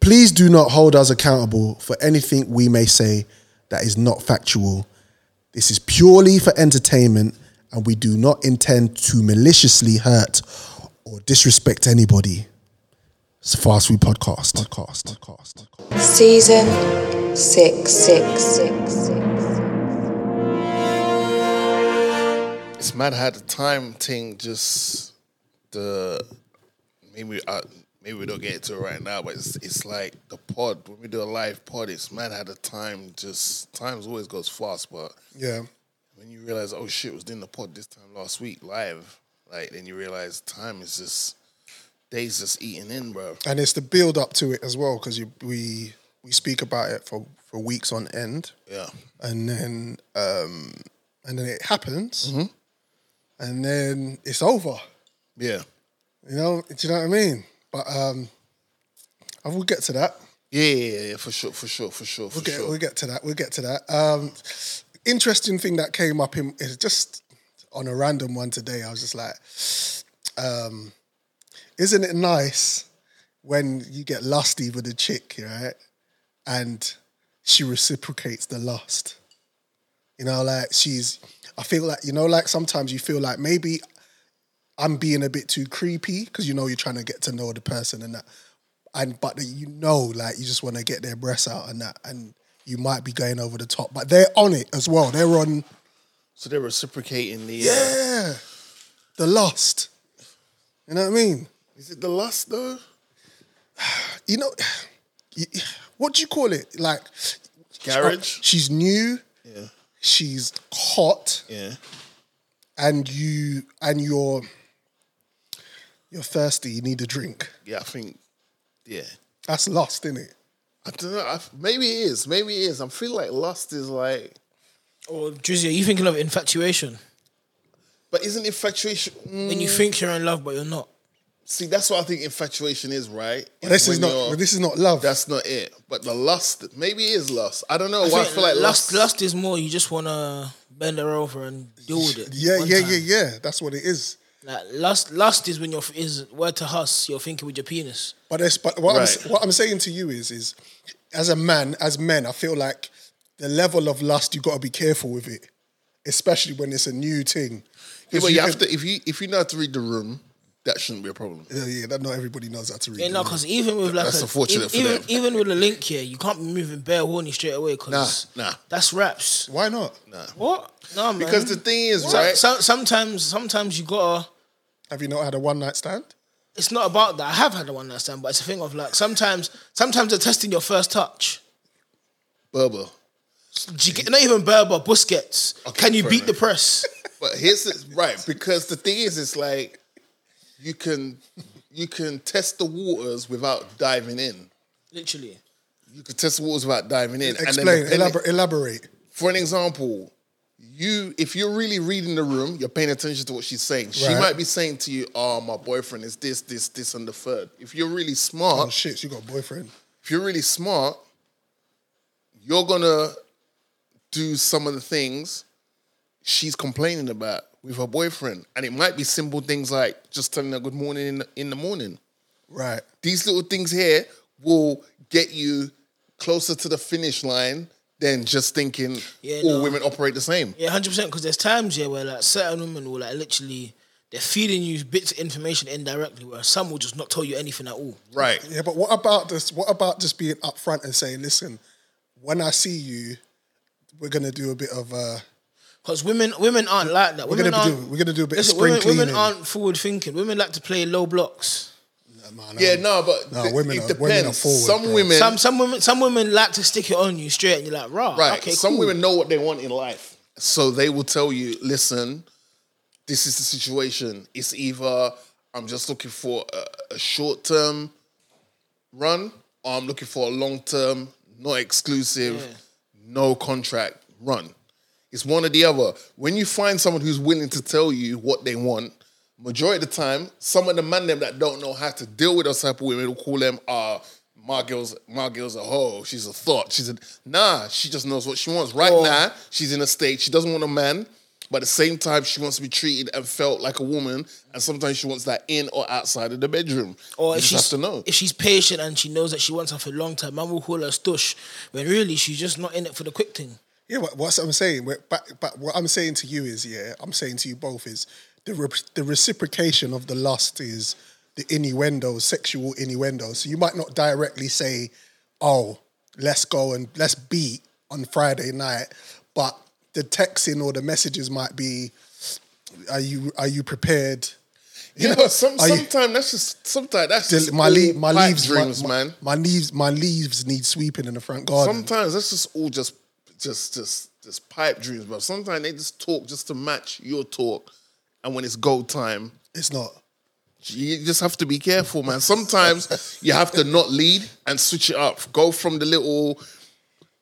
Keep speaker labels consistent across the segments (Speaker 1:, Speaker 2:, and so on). Speaker 1: Please do not hold us accountable for anything we may say that is not factual. This is purely for entertainment, and we do not intend to maliciously hurt or disrespect anybody. It's a fast food podcast. Podcast. Podcast.
Speaker 2: Season six, six, six, six.
Speaker 3: It's mad how the time thing just the maybe uh, maybe we don't get into it right now, but it's it's like the pod when we do a live pod. It's mad how the time just times always goes fast, but
Speaker 1: Yeah.
Speaker 3: when you realize oh shit it was doing the pod this time last week live, like then you realize time is just days just eating in, bro.
Speaker 4: and it's the build up to it as well because we we speak about it for for weeks on end
Speaker 3: Yeah,
Speaker 4: and then um and then it happens
Speaker 1: Mm-hmm.
Speaker 4: and then it's over
Speaker 3: yeah,
Speaker 4: you know do you know what i mean but um i will get to that
Speaker 3: yeah, yeah, yeah, yeah for sure, for sure, for sure, for
Speaker 4: we'll get
Speaker 3: sure.
Speaker 4: we'll get to that we'll get to that um interesting thing that came up in is just on a random one today i was just like um isn't it nice when you get lusty with a chick right and she reciprocates the lust you know like she's i feel like you know like sometimes you feel like maybe i'm being a bit too creepy because you know you're trying to get to know the person and that and but that you know like you just want to get their breasts out and that and you might be going over the top but they're on it as well they're on
Speaker 3: so they're reciprocating the. Uh,
Speaker 4: yeah the lust you know what i mean
Speaker 3: is it the lust though?
Speaker 4: you know what do you call it like oh,
Speaker 3: Garage.
Speaker 4: she's new
Speaker 3: Yeah.
Speaker 4: she's hot
Speaker 3: Yeah.
Speaker 4: and you and you're you're thirsty you need a drink
Speaker 3: Yeah, I think. Yeah.
Speaker 4: that's lust isn't it
Speaker 3: I don't know. I, maybe it is. Maybe it is. I feel like lust is like,
Speaker 5: Or Drizzy, are you thinking of infatuation?
Speaker 3: but isn't infatuation? Mm,
Speaker 5: When you think you're in love, but you're not.
Speaker 3: See, that's what I think infatuation is, right?
Speaker 4: this is
Speaker 3: When
Speaker 4: not
Speaker 3: you're-
Speaker 4: this is not love
Speaker 3: That's not it. But the lust, maybe it is lust. I don't know. why I
Speaker 5: think
Speaker 3: feel like lust.
Speaker 5: lust, lust is more. You just wanna bend her over and deal with it.
Speaker 4: yeah
Speaker 5: one
Speaker 4: yeah
Speaker 5: time.
Speaker 4: yeah yeah that's what it is
Speaker 5: Like lust, lust is when you're is word to us. You're thinking with your penis.
Speaker 4: But it's, but what,
Speaker 3: Right.
Speaker 4: I'm, what I'm saying to you is, is as a man, as men, I feel like the level of lust you got to be careful with it, especially when it's a new thing.
Speaker 3: Yeah,
Speaker 4: 'Cause
Speaker 3: but you have
Speaker 4: can-
Speaker 3: to. If you if you know how to read the room, that shouldn't be a problem.
Speaker 4: Yeah, yeah, that not everybody knows how to read.
Speaker 5: Yeah, no,
Speaker 4: them.
Speaker 5: because even with like
Speaker 3: That's
Speaker 5: a-
Speaker 3: unfortunate for
Speaker 5: even,
Speaker 3: them.
Speaker 5: even with a link here, you can't be moving bare horny straight away. Cause
Speaker 3: Nah, nah.
Speaker 5: that's raps.
Speaker 4: why not?
Speaker 5: What? No, man.
Speaker 3: Because the thing is,
Speaker 5: So-
Speaker 3: right?
Speaker 5: so- sometimes, sometimes you gotta.
Speaker 4: Have you not had a one night stand?
Speaker 5: It's not about that. I have had a one night stand, but it's a thing of like sometimes, sometimes they're testing your first touch.
Speaker 3: Berber.
Speaker 5: Do you get- not even Berber, Busquets.
Speaker 3: Okay,
Speaker 5: Can you
Speaker 3: fair
Speaker 5: beat the
Speaker 3: enough.
Speaker 5: press?
Speaker 3: But here's the, right because the thing is, it's like you can you can test the waters without diving in.
Speaker 5: Literally.
Speaker 3: You can test the waters without diving in. and then
Speaker 4: Explain,
Speaker 3: depending-
Speaker 4: elaborate, elaborate.
Speaker 3: for an example, you if you're really reading the room, you're paying attention to what she's saying. She
Speaker 4: Right.
Speaker 3: might be saying to you, "Oh, my boyfriend is this, this, this, and the third. If you're really smart,
Speaker 4: Oh shit, you got a boyfriend.
Speaker 3: if you're really smart, you're gonna do some of the things she's complaining about with her boyfriend, and it might be simple things like just telling her good morning in the, in the morning.
Speaker 4: Right.
Speaker 3: These little things here will get you closer to the finish line than just thinking
Speaker 5: Yeah,
Speaker 3: all
Speaker 5: no.
Speaker 3: women operate the same.
Speaker 5: Yeah, hundred percent. Because there's times yeah where like certain women will like literally they're feeding you bits of information indirectly, where some will just not tell you anything at all.
Speaker 3: Right.
Speaker 4: Yeah, but what about this? What about just being upfront and saying, listen, when I see you, we're gonna do a bit of. Uh,
Speaker 5: Because women women aren't like that.
Speaker 4: We're
Speaker 5: women
Speaker 4: gonna be
Speaker 5: aren't-
Speaker 4: do- we're gonna do a bit of
Speaker 5: Listen,
Speaker 4: spring
Speaker 5: women, women
Speaker 4: cleaning.
Speaker 5: aren't forward thinking. Women like to play low blocks.
Speaker 4: man,
Speaker 3: Yeah,
Speaker 4: um,
Speaker 3: no, but
Speaker 4: No,
Speaker 3: th-
Speaker 4: women
Speaker 3: it
Speaker 4: are-
Speaker 3: depends.
Speaker 4: women are forward,
Speaker 3: some
Speaker 4: bro.
Speaker 3: women,
Speaker 5: Some some women some women like to stick it on you straight, and you're like, rah,
Speaker 3: right?
Speaker 5: okay,
Speaker 3: some
Speaker 5: cool.
Speaker 3: women know what they want in life, so they will tell you, "Listen, this is the situation. It's either I'm just looking for a, a short term run, or I'm looking for a long term, not exclusive,
Speaker 5: Yeah.
Speaker 3: no contract run. It's one or the other. When you find someone who's willing to tell you what they want." Majority of the time, some of the man them that don't know how to deal with those type of women will call them, uh, my girl's my girl's a hoe. She's a thought. She's a nah. She just knows what she wants. Right now, she's in a state. She doesn't want a man. But at the same time, she wants to be treated and felt like a woman, and sometimes she wants that in or outside of the bedroom.
Speaker 5: Or
Speaker 3: you
Speaker 5: if
Speaker 3: just
Speaker 5: she's
Speaker 3: have to know.
Speaker 5: if she's patient and she knows that she wants her for a long time, man will call her stush when really she's just not in it for the quick thing.
Speaker 4: Yeah, but what I'm saying, but, but- but what I'm saying to you is, yeah, I'm saying to you both is the re- the reciprocation of the lust is the innuendo, sexual innuendo. So you might not directly say, "Oh, let's go and let's beat on Friday night," but the texting or the messages might be, "Are you are you prepared?"
Speaker 3: You know, some,
Speaker 4: are you-
Speaker 3: sometimes that's just sometimes that's
Speaker 4: Del-
Speaker 3: just
Speaker 4: my
Speaker 3: all
Speaker 4: le- my
Speaker 3: pipe
Speaker 4: leaves,
Speaker 3: dreams,
Speaker 4: my,
Speaker 3: man.
Speaker 4: My, my leaves, my leaves need sweeping in the front garden.
Speaker 3: Sometimes that's just all just just just just pipe dreams, bro. Sometimes they just talk just to match your talk, and when it's go time,
Speaker 4: it's not.
Speaker 3: you just have to be careful, man. Sometimes you have to not lead and switch it up. Go from the little,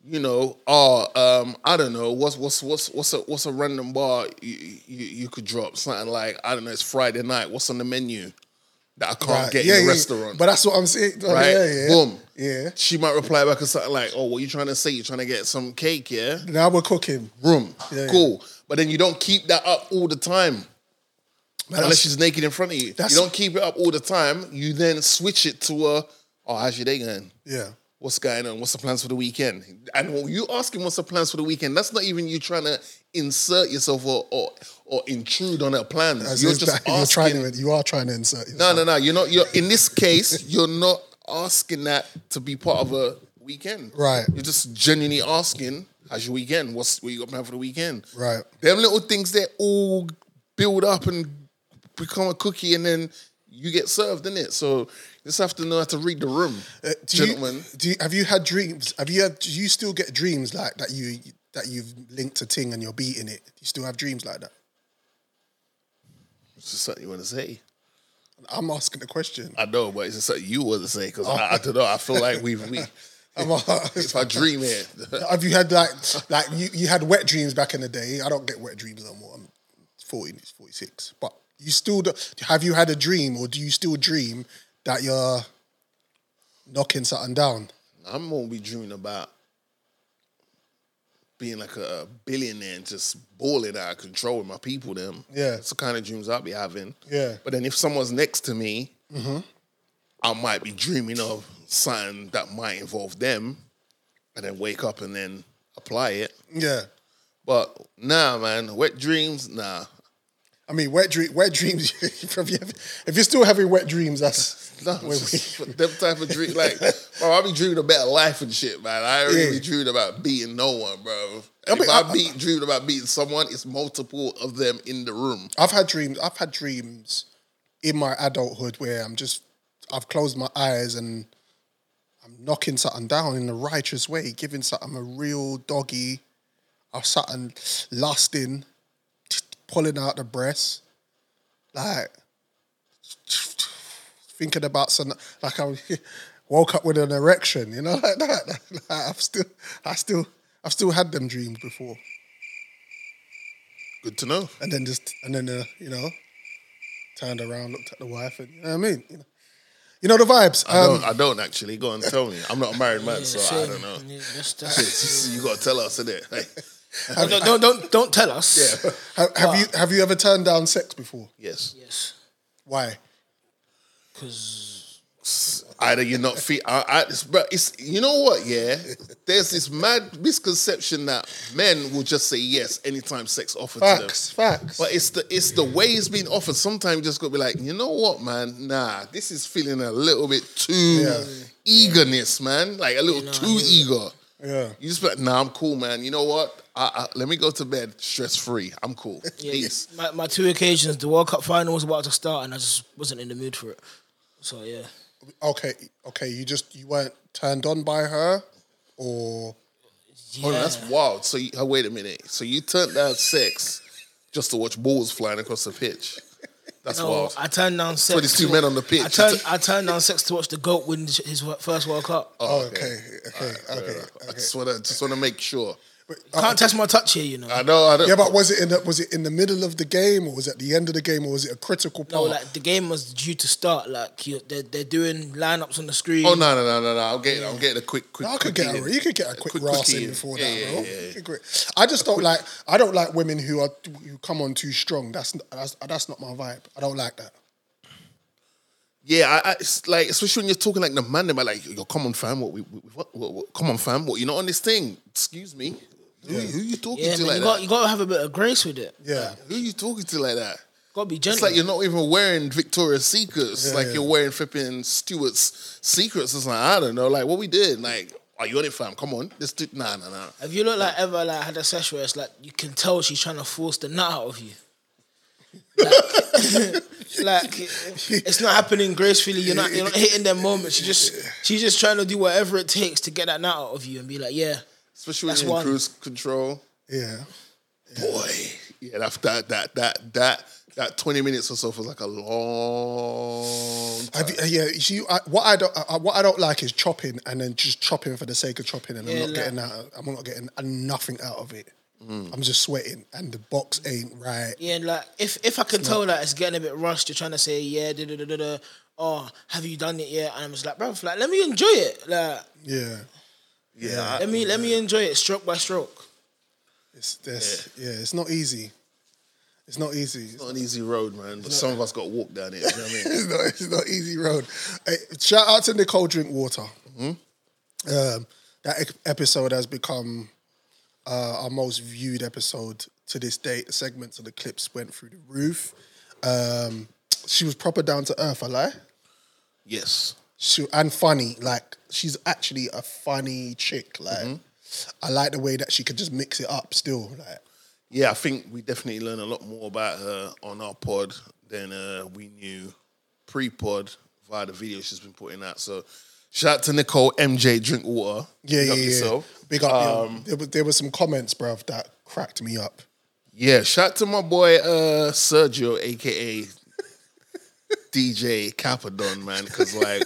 Speaker 3: you know, oh, um, I don't know, what's what's what's what's a what's a random bar you, you you could drop something like I don't know, it's Friday night. What's on the menu that I can't
Speaker 4: Right.
Speaker 3: get in the restaurant?
Speaker 4: But that's what I'm saying.
Speaker 3: right?
Speaker 4: Oh, Yeah, yeah.
Speaker 3: Boom.
Speaker 4: Yeah.
Speaker 3: She might reply back and something like, "Oh, what you trying to say? You trying to get some cake? Yeah.
Speaker 4: Now we're cooking.
Speaker 3: Room.
Speaker 4: Yeah, yeah.
Speaker 3: cool. But then you don't keep that up all the time."
Speaker 4: Man,
Speaker 3: Unless
Speaker 4: that's-
Speaker 3: she's naked in front of you. You
Speaker 4: that's-
Speaker 3: don't keep it up all the time. You then switch it to a, oh, how's your day going?
Speaker 4: yeah.
Speaker 3: What's going on? What's the plans for the weekend? And when you asking what's the plans for the weekend, that's not even you trying to insert yourself or or, or intrude on her plans.
Speaker 4: As
Speaker 3: you're
Speaker 4: if
Speaker 3: just
Speaker 4: that-
Speaker 3: asking.
Speaker 4: you're trying to you are trying to insert
Speaker 3: No,
Speaker 4: yourself.
Speaker 3: no, no. You're not. You're in this case, you're not asking that to be part of a weekend.
Speaker 4: Right.
Speaker 3: You're just genuinely asking, "How's your weekend? What's what you got planned for the weekend?"
Speaker 4: Right.
Speaker 3: Them little things they all build up and become a cookie, and then you get served in it. So you just have to know how to read the room,
Speaker 4: Uh, Do
Speaker 3: gentlemen.
Speaker 4: you, do you, have you had dreams? Have you had do you still get dreams like that you that you've linked to Ting and you're beating it? You still have dreams like that?
Speaker 3: It's just something you want to say.
Speaker 4: I'm asking the question.
Speaker 3: I know, but it's just something you want to say because I, I don't know. I feel like we we.
Speaker 4: I'm asking-
Speaker 3: If I dream it,
Speaker 4: have you had like like you, you had wet dreams back in the day? I don't get wet dreams no more. I'm 40, 46. But you still do, have you had a dream or do you still dream that you're knocking something down?
Speaker 3: I'm gonna be dreaming about being like a billionaire and just balling out of control with my people. Them,
Speaker 4: Yeah.
Speaker 3: it's the kind of dreams I'll be having.
Speaker 4: Yeah. Mm-hmm.
Speaker 3: but then if someone's next to me, I might be dreaming of something that might involve them, and then wake up and then apply it.
Speaker 4: Yeah.
Speaker 3: But nah, man, wet dreams, nah.
Speaker 4: I mean, wet dream, wet dreams. from you- if you're still having wet dreams, that's
Speaker 3: No, it's just them type of dream, like, bro, I be dreaming about life and shit, man. I ain't really
Speaker 4: Yeah.
Speaker 3: dreaming about beating no one, bro.
Speaker 4: I mean,
Speaker 3: if I,
Speaker 4: I-
Speaker 3: beat, dreaming about beating someone, it's multiple of them in the room.
Speaker 4: I've had dreams. I've had dreams in my adulthood where I'm just, I've closed my eyes and I'm knocking something down in a righteous way, giving something a real doggy. I've something lasting, pulling out the breast, like thinking about some, like I woke up with an erection, you know, like that. Like, I've still, I still, I've still had them dreams before.
Speaker 3: Good to know.
Speaker 4: and then just and then uh, you know turned around looked at the wife and you know what i mean you know, You know the vibes
Speaker 3: I
Speaker 4: um,
Speaker 3: don't, I don't actually. Go and tell me. I'm not a married man, so I
Speaker 5: Same.
Speaker 3: don't know.
Speaker 5: Yeah, that's- that's-
Speaker 3: you got to tell us, innit? Like,
Speaker 5: uh, don't, don't, don't, don't tell us.
Speaker 4: have, have you have you ever turned down sex before
Speaker 3: yes.
Speaker 5: Yes.
Speaker 4: why
Speaker 5: Because
Speaker 3: Either you're not fit. I, I, it's, bro, it's, you know what, yeah? There's this mad misconception that men will just say yes anytime sex offered to them.
Speaker 4: facts facts
Speaker 3: But it's the it's the way it's being offered. Sometimes you just gotta be like, you know what, man? Nah, this is feeling a little bit too eagerness, man. Like a little too eager.
Speaker 4: yeah
Speaker 3: You just be like, nah, I'm cool, man. You know what? I, I, let me go to bed stress free. I'm cool.
Speaker 5: Yeah,
Speaker 3: Peace.
Speaker 5: My, my two occasions, the World Cup final was about to start, and I just wasn't in the mood for it. So yeah,
Speaker 4: okay okay you just you weren't turned on by her or
Speaker 3: Hold on,
Speaker 5: Yeah.
Speaker 3: that's wild. So you, oh, wait a minute. So you turned down sex just to watch balls flying across the pitch. That's
Speaker 5: no,
Speaker 3: wild.
Speaker 5: I turned down sex.
Speaker 3: 22
Speaker 5: to-
Speaker 3: men on the pitch.
Speaker 5: I turned, I turned down sex to watch the goat
Speaker 3: Oh,
Speaker 5: win his first World Cup.
Speaker 4: oh, okay okay okay,
Speaker 3: I just wanna just wanna make sure.
Speaker 5: Can't test my touch here, you know.
Speaker 3: I know. I don't,
Speaker 4: Yeah, but was it in the, was it in the middle of the game or was it at the end of the game or was it a critical
Speaker 5: no,
Speaker 4: part?
Speaker 5: like the game was due to start. Like you, they're, they're doing lineups on the screen.
Speaker 3: Oh no no no no no! I'm getting I'm getting a quick quick.
Speaker 4: No, I could
Speaker 3: quick
Speaker 4: get a,
Speaker 3: in.
Speaker 4: you could get a quick,
Speaker 3: quick
Speaker 4: rass
Speaker 3: quickie
Speaker 4: in
Speaker 3: in.
Speaker 4: before
Speaker 3: Yeah,
Speaker 4: that,
Speaker 3: yeah,
Speaker 4: bro.
Speaker 3: yeah, yeah.
Speaker 4: You could quick- I just don't like I don't like women who are who come on too strong. That's that's that's not my vibe. I don't like that.
Speaker 3: Yeah, I, I, it's like especially when you're talking like the man, they're like, "Yo, come on, fam, what, we, we- what, what, what, come on, fam, what, you're not on this thing? Excuse me, who, who you talking
Speaker 5: yeah,
Speaker 3: to
Speaker 5: man,
Speaker 3: like
Speaker 5: you
Speaker 3: that?
Speaker 5: got you got to have a bit of grace with it.
Speaker 4: Yeah.
Speaker 3: Who you talking to like that?
Speaker 5: Got to be gentle.
Speaker 3: It's like you're not even wearing Victoria's Secrets, like
Speaker 4: yeah.
Speaker 3: you're wearing flipping Stewart's Secrets. It's like I don't know, like what we did, like, are you on it, fam? Come on, let's do. Nah, nah, nah.
Speaker 5: Have you looked like ever like had a session where it's like you can tell she's trying to force the nut out of you? Like, like, it's not happening gracefully. You're not you're not hitting them moments. She just she's just trying to do whatever it takes to get that nut out of you and be like, yeah,
Speaker 3: Especially when
Speaker 5: That's
Speaker 3: you're in
Speaker 5: one.
Speaker 3: cruise control,
Speaker 4: Yeah.
Speaker 3: boy. Yeah, that that that that that that twenty minutes or so was like a long. Time.
Speaker 4: Have you, yeah, you see, I, what I don't, I, what I don't like is chopping and then just chopping for the sake of chopping, and I'm
Speaker 5: Yeah,
Speaker 4: not
Speaker 5: like- Mm.
Speaker 4: getting out. I'm not getting nothing out of it. I'm just sweating, and the box ain't right.
Speaker 5: yeah. And like if if I can tell that it's getting a bit rushed, you're trying to say yeah, da da da da. da. Oh, have you done it yet? And I'm just like, bro, like let me enjoy it. Like
Speaker 4: Yeah,
Speaker 3: yeah, I-
Speaker 5: let me let me enjoy it stroke by stroke.
Speaker 4: it's this. Yeah. it's not easy. It's not easy. It's
Speaker 3: not an easy road, man. But some of us got to walk down it. You know what I mean?
Speaker 4: it's not, it's not easy road. Hey, shout out to Nicole Drinkwater.
Speaker 3: Mm-hmm.
Speaker 4: Um, that ec- episode has become uh, our most viewed episode to this date. The segments of the clips went through the roof. Um, she was proper down to earth, I lie.
Speaker 3: Yes.
Speaker 4: She, and funny. Like she's actually a funny chick. Like
Speaker 3: Mm-hmm.
Speaker 4: I like the way that she could just mix it up. Still, like
Speaker 3: Yeah, I think we definitely learn a lot more about her on our pod than uh, we knew pre-pod via the video she's been putting out. So shout out to Nicole MJ Drinkwater.
Speaker 4: yeah,
Speaker 3: Big
Speaker 4: yeah,
Speaker 3: up
Speaker 4: yeah.
Speaker 3: yourself. Um,
Speaker 4: Big up. yeah. There, was, there were some comments, bruv, that cracked me up.
Speaker 3: Yeah, shout out to my boy uh, Sergio, aka DJ Capadon, man. Because like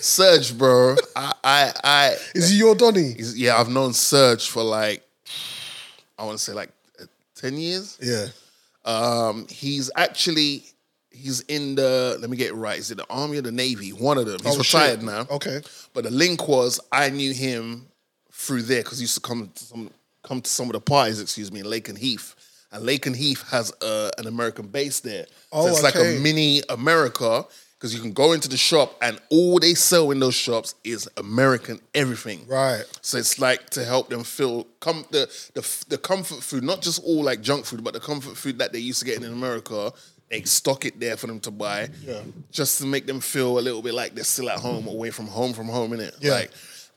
Speaker 3: Serge, bro, I, I, I,
Speaker 4: Is he your Donny?
Speaker 3: he's- yeah, I've known Serge for like I want to say like uh, ten years.
Speaker 4: Yeah.
Speaker 3: Um, he's actually he's in the let me get it right. Is it the army or the navy? One of them. He's
Speaker 4: Oh, shit.
Speaker 3: retired now.
Speaker 4: Okay.
Speaker 3: But the link was I knew him through there because he used to come to some come to some of the parties. Excuse me, in Lake and Heath. And Lake and Heath has uh, an American base there.
Speaker 4: Oh,
Speaker 3: so it's like
Speaker 4: okay.
Speaker 3: a mini America because you can go into the shop and all they sell in those shops is American everything.
Speaker 4: Right.
Speaker 3: So it's like to help them feel com- the, the the comfort food, not just all like junk food, but the comfort food that they used to get in America. They stock it there for them to buy,
Speaker 4: Yeah.
Speaker 3: just to make them feel a little bit like they're still at home, away from home, from home, innit?
Speaker 4: Yeah.
Speaker 3: Like,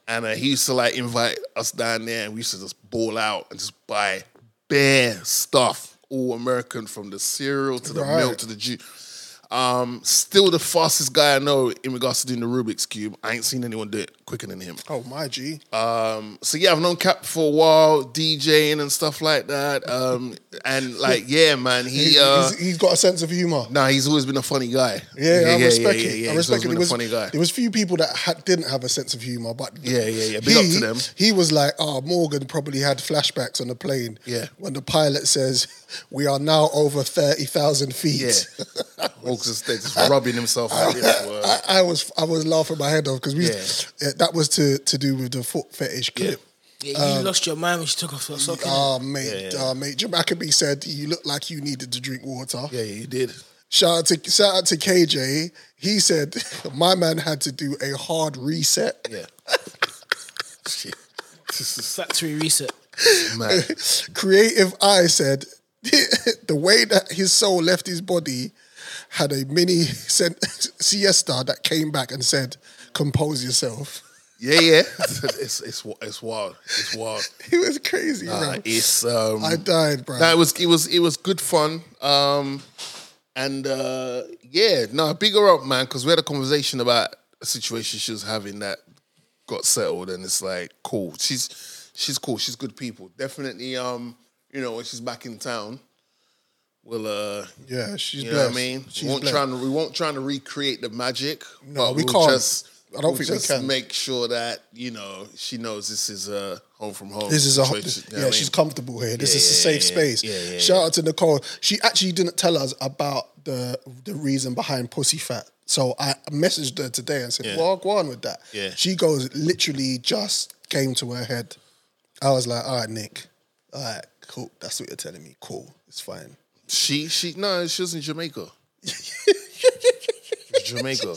Speaker 3: and uh, he used to like invite us down there, and we used to just ball out and just buy bare stuff, all American, from the cereal to the
Speaker 4: Right.
Speaker 3: milk to the juice. Um, still the fastest guy I know in regards to doing the Rubik's cube. I ain't seen anyone do it quicker than him.
Speaker 4: Oh my G.
Speaker 3: Uh, So yeah, I've known Cap for a while, DJing and stuff like that. Um, and like, yeah, man, he uh,
Speaker 4: he's, he's got a sense of humor.
Speaker 3: nah, he's always been a funny guy.
Speaker 4: Yeah, I respect
Speaker 3: yeah,
Speaker 4: it.
Speaker 3: yeah,
Speaker 4: I
Speaker 3: He's
Speaker 4: respect
Speaker 3: always
Speaker 4: it.
Speaker 3: been
Speaker 4: There
Speaker 3: a
Speaker 4: was,
Speaker 3: funny guy.
Speaker 4: there was few people that ha- didn't have a sense of humor, but
Speaker 3: Yeah, yeah, yeah. Big up to them.
Speaker 4: He was like, "Oh, Morgan probably had flashbacks on the plane."
Speaker 3: Yeah.
Speaker 4: When the pilot says, "We are now over thirty thousand feet."
Speaker 3: yeah, Hawks is they're just rubbing himself. Like this, word.
Speaker 4: I, I was I was laughing my head off because we
Speaker 3: Yeah.
Speaker 4: yeah, that was to to do with the foot fetish clip.
Speaker 5: Yeah, you lost your mind when she took off her sock. innit?
Speaker 4: Ah, mate, ah, mate. Jamaica B said you look like you needed to drink water.
Speaker 3: yeah, yeah, he did.
Speaker 4: Shout out to shout out to KJ. He said my man had to do a hard reset.
Speaker 3: Yeah, shit, this is
Speaker 5: Factory reset.
Speaker 3: mad.
Speaker 4: Creative Eye said the way that his soul left his body had a mini sen- siesta that came back and said, "Compose yourself."
Speaker 3: Yeah, yeah, it's it's it's wild. It's wild.
Speaker 4: It was crazy,
Speaker 3: Uh,
Speaker 4: bro.
Speaker 3: it's um,
Speaker 4: I died, bro.
Speaker 3: No, it was it was it was good fun. Um, and uh, yeah, no, big her up, man, because we had a conversation about a situation she was having that got settled, and it's like cool. She's she's cool. She's good people. Definitely. Um, you know, when she's back in town, we'll uh,
Speaker 4: yeah, she's
Speaker 3: you know what
Speaker 4: blessed.
Speaker 3: I mean.
Speaker 4: She's
Speaker 3: we won't
Speaker 4: blessed.
Speaker 3: try and we won't try to recreate the magic.
Speaker 4: No,
Speaker 3: but
Speaker 4: we
Speaker 3: we'll
Speaker 4: can't.
Speaker 3: Just
Speaker 4: I don't
Speaker 3: We'll
Speaker 4: think
Speaker 3: just
Speaker 4: we can.
Speaker 3: make sure that you know she knows this is a home from home.
Speaker 4: This is a
Speaker 3: situation, you know
Speaker 4: yeah.
Speaker 3: what I
Speaker 4: She's
Speaker 3: mean?
Speaker 4: comfortable here. This
Speaker 3: Yeah,
Speaker 4: is a
Speaker 3: yeah,
Speaker 4: safe
Speaker 3: yeah,
Speaker 4: space.
Speaker 3: yeah, yeah,
Speaker 4: Shout out to Nicole. She actually didn't tell us about the the reason behind pussy fat. So I messaged her today and said,
Speaker 3: Yeah.
Speaker 4: "Well, go on with that."
Speaker 3: Yeah.
Speaker 4: She goes, literally just came to her head. I was like, "All right, Nick. All right, cool. That's what you're telling me. Cool. It's fine."
Speaker 3: She she no, she was in Jamaica. Jamaica.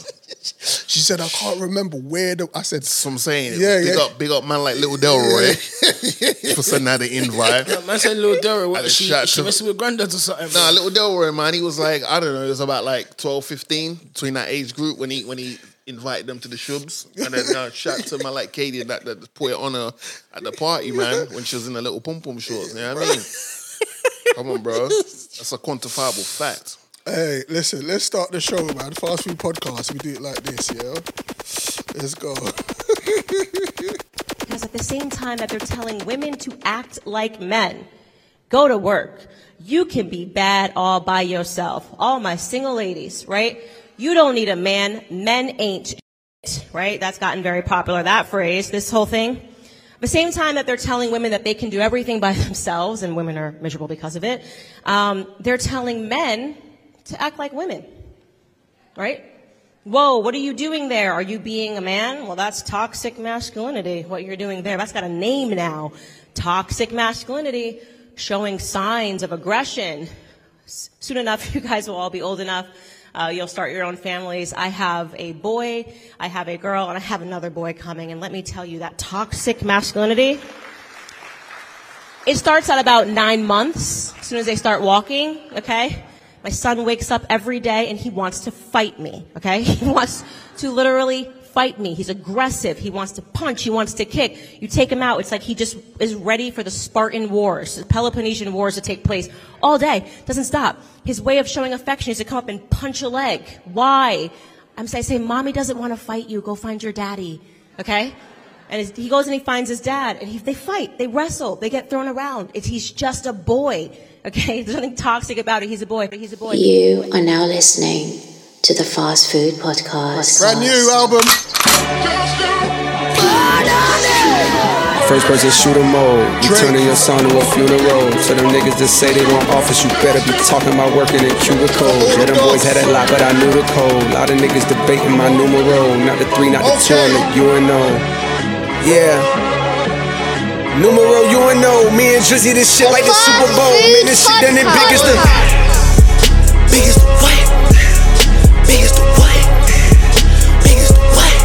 Speaker 4: She said, "I can't remember where the." I said,
Speaker 3: That's what I'm saying.
Speaker 4: Yeah,
Speaker 3: big
Speaker 4: yeah.
Speaker 3: up, big up, man like Little Delroy for sending out the invite.
Speaker 5: Man said Lil Durrell,
Speaker 3: I
Speaker 5: what,
Speaker 3: just
Speaker 5: she,
Speaker 3: shot
Speaker 5: she
Speaker 3: to-
Speaker 5: messing with granddad or something.
Speaker 3: Nah,
Speaker 5: bro.
Speaker 3: Little Delroy, man, he was like I don't know, it was about like 12, 15, between that age group when he when he invited them to the shubs. And then uh, shout to my like Katie that that put it on her at the party, man, when she was in the little pom pom shorts. You know what I mean? Come on, bro, that's a quantifiable fact.
Speaker 4: Hey, listen, let's start the show, man. Fast food podcast, we do it like this, yeah? Let's go.
Speaker 6: because at the same time that they're telling women to act like men, go to work. You can be bad all by yourself. All my single ladies, right? You don't need a man. Men ain't shit, right? That's gotten very popular, that phrase, this whole thing. At the same time that they're telling women that they can do everything by themselves, and women are miserable because of it, um, they're telling men to act like women right? Whoa, what are you doing there? Are you being a man? Well, that's toxic masculinity, what you're doing there. That's got a name now. Toxic masculinity, showing signs of aggression. S- Soon enough, you guys will all be old enough. Uh, you'll start your own families. I have a boy, I have a girl, and I have another boy coming. And let me tell you that toxic masculinity. It starts at about nine months, as soon as they start walking, okay? My son wakes up every day and he wants to fight me, okay? He wants to literally fight me. He's aggressive. He wants to punch. He wants to kick. You take him out, it's like he just is ready for the Spartan Wars, the Peloponnesian Wars to take place all day. Doesn't stop. His way of showing affection is to come up and punch a leg. Why? I'm saying, say, mommy doesn't want to fight you. Go find your daddy, okay? And his, he goes and he finds his dad, and he, they fight, they wrestle, they get thrown around. It's, he's just a boy, okay? There's nothing toxic about it. He's a boy. He's a boy.
Speaker 7: You are now listening to the Fast Food Podcast.
Speaker 4: Brand new album.
Speaker 8: First person shooter mode. You
Speaker 4: Drake.
Speaker 8: turning your son to a funeral. So them niggas that say they want office, you better be talking about working in cubicles. Yeah, them boys had a lot, but I knew the code. A lot of niggas debating my numero. Not the three, not the
Speaker 4: Okay.
Speaker 8: two, and the UNO. Yeah. Numero UNO. Me and Drizzy, this shit like the Super Bowl. Man, this shit done it big as the. Big as the what? Big as the what? Big as the what?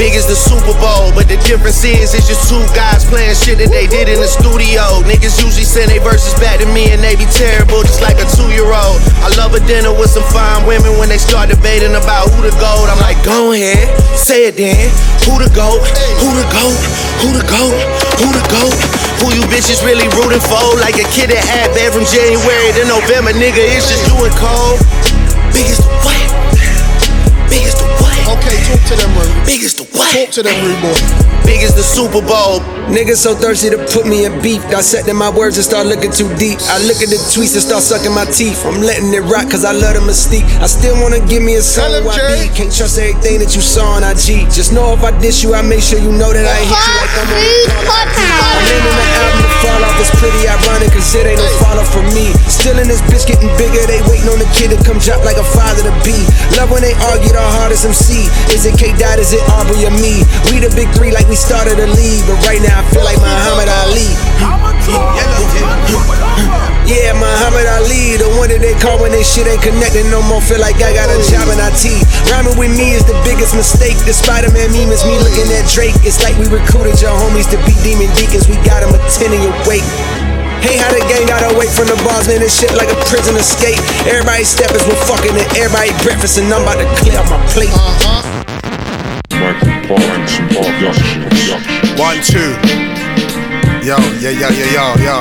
Speaker 9: Big as the Super Bowl, but the difference is it's just two guys playing shit that they did in the studio. Niggas usually send they verses back to me and they be terrible, just like a two-year-old. I love a dinner with some fine women when they start debating about who the gold. I'm like, go ahead, say it then. Who the goat? Who the goat? Who the goat? Who the goat? Who you bitches really rooting for? Like a kid that had bad from January to November, nigga, it's just you and Cole. Big as the what? Big as the what?
Speaker 4: Okay, talk to them, Rude.
Speaker 9: Big as the what?
Speaker 4: Talk to them, Rude Boy.
Speaker 9: Big as the Super Bowl.
Speaker 8: Niggas so thirsty to put me in beef. Dissecting my words and start looking too deep. I look at the tweets and start sucking my teeth. I'm letting it rock cause I love the mystique. I still wanna give me a song
Speaker 4: Tell him,
Speaker 8: who I
Speaker 4: Jay.
Speaker 8: beat. Can't trust everything that you saw on IG. Just know if I diss you, I make sure you know that I ain't hit you like I'm on the call. I'm naming the album to fall off. It's pretty ironic cause it ain't no follow for me. Still in this bitch getting bigger. They waiting on the kid to come drop like a father to be. Love when they argue the hardest MC. Is it K Dot? Is it Aubrey or me? We the big three like we started the league. But right now I feel like Muhammad Ali. Yeah, Muhammad Ali, the one that they call when they shit ain't connecting no more. Feel like I got a job in IT. Rhyming with me is the biggest mistake. The Spider Man meme is me looking at Drake. It's like we recruited your homies to be demon deacons. We got them attending your wake. Hey, how the gang got away from the bars, man. This shit like a prison escape. Everybody steppers were fucking and everybody breakfast, and I'm about to clear up my plate.
Speaker 10: Michael Barnes Productions.
Speaker 11: One, two. Yo, yo, yo, yo, yo, yo.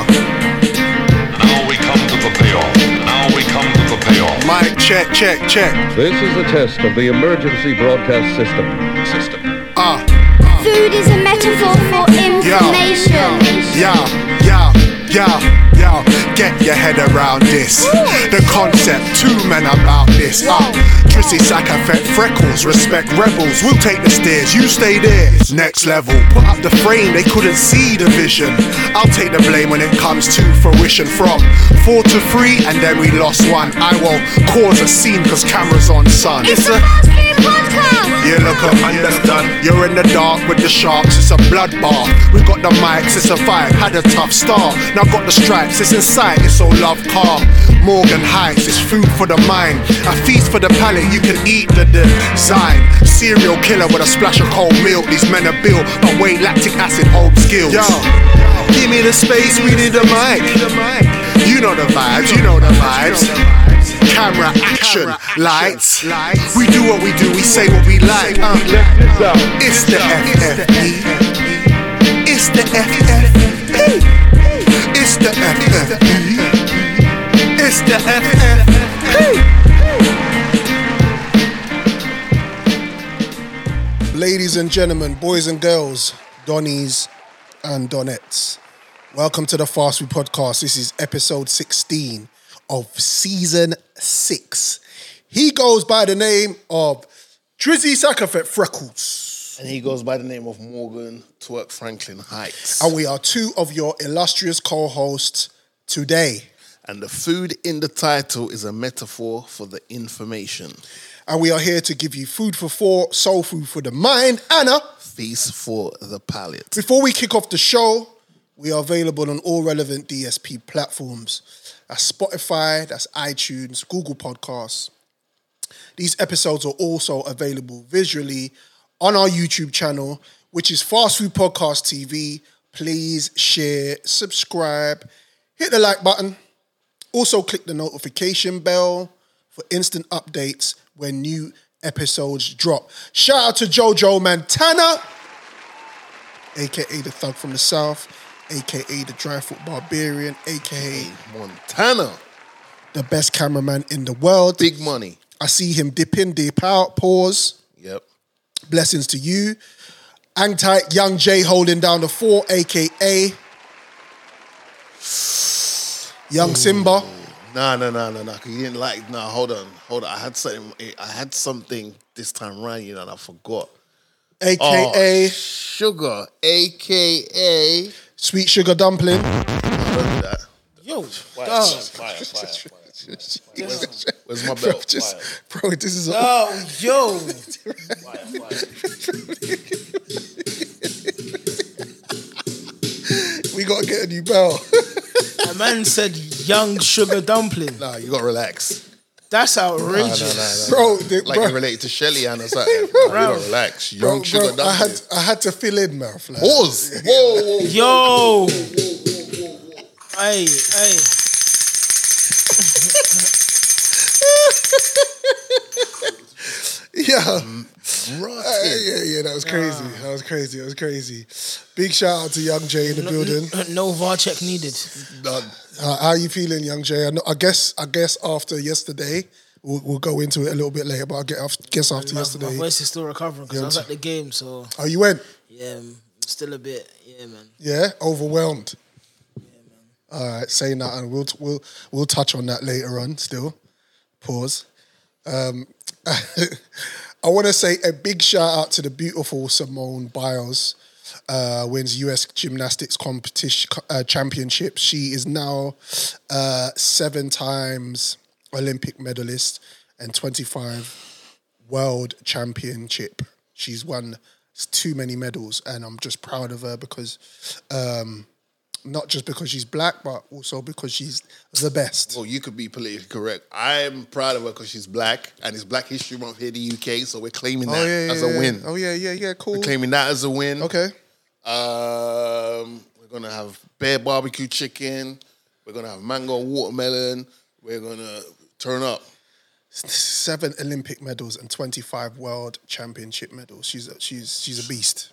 Speaker 10: Now we come to the payoff. Now we come to the payoff.
Speaker 11: Mic check, check, check.
Speaker 10: This is a test of the emergency broadcast system. System.
Speaker 11: Ah,
Speaker 12: Food is a metaphor for
Speaker 11: yo,
Speaker 12: information.
Speaker 11: yo, yo, yo, yo.
Speaker 13: Get your head around this. The concept, two men about this. Up. Trissy sack effect, freckles, respect rebels. We'll take the stairs, you stay there. Next level, put up the frame, they couldn't see the vision. I'll take the blame when it comes to fruition. From four to three, and then we lost one. I will cause a scene, cause cameras on, son. It's a you look up, understand. You're in the dark with the sharks, it's a bloodbath. We got the mics, it's a vibe. Had a tough start, now got the stripes, it's inside, it's all love calm. Morgan Heights, it's food for the mind. A feast for the palate, you can eat the design. Serial killer with a splash of cold milk. These men are built, but wait, lactic acid holds skills. Yo, give me the space, we need the mic. You know the vibes, you know the vibes. Camera action, lights. We do what we do, we say what we like. Uh, it's the FFE. It's the FFE. It's the FFE. It's the E. FFE.
Speaker 11: Ladies and gentlemen, boys and girls, Donnies and Donettes, welcome to the Fast Food Podcast. This is episode 16 of season six. He goes by the name of Trizzy Sackafet Freckles.
Speaker 3: And he goes by the name of Morgan Twerk Franklin Heights.
Speaker 11: And we are two of your illustrious co hosts today.
Speaker 3: And the food in the title is a metaphor for the information.
Speaker 11: And we are here to give you food for thought, soul food for the mind, Anna.
Speaker 3: Feast for the palate.
Speaker 11: Before we kick off the show, we are available on all relevant DSP platforms. That's Spotify, that's iTunes, Google Podcasts. These episodes are also available visually on our YouTube channel, which is Fast Food Podcast TV. Please share, subscribe, hit the like button. Also, click the notification bell for instant updates when new episodes drop. Shout out to JoJo Montana, aka the thug from the south, aka the dry foot barbarian, aka
Speaker 3: Montana,
Speaker 11: the best cameraman in the world.
Speaker 3: Mm-hmm. big money.
Speaker 11: I see him dip in, dip out, pause.
Speaker 3: Yep.
Speaker 11: Blessings to you. Ang tight, young J holding down the four, aka Young Simba.
Speaker 3: Nah, nah, nah, nah, nah. 'cause You didn't like. Nah, hold on, hold on. I had something. I had something this time round, you know, and I forgot.
Speaker 11: aka
Speaker 3: Oh, sugar, aka.
Speaker 11: Sweet Sugar Dumpling.
Speaker 3: Don't do that.
Speaker 5: Yo,
Speaker 3: Fire,
Speaker 5: dog.
Speaker 3: fire, fire, fire. Where's, where's my belt? Fire.
Speaker 11: Just, bro, this is all.
Speaker 5: Oh, yo.
Speaker 11: we gotta get a new bell.
Speaker 5: A man said young sugar dumpling.
Speaker 3: Nah, you gotta relax.
Speaker 5: That's
Speaker 3: Nah, nah, nah,
Speaker 5: outrageous.
Speaker 3: nah.
Speaker 11: bro, the,
Speaker 3: Like
Speaker 11: bro,
Speaker 3: you relate to Shelly and or something. Nah, you gotta relax.
Speaker 11: bro,
Speaker 3: Young sugar
Speaker 11: bro, I had
Speaker 3: dumpling.
Speaker 11: I had to fill in, man. Like,
Speaker 3: Pause. Whoa, whoa, whoa.
Speaker 5: Yo. Hey, hey.
Speaker 11: yeah. Yeah,
Speaker 3: Mm, Rotten.
Speaker 11: yeah, yeah, that was crazy. That was crazy. That was crazy. Big shout out to Young Jay in the building.
Speaker 5: No VAR check needed.
Speaker 3: Done.
Speaker 11: Uh, how you feeling, Young Jay? I, know, I guess I guess after yesterday, we'll, we'll go into it a little bit later. But I get off, guess after
Speaker 5: My, my
Speaker 11: yesterday,
Speaker 5: voice is still recovering because I was at the game, so
Speaker 11: oh, you went,
Speaker 5: yeah, I'm still a bit, yeah, man.
Speaker 11: yeah, overwhelmed. All right, say nothing. We'll t- we'll we'll touch on that later on. Still, pause. Um, I want to say a big shout out to the beautiful Simone Biles. uh, wins US gymnastics competition uh, championship. She is now uh, seven times Olympic medalist and 25 world championship. She's won s- too many medals, and I'm just proud of her because um, not just because she's black, but also because she's the best.
Speaker 3: Well, oh, you could be politically correct. I'm proud of her because she's black, and it's Black History Month here in the UK, so we're claiming that as a win.
Speaker 11: Oh yeah, yeah, yeah. Cool.
Speaker 3: We're claiming that as a win.
Speaker 11: Okay.
Speaker 3: Um, we're gonna have bear barbecue chicken. We're gonna have mango watermelon. We're gonna turn up.
Speaker 11: seven Olympic medals and 25 World Championship medals. She's a, she's she's a beast.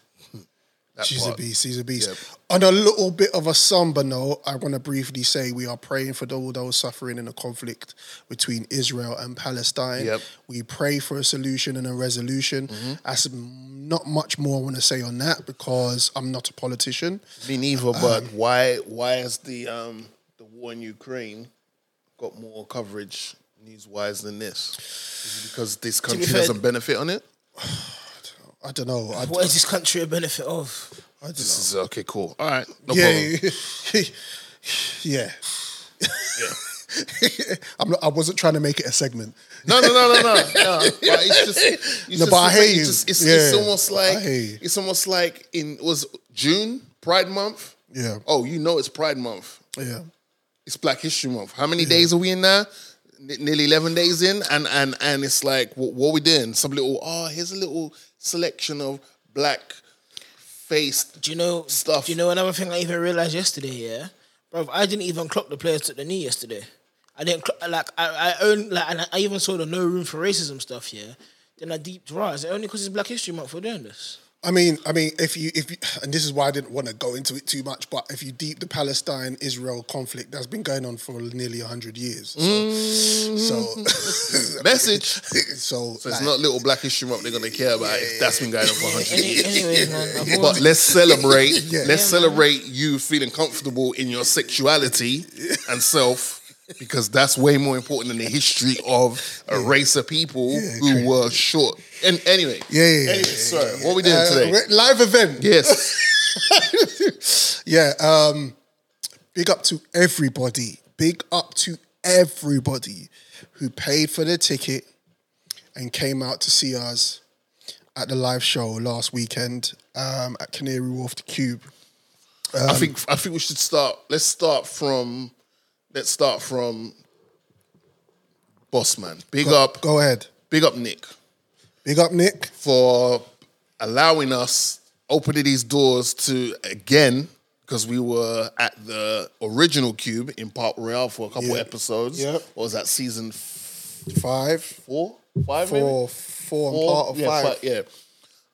Speaker 11: she's
Speaker 3: part.
Speaker 11: a beast. She's a beast.
Speaker 3: Yep.
Speaker 11: On a little bit of a somber note, I want to briefly say we are praying for all those suffering in the conflict between Israel and Palestine.
Speaker 3: Yep. Mm-hmm.
Speaker 11: We pray for a solution and a resolution.
Speaker 4: Mm-hmm.
Speaker 11: That's not much more I want to say on that because I'm not a politician.
Speaker 3: Me neither, but why? Why is the um the war in Ukraine got more coverage news wise than this? Is it because this
Speaker 5: be
Speaker 3: country
Speaker 5: fair-
Speaker 3: doesn't benefit on it?
Speaker 4: I don't know. I,
Speaker 5: What is this country a benefit of?
Speaker 3: This is okay, cool. All right, no
Speaker 4: yeah,
Speaker 3: problem.
Speaker 4: yeah, yeah. I'm not, I wasn't trying to make it a segment.
Speaker 3: No, no, no, no, no. no. But it's just, it's
Speaker 4: No,
Speaker 3: just
Speaker 4: but I hear you.
Speaker 3: It's, just, it's,
Speaker 4: Yeah.
Speaker 3: it's almost like
Speaker 4: I hear you.
Speaker 3: it's almost like in was June Pride Month.
Speaker 4: Yeah.
Speaker 3: Oh, you know it's Pride Month.
Speaker 4: Yeah.
Speaker 3: It's Black History Month. How many days are we in now? N- nearly eleven days in, and and and it's like, what, what are we doing? Some little oh, here's a little selection of black faced
Speaker 5: Do you know
Speaker 3: Stuff.
Speaker 5: Do you know another thing I even realized yesterday? Yeah, bro, I didn't even clock the players took the knee yesterday. I didn't clock, like I, I own like and I even saw the no room for racism stuff. Yeah, then I deep draw. Is it only because it's Black History Month we're doing this?
Speaker 4: I mean, I mean, if you, if you, and this is why I didn't want to go into it too much, but if you deep the Palestine Israel conflict that's been going on for nearly hundred years, so, so,
Speaker 3: message.
Speaker 4: so,
Speaker 3: So it's
Speaker 4: like,
Speaker 3: not little black history month they're gonna care about if that's been going on for hundred
Speaker 5: Any,
Speaker 3: years.
Speaker 5: anyways, man. I've
Speaker 3: But
Speaker 5: always-
Speaker 3: let's celebrate. let's
Speaker 5: Yeah, man.
Speaker 3: celebrate you feeling comfortable in your sexuality and self, because that's way more important than the history of a race of people who were short. And anyway,
Speaker 4: yeah, yeah, yeah,
Speaker 3: anyway,
Speaker 4: yeah,
Speaker 3: sorry, what we doing
Speaker 4: uh,
Speaker 3: today?
Speaker 4: re- live event,
Speaker 3: yes,
Speaker 4: yeah. Um, big up to everybody. Big up to everybody who paid for their ticket and came out to see us at the live show last weekend um, at Canary Wharf, the Cube.
Speaker 3: I
Speaker 4: Um,
Speaker 3: think I think we should start. Let's start from. Let's start from. Boss man, big up,
Speaker 4: Go ahead.
Speaker 3: big up, Nick.
Speaker 4: Big up, Nick.
Speaker 3: for allowing us opening these doors to again because we were at the original cube in Park Royal for a couple
Speaker 4: Yeah.
Speaker 3: episodes.
Speaker 4: Yep.
Speaker 3: What was that season f-
Speaker 4: Five,
Speaker 3: four, five, maybe?
Speaker 4: four, four, and
Speaker 3: Four?
Speaker 4: part of
Speaker 3: yeah,
Speaker 4: five.
Speaker 3: fi- yeah.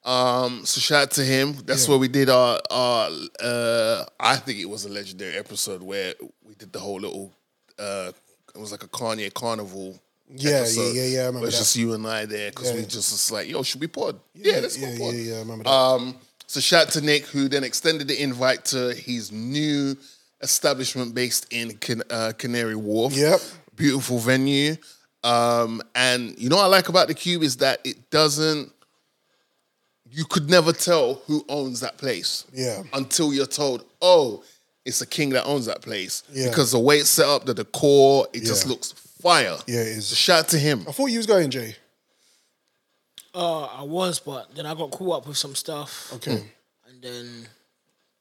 Speaker 3: Um, so shout out to him. That's where we did our, our uh, I think it was a legendary episode where we did the whole little, uh, it was like a Kanye carnival.
Speaker 4: Yeah, yeah,
Speaker 3: episode,
Speaker 4: yeah, yeah, I remember
Speaker 3: where It's
Speaker 4: that.
Speaker 3: just you and I there because
Speaker 4: Yeah.
Speaker 3: we just was like, yo, should we pod? Yeah, let's
Speaker 4: yeah,
Speaker 3: go pod.
Speaker 4: yeah, yeah, I remember that.
Speaker 3: Um, so shout out to Nick, who then extended the invite to his new establishment based in Can- uh, Canary Wharf.
Speaker 4: Yep.
Speaker 3: beautiful venue. Um, and you know what I like about the Cube is that it doesn't. You could never tell who owns that place.
Speaker 4: Yeah.
Speaker 3: Until you're told, oh, it's a king that owns that place.
Speaker 4: Yeah.
Speaker 3: Because the way it's set up, the decor, it just
Speaker 4: Yeah.
Speaker 3: looks fire.
Speaker 4: Yeah, it is.
Speaker 3: So shout out to him.
Speaker 4: I thought you was going, Jay.
Speaker 5: Uh, I was, but then I got caught up with some stuff,
Speaker 4: Okay.
Speaker 5: and then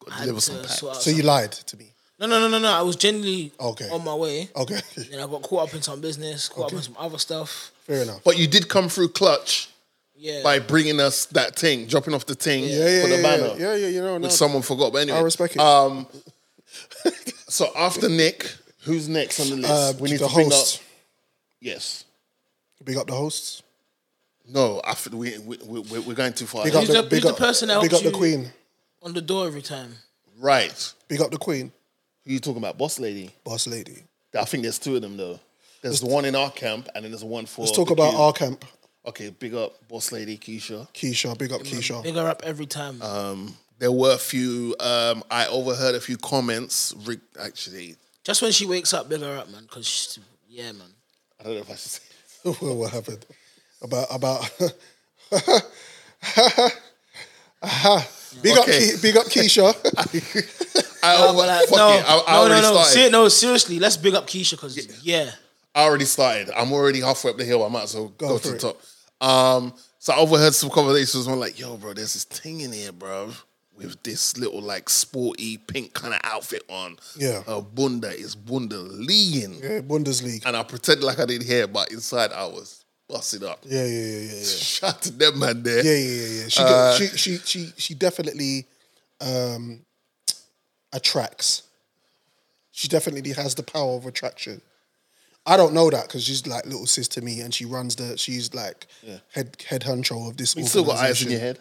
Speaker 5: I had
Speaker 3: Deliver
Speaker 5: to
Speaker 3: some packs.
Speaker 5: sort out
Speaker 4: So you
Speaker 5: some-
Speaker 4: lied to me.
Speaker 5: No, no, no, no, no. I was generally
Speaker 4: Okay.
Speaker 5: on my way.
Speaker 4: Okay.
Speaker 5: Then I got caught up in some business, caught up in some other stuff.
Speaker 4: Fair enough.
Speaker 3: But you did come through clutch.
Speaker 5: Yeah.
Speaker 3: by bringing us that thing, dropping off the thing
Speaker 4: yeah,
Speaker 3: for the
Speaker 4: yeah,
Speaker 3: banner.
Speaker 4: yeah, yeah, yeah, you know, no.
Speaker 3: Which someone forgot, but anyway,
Speaker 4: I respect it.
Speaker 3: Um, so after Nick, who's next on the list?
Speaker 4: Uh, the hosts.
Speaker 3: up. Yes.
Speaker 4: Big up the hosts.
Speaker 3: No, I f- we, we, we, we're going too far.
Speaker 4: Big up
Speaker 5: Who's
Speaker 4: the,
Speaker 5: the-
Speaker 4: big
Speaker 5: who's
Speaker 4: up,
Speaker 5: the person that
Speaker 4: Big up
Speaker 5: helped
Speaker 4: the
Speaker 5: you?
Speaker 4: queen.
Speaker 5: on the door every time.
Speaker 3: Right.
Speaker 4: Big up the queen.
Speaker 3: Who you talking about? Boss lady?
Speaker 4: Boss lady.
Speaker 3: I think there's two of them, though. There's the one in our camp, and then there's one for.
Speaker 4: Let's talk
Speaker 3: the
Speaker 4: about
Speaker 3: Q.
Speaker 4: our camp.
Speaker 3: Okay, big up, boss lady, Keisha.
Speaker 4: Keisha. Big up Keisha.
Speaker 5: Big her up every time.
Speaker 3: There were a few. Um, I overheard a few comments. Re- actually,
Speaker 5: Just when she wakes up, big her up, man. Cause she's, yeah, man.
Speaker 3: I don't know if I should say.
Speaker 4: Well, what happened? About about. big
Speaker 3: Okay.
Speaker 4: up, Ke- big up Keisha.
Speaker 3: I
Speaker 5: No,
Speaker 3: over-
Speaker 5: but like,
Speaker 3: fuck
Speaker 5: no,
Speaker 3: it. I, I
Speaker 5: no,
Speaker 3: already
Speaker 5: no, no,
Speaker 3: started.
Speaker 5: Se- no. Seriously, let's big up Keisha, cause yeah,
Speaker 3: I already started. I'm already halfway up the hill. I might as well go, to
Speaker 4: for
Speaker 3: the
Speaker 4: it.
Speaker 3: top. Um, so I overheard some conversations. I'm like, yo, bro, there's this thing in here, bro, with this little like sporty pink kind of outfit on.
Speaker 4: Yeah.
Speaker 3: Her bunda is bunda lean.
Speaker 4: Yeah, Bundesliga.
Speaker 3: And I pretend like I didn't hear, but inside I was busting up.
Speaker 4: Yeah, yeah, yeah, yeah, yeah.
Speaker 3: Shout out to them, man, there.
Speaker 4: Yeah, yeah, yeah. yeah. She,
Speaker 3: Uh,
Speaker 4: go- she, she, she, she definitely um, attracts. She definitely has the power of attraction. I don't know that because she's like little sis to me, and she runs the. She's like head head honcho of this.
Speaker 3: You still got eyes in your
Speaker 4: organisation.
Speaker 3: head?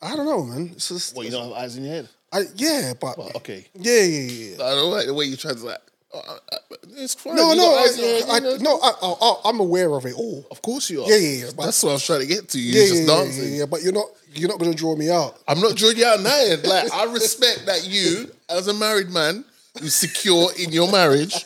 Speaker 4: I don't know, man. It's just,
Speaker 3: What, you don't have eyes in your head?
Speaker 4: I, yeah, but
Speaker 3: Well, okay.
Speaker 4: yeah, yeah, yeah. yeah.
Speaker 3: I don't like the way you try to like, oh, I- I- it's fine.
Speaker 4: No,
Speaker 3: you
Speaker 4: no,
Speaker 3: got
Speaker 4: I,
Speaker 3: eyes in your head,
Speaker 4: I,
Speaker 3: you know,
Speaker 4: no. I, I, I, I'm aware of it all.
Speaker 3: Of course you are.
Speaker 4: Yeah, yeah, yeah, but-
Speaker 3: That's what I was trying to get to. You
Speaker 4: Yeah,
Speaker 3: just
Speaker 4: yeah, yeah,
Speaker 3: dancing.
Speaker 4: yeah, yeah. But you're not, you're not going to draw me out.
Speaker 3: I'm not drawing you out now. Like I respect that you, as a married man, who's secure in your marriage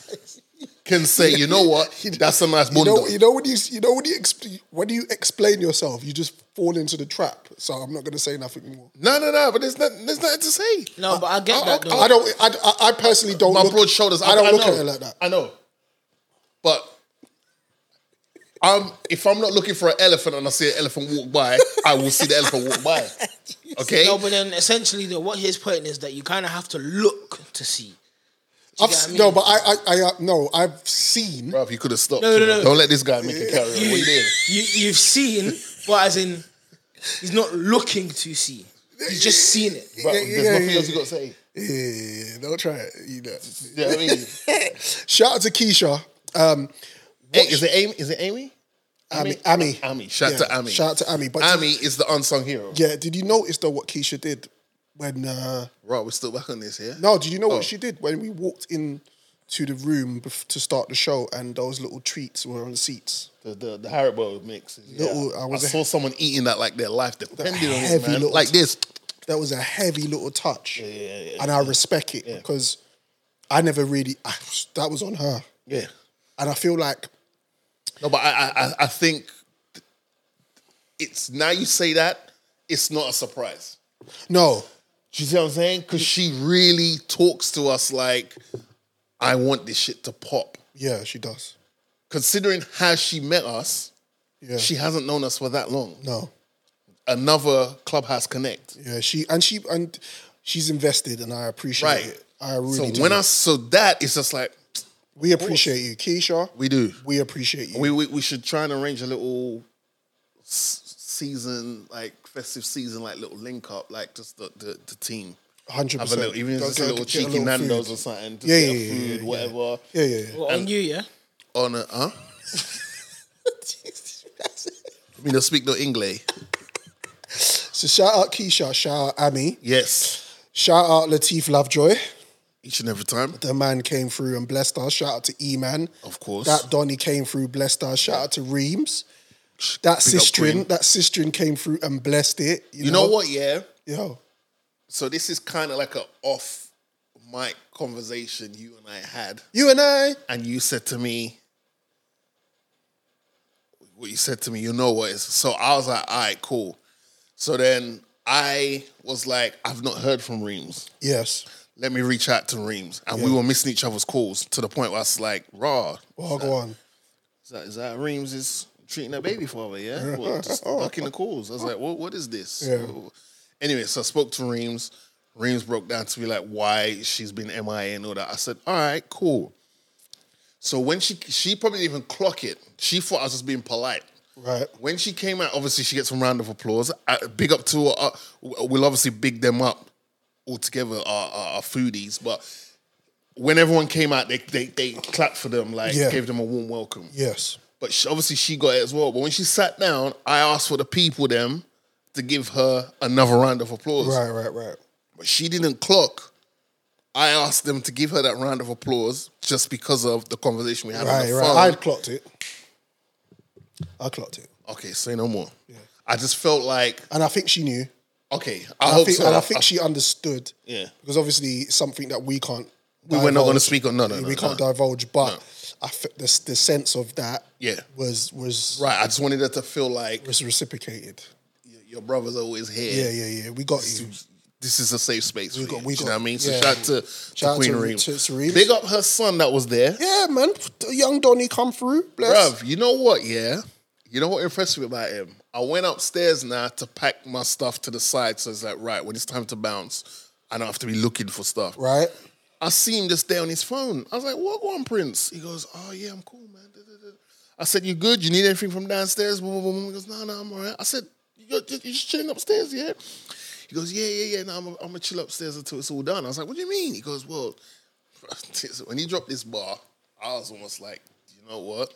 Speaker 3: can say, you know what, that's a nice
Speaker 4: You
Speaker 3: bundle.
Speaker 4: know, you know when you you know when you expl- when you explain yourself, you just fall into the trap. So I'm not going to say nothing more.
Speaker 3: no, no, no, but there's, not, there's nothing to say.
Speaker 5: No, but I get that though.
Speaker 4: I don't. I, I- I personally don't.
Speaker 3: My
Speaker 4: look,
Speaker 3: broad shoulders.
Speaker 4: I don't look
Speaker 3: know,
Speaker 4: at it like that.
Speaker 3: I know. But I'm, if I'm not looking for an elephant and I see an elephant walk by, I will see the elephant walk by. Okay?
Speaker 5: No, but then essentially, though, what his point is that you kind of have to look to see. Do
Speaker 4: I've,
Speaker 5: you get what I
Speaker 4: s-
Speaker 5: mean?
Speaker 4: No, but I, I, I uh, no, I've seen.
Speaker 3: Bruv, you could have stopped.
Speaker 5: No,
Speaker 3: you
Speaker 5: no,
Speaker 3: know.
Speaker 5: no.
Speaker 3: Don't let this guy make it carry on. What you doing?
Speaker 5: you, you've seen, but as in, he's not looking to see. He's just seen it.
Speaker 3: Bruv,
Speaker 4: Yeah,
Speaker 3: there's
Speaker 4: yeah,
Speaker 3: nothing
Speaker 4: yeah.
Speaker 3: else you got to say.
Speaker 4: Yeah, yeah, yeah, eh, don't try it. You know.
Speaker 3: You know what I mean?
Speaker 4: Shout out to Keisha. Um,
Speaker 3: Hey, is it Amy? Is it Amy?
Speaker 4: Ami, Ami,
Speaker 3: Amy. Shout out
Speaker 4: Yeah,
Speaker 3: to Amy.
Speaker 4: Shout out to Ami. But
Speaker 3: Amy is the unsung hero.
Speaker 4: yeah, did you notice though what Keisha did when? Uh,
Speaker 3: Right, we're still back on this here.
Speaker 4: no, did you know
Speaker 3: Oh.
Speaker 4: what she did when we walked in to the room bef- to start the show and those little treats were on the seats?
Speaker 3: The, the, the Haribo mix. Yeah.
Speaker 4: Little-
Speaker 3: I,
Speaker 4: I was a-
Speaker 3: saw someone eating that like their life depended on
Speaker 4: heavy
Speaker 3: it, man.
Speaker 4: little-
Speaker 3: Like this.
Speaker 4: That was a heavy little touch, and I respect it because I never really. I, that was on her,
Speaker 3: Yeah.
Speaker 4: and I feel like
Speaker 3: No, but I, I, I- I think it's now you say that, it's not a surprise.
Speaker 4: no,
Speaker 3: Do you see what I'm saying? Because she really talks to us like, I want this shit to pop.
Speaker 4: yeah, she does.
Speaker 3: Considering how she met us,
Speaker 4: Yeah,
Speaker 3: she hasn't known us for that long.
Speaker 4: no,
Speaker 3: Another Clubhouse Connect.
Speaker 4: yeah, she and she and she's invested, and I appreciate
Speaker 3: Right.
Speaker 4: it. I really
Speaker 3: so
Speaker 4: do.
Speaker 3: when I saw that, it's just like,
Speaker 4: we appreciate you, Keisha.
Speaker 3: we do.
Speaker 4: We appreciate you.
Speaker 3: We, we, we should try and arrange a little s- season, like festive season, like little link up, like just the, the, the team.
Speaker 4: Hundred
Speaker 3: Have a
Speaker 4: percent.
Speaker 3: little, even if it's just a little cheeky Nando's or something. Just
Speaker 4: Yeah,
Speaker 3: get a
Speaker 4: yeah, yeah,
Speaker 3: food,
Speaker 4: yeah, yeah.
Speaker 3: whatever.
Speaker 4: Yeah, yeah, yeah.
Speaker 5: Well, on you, yeah.
Speaker 3: On a, huh? I mean, they speak no English.
Speaker 4: So shout out Keisha, shout out Ami,
Speaker 3: Yes.
Speaker 4: shout out Latif Lovejoy.
Speaker 3: Each and every time.
Speaker 4: The man came through and blessed us. Shout out to E Man.
Speaker 3: Of course.
Speaker 4: That Donnie came through, blessed us. Shout out to Reams. That
Speaker 3: Big up Reem.
Speaker 4: sistrin, that sistrin came through and blessed it. You,
Speaker 3: You know what, yeah?
Speaker 4: Yo.
Speaker 3: So this is kind of like a off mic conversation you and I had.
Speaker 4: You and I.
Speaker 3: and you said to me, what you said to me, you know what it's. So I was like, all right, cool. So then I was like, I've not heard from Reams.
Speaker 4: Yes.
Speaker 3: Let me reach out to Reams. And we were missing each other's calls to the point where I was like, raw.
Speaker 4: Well, go on.
Speaker 3: Is that, is that Reams is treating her baby father, yeah? Well, just ducking the calls. I was like, what, what is this?
Speaker 4: Yeah.
Speaker 3: Anyway, so I spoke to Reams. Reams broke down to me like why she's been MIA and all that. I said, all right, cool. So when she she probably didn't even clock it. She thought I was just being polite.
Speaker 4: Right.
Speaker 3: When she came out, obviously she gets a round of applause. Uh, big up to her. Uh, we'll obviously big them up altogether, our, our, our foodies. But when everyone came out, they they, they clapped for them, like
Speaker 4: Yeah.
Speaker 3: gave them a warm welcome.
Speaker 4: Yes.
Speaker 3: But she, obviously she got it as well. But when she sat down, I asked for the people them to give her another round of applause.
Speaker 4: Right, right, right.
Speaker 3: But she didn't clock. I asked them to give her that round of applause just because of the conversation we had on
Speaker 4: Right,
Speaker 3: the
Speaker 4: right.
Speaker 3: phone.
Speaker 4: I clocked it. I clocked it.
Speaker 3: Okay, say no more. I just felt like
Speaker 4: And I think she knew.
Speaker 3: okay. I
Speaker 4: I
Speaker 3: hope
Speaker 4: think,
Speaker 3: so.
Speaker 4: and I think she understood.
Speaker 3: Yeah.
Speaker 4: Because obviously it's something that we can't.
Speaker 3: we were not going to
Speaker 4: divulge.
Speaker 3: speak on no, no, no.
Speaker 4: we can't
Speaker 3: no.
Speaker 4: divulge, but I fe- the s- the sense of that
Speaker 3: Yeah.
Speaker 4: was was
Speaker 3: Right, I just wanted her to feel like
Speaker 4: was reciprocated.
Speaker 3: your brother's always here.
Speaker 4: Yeah, yeah, yeah. We got you.
Speaker 3: This is a safe space. for
Speaker 4: got-
Speaker 3: you,
Speaker 4: we
Speaker 3: do you
Speaker 4: got-
Speaker 3: know what I mean? So
Speaker 4: yeah.
Speaker 3: shout out to,
Speaker 4: Shout
Speaker 3: to
Speaker 4: out
Speaker 3: Queen
Speaker 4: to-
Speaker 3: Reem.
Speaker 4: to- to Reem.
Speaker 3: Big up her son that was there.
Speaker 4: Yeah, man. The young Donny come through. Bless.
Speaker 3: Bruv, you know what, yeah? You know what impressed me about him? I went upstairs now to pack my stuff to the side. So it's like, right, when it's time to bounce, I don't have to be looking for stuff.
Speaker 4: Right.
Speaker 3: I see him just there on his phone. I was like, what go on, Prince? He goes, oh, yeah, I'm cool, man. Da, da, da. I said, you good? You need anything from downstairs? Boom, boom, boom. He goes, no, no, I'm all right. I said, you're just, you're just chilling upstairs, yeah? He goes, yeah, yeah, yeah. No, I'm going to chill upstairs until it's all done. I was like, what do you mean? He goes, well, when he dropped this bar, I was almost like, you know what?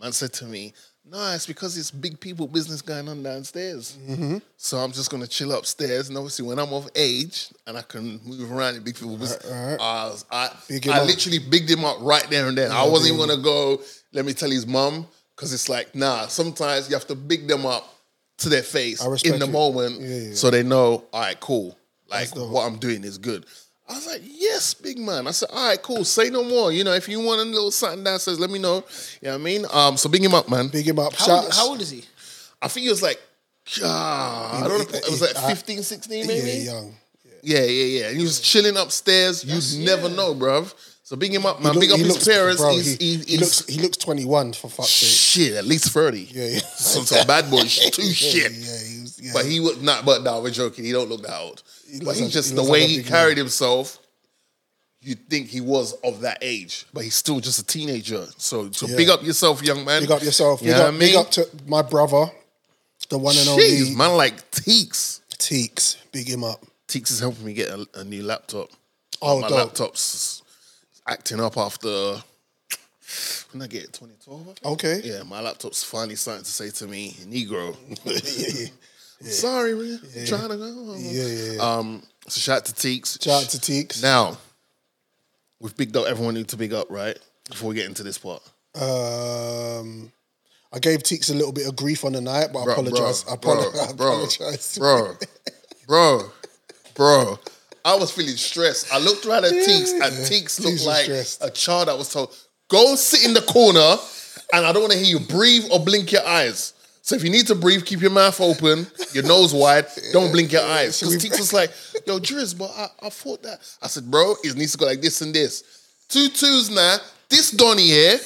Speaker 3: Man said to me, no, it's because it's big people business going on downstairs.
Speaker 4: Mm-hmm.
Speaker 3: So I'm just gonna chill upstairs, and obviously when I'm of age and I can move around in big people, business, I, was, I,
Speaker 4: Big him
Speaker 3: I
Speaker 4: up.
Speaker 3: literally bigged him up right there and then. I wasn't even gonna go. Let me tell his mum because it's like nah. Sometimes you have to big them up to their face
Speaker 4: respect
Speaker 3: in the
Speaker 4: it.
Speaker 3: moment,
Speaker 4: Yeah, yeah.
Speaker 3: so they know. All right, cool. Like what I'm doing is good. I I was like, yes, big man. I said, all right, cool. Say no more. You know, if you want a little something downstairs, let me know. You know what I mean? Um, so big him up, man. Big him up.
Speaker 5: How old, how old is he?
Speaker 3: I think he was like, ah, I don't know. It was like 15, 16 maybe? Yeah, yeah, yeah. And he was chilling upstairs. You never know, bruv. So big him up, man.
Speaker 4: He look-
Speaker 3: big up
Speaker 4: he
Speaker 3: his
Speaker 4: looks-
Speaker 3: parents.
Speaker 4: bro,
Speaker 3: he's,
Speaker 4: he-
Speaker 3: he,
Speaker 4: he looks- he looks 21 for fuck's sake.
Speaker 3: Shit, at least 30. Yeah, yeah. Some, some bad boy shit. Too
Speaker 4: Yeah,
Speaker 3: shit. But he was not, but no, we're joking. He don't look that old. but
Speaker 4: looks
Speaker 3: he
Speaker 4: like-
Speaker 3: just,
Speaker 4: he
Speaker 3: the
Speaker 4: looks
Speaker 3: way
Speaker 4: like a
Speaker 3: he
Speaker 4: big
Speaker 3: carried himself, you'd think he was of that age. But he's still just a teenager. So, so
Speaker 4: Yeah.
Speaker 3: big up yourself, young man.
Speaker 4: Big up yourself. Big,
Speaker 3: You know
Speaker 4: up,
Speaker 3: what I
Speaker 4: big
Speaker 3: mean?
Speaker 4: up to my brother, the one and
Speaker 3: Jeez,
Speaker 4: only.
Speaker 3: man, like Teeks.
Speaker 4: Teeks, big him up.
Speaker 3: Teeks is helping me get a, a new laptop.
Speaker 4: Oh,
Speaker 3: my
Speaker 4: dope.
Speaker 3: laptop's acting up after when I get it, 2012. I think.
Speaker 4: Okay.
Speaker 3: Yeah, my laptop's finally starting to say to me, Negro. Sorry, man. Trying to go.
Speaker 4: Yeah, yeah, yeah.
Speaker 3: Um, so shout out to Teeks.
Speaker 4: Shout out to Teeks.
Speaker 3: Now, we've bigged up everyone we need to big up, right? Before we get into this part.
Speaker 4: Um, I gave Teeks a little bit of grief on the night, but I
Speaker 3: Bro,
Speaker 4: apologize.
Speaker 3: bro,
Speaker 4: I apologize.
Speaker 3: bro,
Speaker 4: I apologize.
Speaker 3: Bro, bro, bro. I was feeling stressed. I looked right at Teeks, and Teeks looked
Speaker 4: was
Speaker 3: like a child that was told, go sit in the corner, and I don't want to hear you breathe or blink your eyes. So if you need to breathe, keep your mouth open, your nose wide, don't blink your eyes. Because Teeks was like, yo, Driz, but I, I thought that. I said, bro, it needs to go like this and this. Two twos now. This Donnie here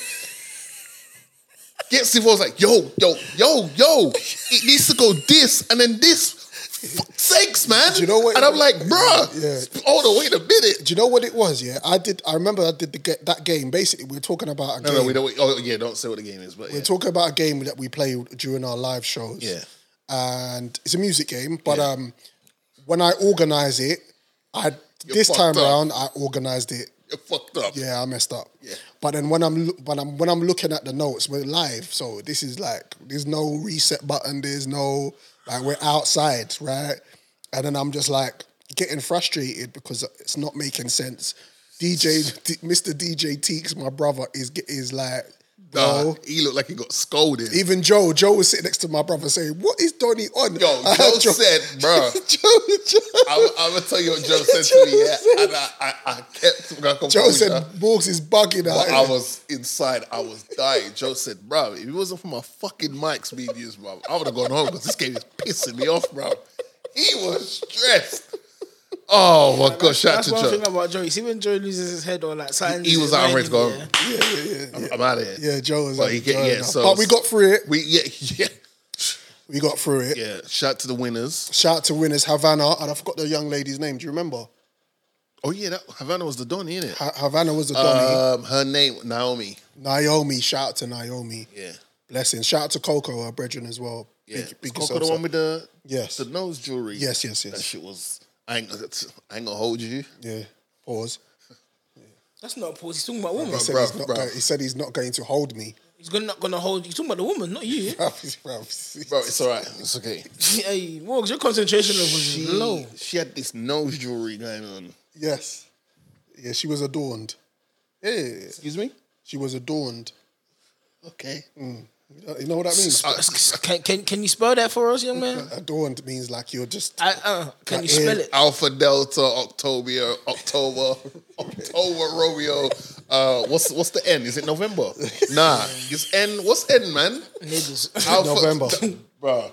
Speaker 3: gets involved. Like, yo, yo, yo, yo, it needs to go this and then this. Fuck sakes, man.
Speaker 4: Do you know what-
Speaker 3: And I'm like, bruh,
Speaker 4: Yeah.
Speaker 3: hold on, wait a minute.
Speaker 4: Do you know what it was? Yeah, I did. I remember I did the get that game. Basically, we were talking about a
Speaker 3: No,
Speaker 4: game.
Speaker 3: no, we don't. Oh, yeah, don't say what the game is, but
Speaker 4: We're
Speaker 3: yeah.
Speaker 4: talking about a game that we play during our live shows.
Speaker 3: Yeah.
Speaker 4: and it's a music game. But um, when I organize it, I this
Speaker 3: fucked
Speaker 4: time
Speaker 3: up.
Speaker 4: around I organized it.
Speaker 3: You're fucked up.
Speaker 4: Yeah, I messed up. But then when I'm loo- when I'm when I'm looking at the notes, we're live, so this is like there's no reset button. There's no like we're outside, right? And then I'm just like getting frustrated because it's not making sense. DJ D- Mr. DJ Teeks, my brother, is ge- is like.
Speaker 3: Nah,
Speaker 4: Bro,
Speaker 3: he looked like he got scolded.
Speaker 4: even Joe, Joe was sitting next to my brother saying, What is Donnie on?
Speaker 3: Yo,
Speaker 4: I
Speaker 3: Joe
Speaker 4: heard
Speaker 3: said, bro,
Speaker 4: Joe, Joe,
Speaker 3: I'm, I'm gonna tell you what Joe said to me, yeah, and I, I, I kept my composure.
Speaker 4: Joe said, Borgs is bugging out.
Speaker 3: But I was inside. I was dying. Joe said, "Bro, if it wasn't for my fucking mics being used, bro, I would have gone home because this game is pissing me off, bro." He was stressed. Oh my god! Shout out
Speaker 5: That's
Speaker 3: to
Speaker 5: one
Speaker 3: Joe.
Speaker 5: thing about Joe. You see when Joe loses his head or like something,
Speaker 3: He was out. I'm ready to go.
Speaker 5: Yeah.
Speaker 3: home. I'm, out of here.
Speaker 4: Yeah, Joe was
Speaker 3: But he get-
Speaker 4: enjoying
Speaker 3: yeah,
Speaker 4: that.
Speaker 3: so-
Speaker 4: But we got through it.
Speaker 3: We yeah yeah
Speaker 4: We got through it.
Speaker 3: yeah. Shout out to the winners.
Speaker 4: Shout out to winners Havana, and I forgot the young lady's name. Do you remember?
Speaker 3: Oh yeah, that Havana was the Donny, innit?
Speaker 4: Ha- Havana was the
Speaker 3: Um,
Speaker 4: dummy.
Speaker 3: her name Naomi.
Speaker 4: Naomi, shout out to Naomi.
Speaker 3: Yeah.
Speaker 4: Blessing. Shout out to Coco, her brethren as well.
Speaker 3: Yeah.
Speaker 4: Big, big
Speaker 3: Coco,
Speaker 4: yourselves
Speaker 3: the one
Speaker 4: up.
Speaker 3: with the
Speaker 4: Yes.
Speaker 3: the nose jewelry.
Speaker 4: Yes, yes, yes.
Speaker 3: That shit was. I ain't, I ain't gonna hold you.
Speaker 4: Yeah. Pause.
Speaker 5: That's not a pause. He's talking about a woman.
Speaker 4: He said,
Speaker 3: bruv,
Speaker 4: he's not
Speaker 3: bruv.
Speaker 4: go- he said he's not going to hold me.
Speaker 5: He's gonna, not gonna hold. He's talking about the woman, not you.
Speaker 4: Bruv.
Speaker 3: Bro, it's all right. It's okay.
Speaker 5: hey, Morgs, your concentration level is
Speaker 3: She,
Speaker 5: low.
Speaker 3: she had this nose jewelry going on.
Speaker 4: Yes. Yeah, she was adorned. Yeah.
Speaker 3: Excuse me?
Speaker 4: She was adorned. Mm.
Speaker 3: Okay.
Speaker 4: You know what that means?
Speaker 5: Can, can can you spell that for us, young man?
Speaker 4: Adorned means like you're just
Speaker 5: I, uh, can you
Speaker 4: Yeah.
Speaker 5: spell it?
Speaker 3: Alpha Delta Octobia October October Romeo. Uh, what's what's the N? Is it November? Nah, it's N. What's N, man?
Speaker 5: Niggas.
Speaker 3: Alpha,
Speaker 4: November.
Speaker 3: bro,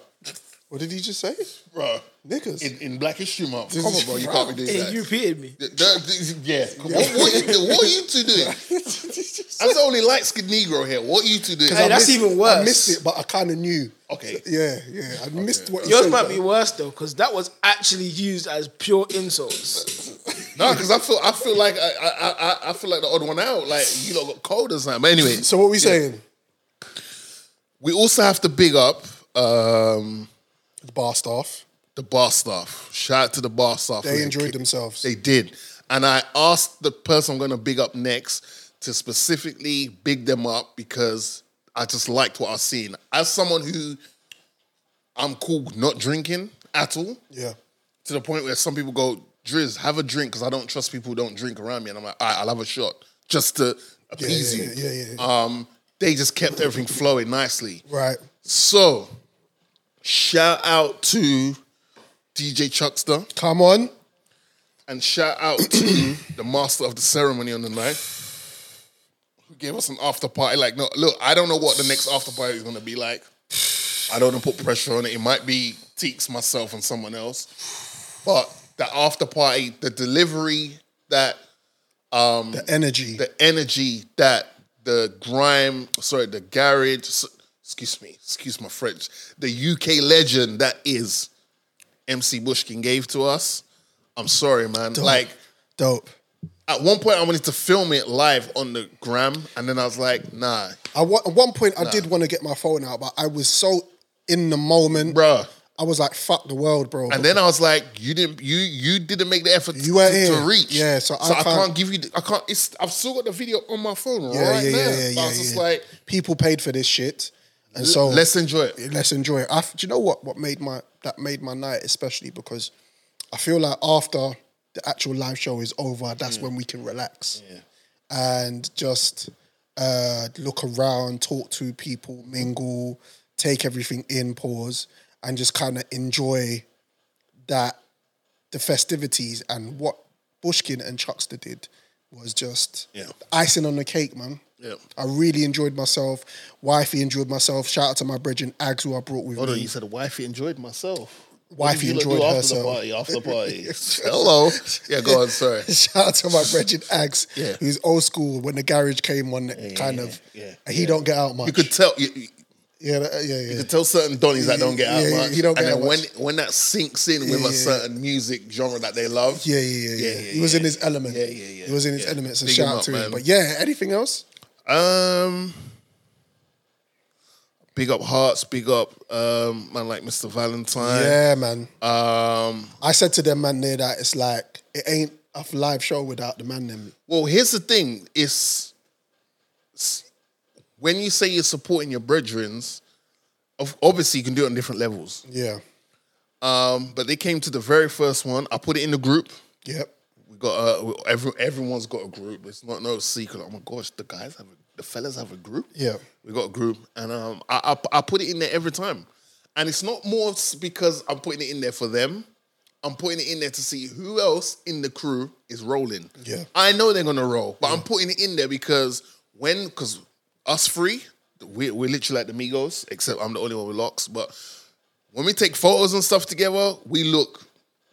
Speaker 4: What did he just say?
Speaker 3: bro.
Speaker 4: Niggas.
Speaker 3: In, in Black History Month, come on, bro, you can't be doing
Speaker 5: Hey,
Speaker 3: that.
Speaker 5: you repeated me.
Speaker 3: Th- th- th- yeah, come on. What, what you do? What you two doing? That's the only light skinned Negro here. What you two doing?
Speaker 5: Hey, that's even worse.
Speaker 4: I missed it, but I kind of knew.
Speaker 3: Okay.
Speaker 4: Yeah, yeah. I missed what he
Speaker 5: Yours
Speaker 4: said.
Speaker 5: might be worse though, because that was actually used as pure insults.
Speaker 3: No, because I feel I feel like I, I I I feel like the odd one out. Like you lot got cold or something. But anyway,
Speaker 4: So what we saying?
Speaker 3: we also have to big up um,
Speaker 4: The bar staff.
Speaker 3: the bar staff. Shout out to the bar staff.
Speaker 4: They enjoyed themselves.
Speaker 3: They did, and I asked the person I'm going to big up next to specifically big them up because I just liked what I seen. As someone who I'm cool not drinking at all,
Speaker 4: yeah.
Speaker 3: to the point where some people go, Driz, have a drink because I don't trust people who don't drink around me. And I'm like, all right, I'll have a shot just to appease
Speaker 4: yeah,
Speaker 3: you.
Speaker 4: yeah, yeah,
Speaker 3: Um, they just kept everything flowing nicely.
Speaker 4: Right.
Speaker 3: So, shout out to DJ Chuckster
Speaker 4: Come on.
Speaker 3: and shout out to the master of the ceremony on the night. Who gave us an after party? Like, no, look, I don't know what the next after party is gonna be like. I don't want to put pressure on it. It might be Teeks, myself, and someone else. But the after party, the delivery, that um the
Speaker 4: energy.
Speaker 3: The energy that the grime, sorry, the garage, s- excuse me, excuse my French, the UK legend that is MC Bushkin gave to us. I'm sorry, man. Like
Speaker 4: Dope.
Speaker 3: at one point I wanted to film it live on the gram, and then I was like, nah.
Speaker 4: I wa- at one point I
Speaker 3: Nah.
Speaker 4: did want to get my phone out, but I was so in the moment,
Speaker 3: bruh.
Speaker 4: I was like, "Fuck the world, bro."
Speaker 3: And then I was like, you didn't you you didn't make the effort
Speaker 4: You weren't
Speaker 3: to,
Speaker 4: here.
Speaker 3: to reach.
Speaker 4: Yeah, so I
Speaker 3: I,
Speaker 4: can't-
Speaker 3: can't, give you the- I can't it's I've still got the video on my phone
Speaker 4: yeah,
Speaker 3: right
Speaker 4: yeah,
Speaker 3: now.
Speaker 4: yeah, yeah,
Speaker 3: But I
Speaker 4: yeah,
Speaker 3: was just
Speaker 4: yeah.
Speaker 3: like,
Speaker 4: people paid for this shit, and
Speaker 3: L-
Speaker 4: so
Speaker 3: let's enjoy it.
Speaker 4: Let's enjoy it. I f do you know what? What made my that made my night especially because I feel like after the actual live show is over,
Speaker 3: Mm.
Speaker 4: that's when we can relax and just uh, look around, talk to people, mingle, take everything in, pause, and just kind of enjoy that the festivities and what Bushkin and Chuckster did was just
Speaker 3: Yeah.
Speaker 4: icing on the cake, man.
Speaker 3: Yeah.
Speaker 4: I really enjoyed myself. Wifey enjoyed myself. Shout out to my brethren Ags who I brought with
Speaker 3: Hold
Speaker 4: me.
Speaker 3: on, you said wifey enjoyed myself. What did
Speaker 4: Wifey
Speaker 3: you lot do
Speaker 4: enjoyed
Speaker 3: after
Speaker 4: herself.
Speaker 3: the party, after the party. Hello. Yeah, go on, sorry.
Speaker 4: Shout out to my brethren Ags,
Speaker 3: Yeah.
Speaker 4: who's old school. When the garage came on, kind of,
Speaker 3: yeah,
Speaker 4: he don't get out much.
Speaker 3: You could tell you, you
Speaker 4: yeah, that- yeah, yeah.
Speaker 3: could tell certain Donnies that don't get out
Speaker 4: Yeah, yeah,
Speaker 3: much.
Speaker 4: he don't
Speaker 3: and
Speaker 4: get
Speaker 3: then
Speaker 4: out
Speaker 3: when
Speaker 4: much.
Speaker 3: when that sinks in with
Speaker 4: Yeah,
Speaker 3: a
Speaker 4: yeah.
Speaker 3: certain music genre that they love.
Speaker 4: Yeah, yeah, yeah, yeah. He was in his element. Yeah, yeah, yeah. He was in his
Speaker 3: yeah.
Speaker 4: element. So
Speaker 3: Big
Speaker 4: shout
Speaker 3: him
Speaker 4: out
Speaker 3: up,
Speaker 4: to him.
Speaker 3: man.
Speaker 4: But yeah, anything else?
Speaker 3: Um, big up hearts, big up um, man like Mr. Valentine.
Speaker 4: Yeah, man.
Speaker 3: Um,
Speaker 4: I said to them, man, there that it's like it ain't a live show without the man. Them.
Speaker 3: well, here's the thing: it's, it's- when you say you're supporting your brethrens, of- obviously you can do it on different levels.
Speaker 4: Yeah.
Speaker 3: Um, but they came to the very first one. I put it in the group.
Speaker 4: Yep.
Speaker 3: We got uh, every, everyone's got a group. It's not no secret. Oh my gosh, the guys have a, the fellas have a group.
Speaker 4: Yeah.
Speaker 3: We got a group, and um, I, I I put it in there every time, and it's not more s- because I'm putting it in there for them. I'm putting it in there to see who else in the crew is rolling.
Speaker 4: Yeah.
Speaker 3: I know they're gonna roll, but I'm putting it in there because when because us three, we we're literally like the Migos, except I'm the only one with locks. But when we take photos and stuff together, we look.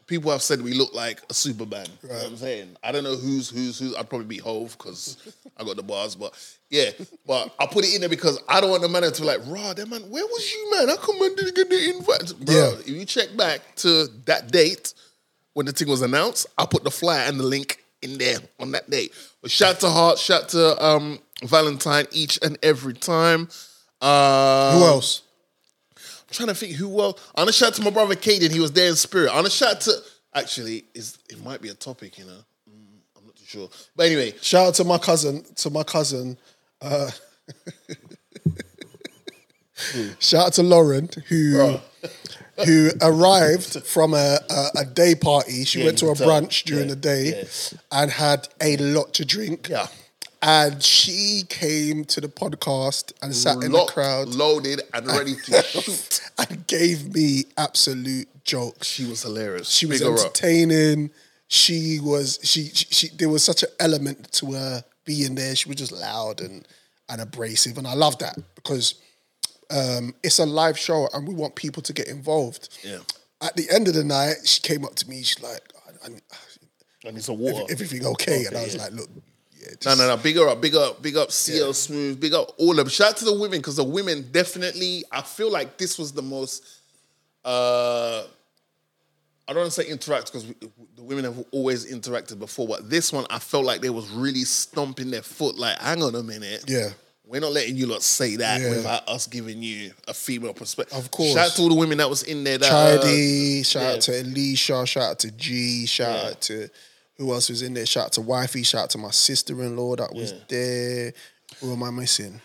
Speaker 3: People have said we look like a super band. You know what I'm saying? I don't know who's who's who's. I'd probably be Hove because I got the bars, but yeah. But I put it in there because I don't want the manager to be like, rah, that man, where was you, man? I come and didn't get the invite. Bro,
Speaker 4: Yeah.
Speaker 3: if you check back to that date when the thing was announced, I put the flyer and the link in there on that date. But shout to Heart, shout to um, Valentine each and every time. Uh,
Speaker 4: Who else?
Speaker 3: I'm trying to think who well. I want to shout to my brother Caden. He was there in spirit. I want to shout to actually is it might be a topic, you know. Mm, I'm not too sure. But anyway,
Speaker 4: Shout out to my cousin, to my cousin. Uh, shout out to Lauren who who arrived from a, a, a day party. She
Speaker 3: Yeah,
Speaker 4: went to
Speaker 3: you
Speaker 4: a
Speaker 3: can tell.
Speaker 4: brunch during
Speaker 3: Yeah,
Speaker 4: the day and had a lot to drink.
Speaker 3: Yeah.
Speaker 4: And she came to the podcast and sat in the
Speaker 3: locked,
Speaker 4: crowd
Speaker 3: loaded, and ready to shoot.
Speaker 4: and gave me absolute jokes.
Speaker 3: She was hilarious.
Speaker 4: She was
Speaker 3: Big her up.
Speaker 4: entertaining. She was she, she she there was such an element to her being there. She was just loud and and abrasive, and I love that because um, it's a live show and we want people to get involved.
Speaker 3: Yeah.
Speaker 4: At the end of the night, she came up to me. She's like, I, I,
Speaker 3: And it's a water.
Speaker 4: "Everything okay?" And I was like, "Look, yeah,
Speaker 3: No,
Speaker 4: just-
Speaker 3: no, no. Big her up, big up, big up CL Smooth, big up all of them. Shout out to the women, because the women definitely, I feel like this was the most uh I don't want to say interact because the women have always interacted before, but this one I felt like they was really stomping their foot, like, hang on a minute.
Speaker 4: yeah."
Speaker 3: We're not letting you lot say that
Speaker 4: Yeah.
Speaker 3: without us giving you a female perspective.
Speaker 4: Of course.
Speaker 3: Shout out to all the women that was in there that uh,
Speaker 4: Chidi, shout out to Alicia, shout out to G, shout out to who else was in there, shout out to Wifey, shout out to my sister in law that was there. Who am I missing?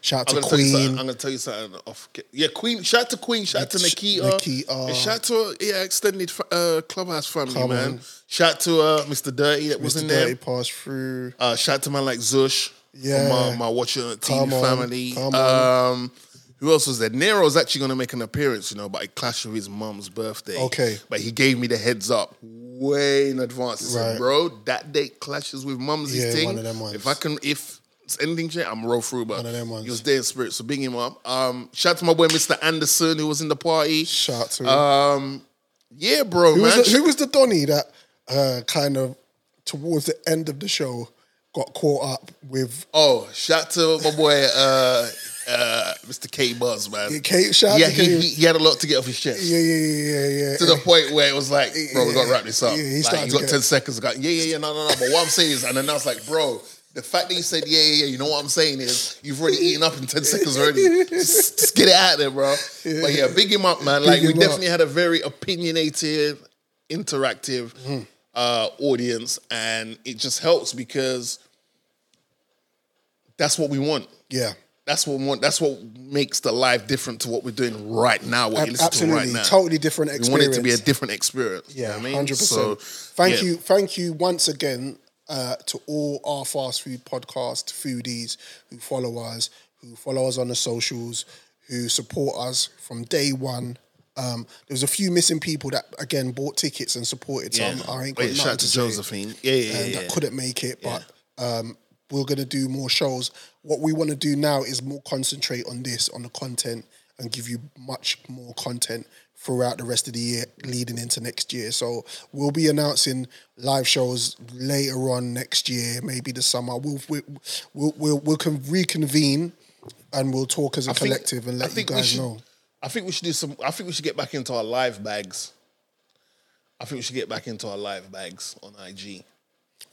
Speaker 4: Shout
Speaker 3: I'm
Speaker 4: out to
Speaker 3: gonna, uh, tell you something-
Speaker 4: Queen.
Speaker 3: I'm gonna tell you something off. Yeah, Queen. Shout out to Queen. Shout out to
Speaker 4: Nik-
Speaker 3: Nikita.
Speaker 4: Nikita.
Speaker 3: And shout out to yeah extended fa- uh, clubhouse family
Speaker 4: Come
Speaker 3: man.
Speaker 4: on.
Speaker 3: Shout out to uh, Mr. Dirty that was
Speaker 4: Mr.
Speaker 3: in
Speaker 4: Dirty
Speaker 3: there.
Speaker 4: passed through.
Speaker 3: Uh, shout out to man like Zush.
Speaker 4: Yeah.
Speaker 3: From um, my, my watching TV
Speaker 4: Come on,
Speaker 3: family.
Speaker 4: come on.
Speaker 3: Um, who else was there? Nero's actually gonna make an appearance, you know, but it clashed with his mum's birthday.
Speaker 4: Okay.
Speaker 3: But he gave me the heads up. Way way in advance. He said,
Speaker 4: Right.
Speaker 3: bro, that date clashes with Mumsy's
Speaker 4: Yeah,
Speaker 3: thing.
Speaker 4: one of them ones.
Speaker 3: If I can, if it's anything change, I'm roll through. But
Speaker 4: One of them ones.
Speaker 3: he was there in spirit, so bring him up. Um, shout out to my boy Mr. Anderson who was in the party.
Speaker 4: Shout to him.
Speaker 3: Um, yeah, bro,
Speaker 4: who,
Speaker 3: man.
Speaker 4: was the, who was the Donny that uh, kind of towards the end of the show got caught up with?
Speaker 3: Oh, shout to my boy, uh, uh, Mr. K Buzz, man.
Speaker 4: Yeah, K- shout out
Speaker 3: yeah,
Speaker 4: to
Speaker 3: he,
Speaker 4: K.
Speaker 3: he, he had a lot to get off his chest.
Speaker 4: Yeah, yeah, yeah, yeah, yeah.
Speaker 3: To the point where it was like, bro, we
Speaker 4: Yeah.
Speaker 3: gotta wrap this up.
Speaker 4: Yeah, he
Speaker 3: Like,
Speaker 4: started
Speaker 3: you
Speaker 4: to
Speaker 3: got
Speaker 4: get-
Speaker 3: 10 seconds. Got, yeah, yeah, yeah, no, no, no. But what I'm saying is, and then I was like, bro, the fact that you said, yeah, yeah, yeah, you know what I'm saying is, you've already eaten up in 10 seconds already. just, just get it out there, bro. But yeah, big him up, man.
Speaker 4: Big
Speaker 3: Like, we
Speaker 4: him up.
Speaker 3: definitely had a very opinionated, interactive
Speaker 4: Hmm.
Speaker 3: uh, audience, and it just helps because that's what we want.
Speaker 4: yeah.
Speaker 3: That's what we want. That's what makes the live different to what we're doing right now. What
Speaker 4: Ab-
Speaker 3: you're listening
Speaker 4: absolutely,
Speaker 3: to right now.
Speaker 4: totally different
Speaker 3: We
Speaker 4: experience.
Speaker 3: want it to be a different experience. you know
Speaker 4: yeah,
Speaker 3: what I mean?
Speaker 4: hundred
Speaker 3: So,
Speaker 4: percent. Thank
Speaker 3: yeah.
Speaker 4: you, thank you once again uh, to all our fast food podcast foodies who follow us, who follow us on the socials, who support us from day one. Um, there was a few missing people that again bought tickets and supported. So
Speaker 3: Yeah.
Speaker 4: I'm- um, I ain't got
Speaker 3: Wait, shout
Speaker 4: nothing
Speaker 3: out to
Speaker 4: say
Speaker 3: Josephine. Yeah, yeah,
Speaker 4: um,
Speaker 3: yeah.
Speaker 4: that couldn't make it, but um, we're going to do more shows. What we want to do now is more concentrate on this, on the content, and give you much more content throughout the rest of the year, leading into next year. So we'll be announcing live shows later on next year, maybe the summer. We'll we'll we'll, we'll, we'll con- reconvene and we'll talk as a
Speaker 3: I think-
Speaker 4: collective
Speaker 3: I
Speaker 4: and let you
Speaker 3: think we
Speaker 4: guys
Speaker 3: should-
Speaker 4: know.
Speaker 3: I think we should do some. I think we should get back into our live bags. I think we should get back into our live bags on IG.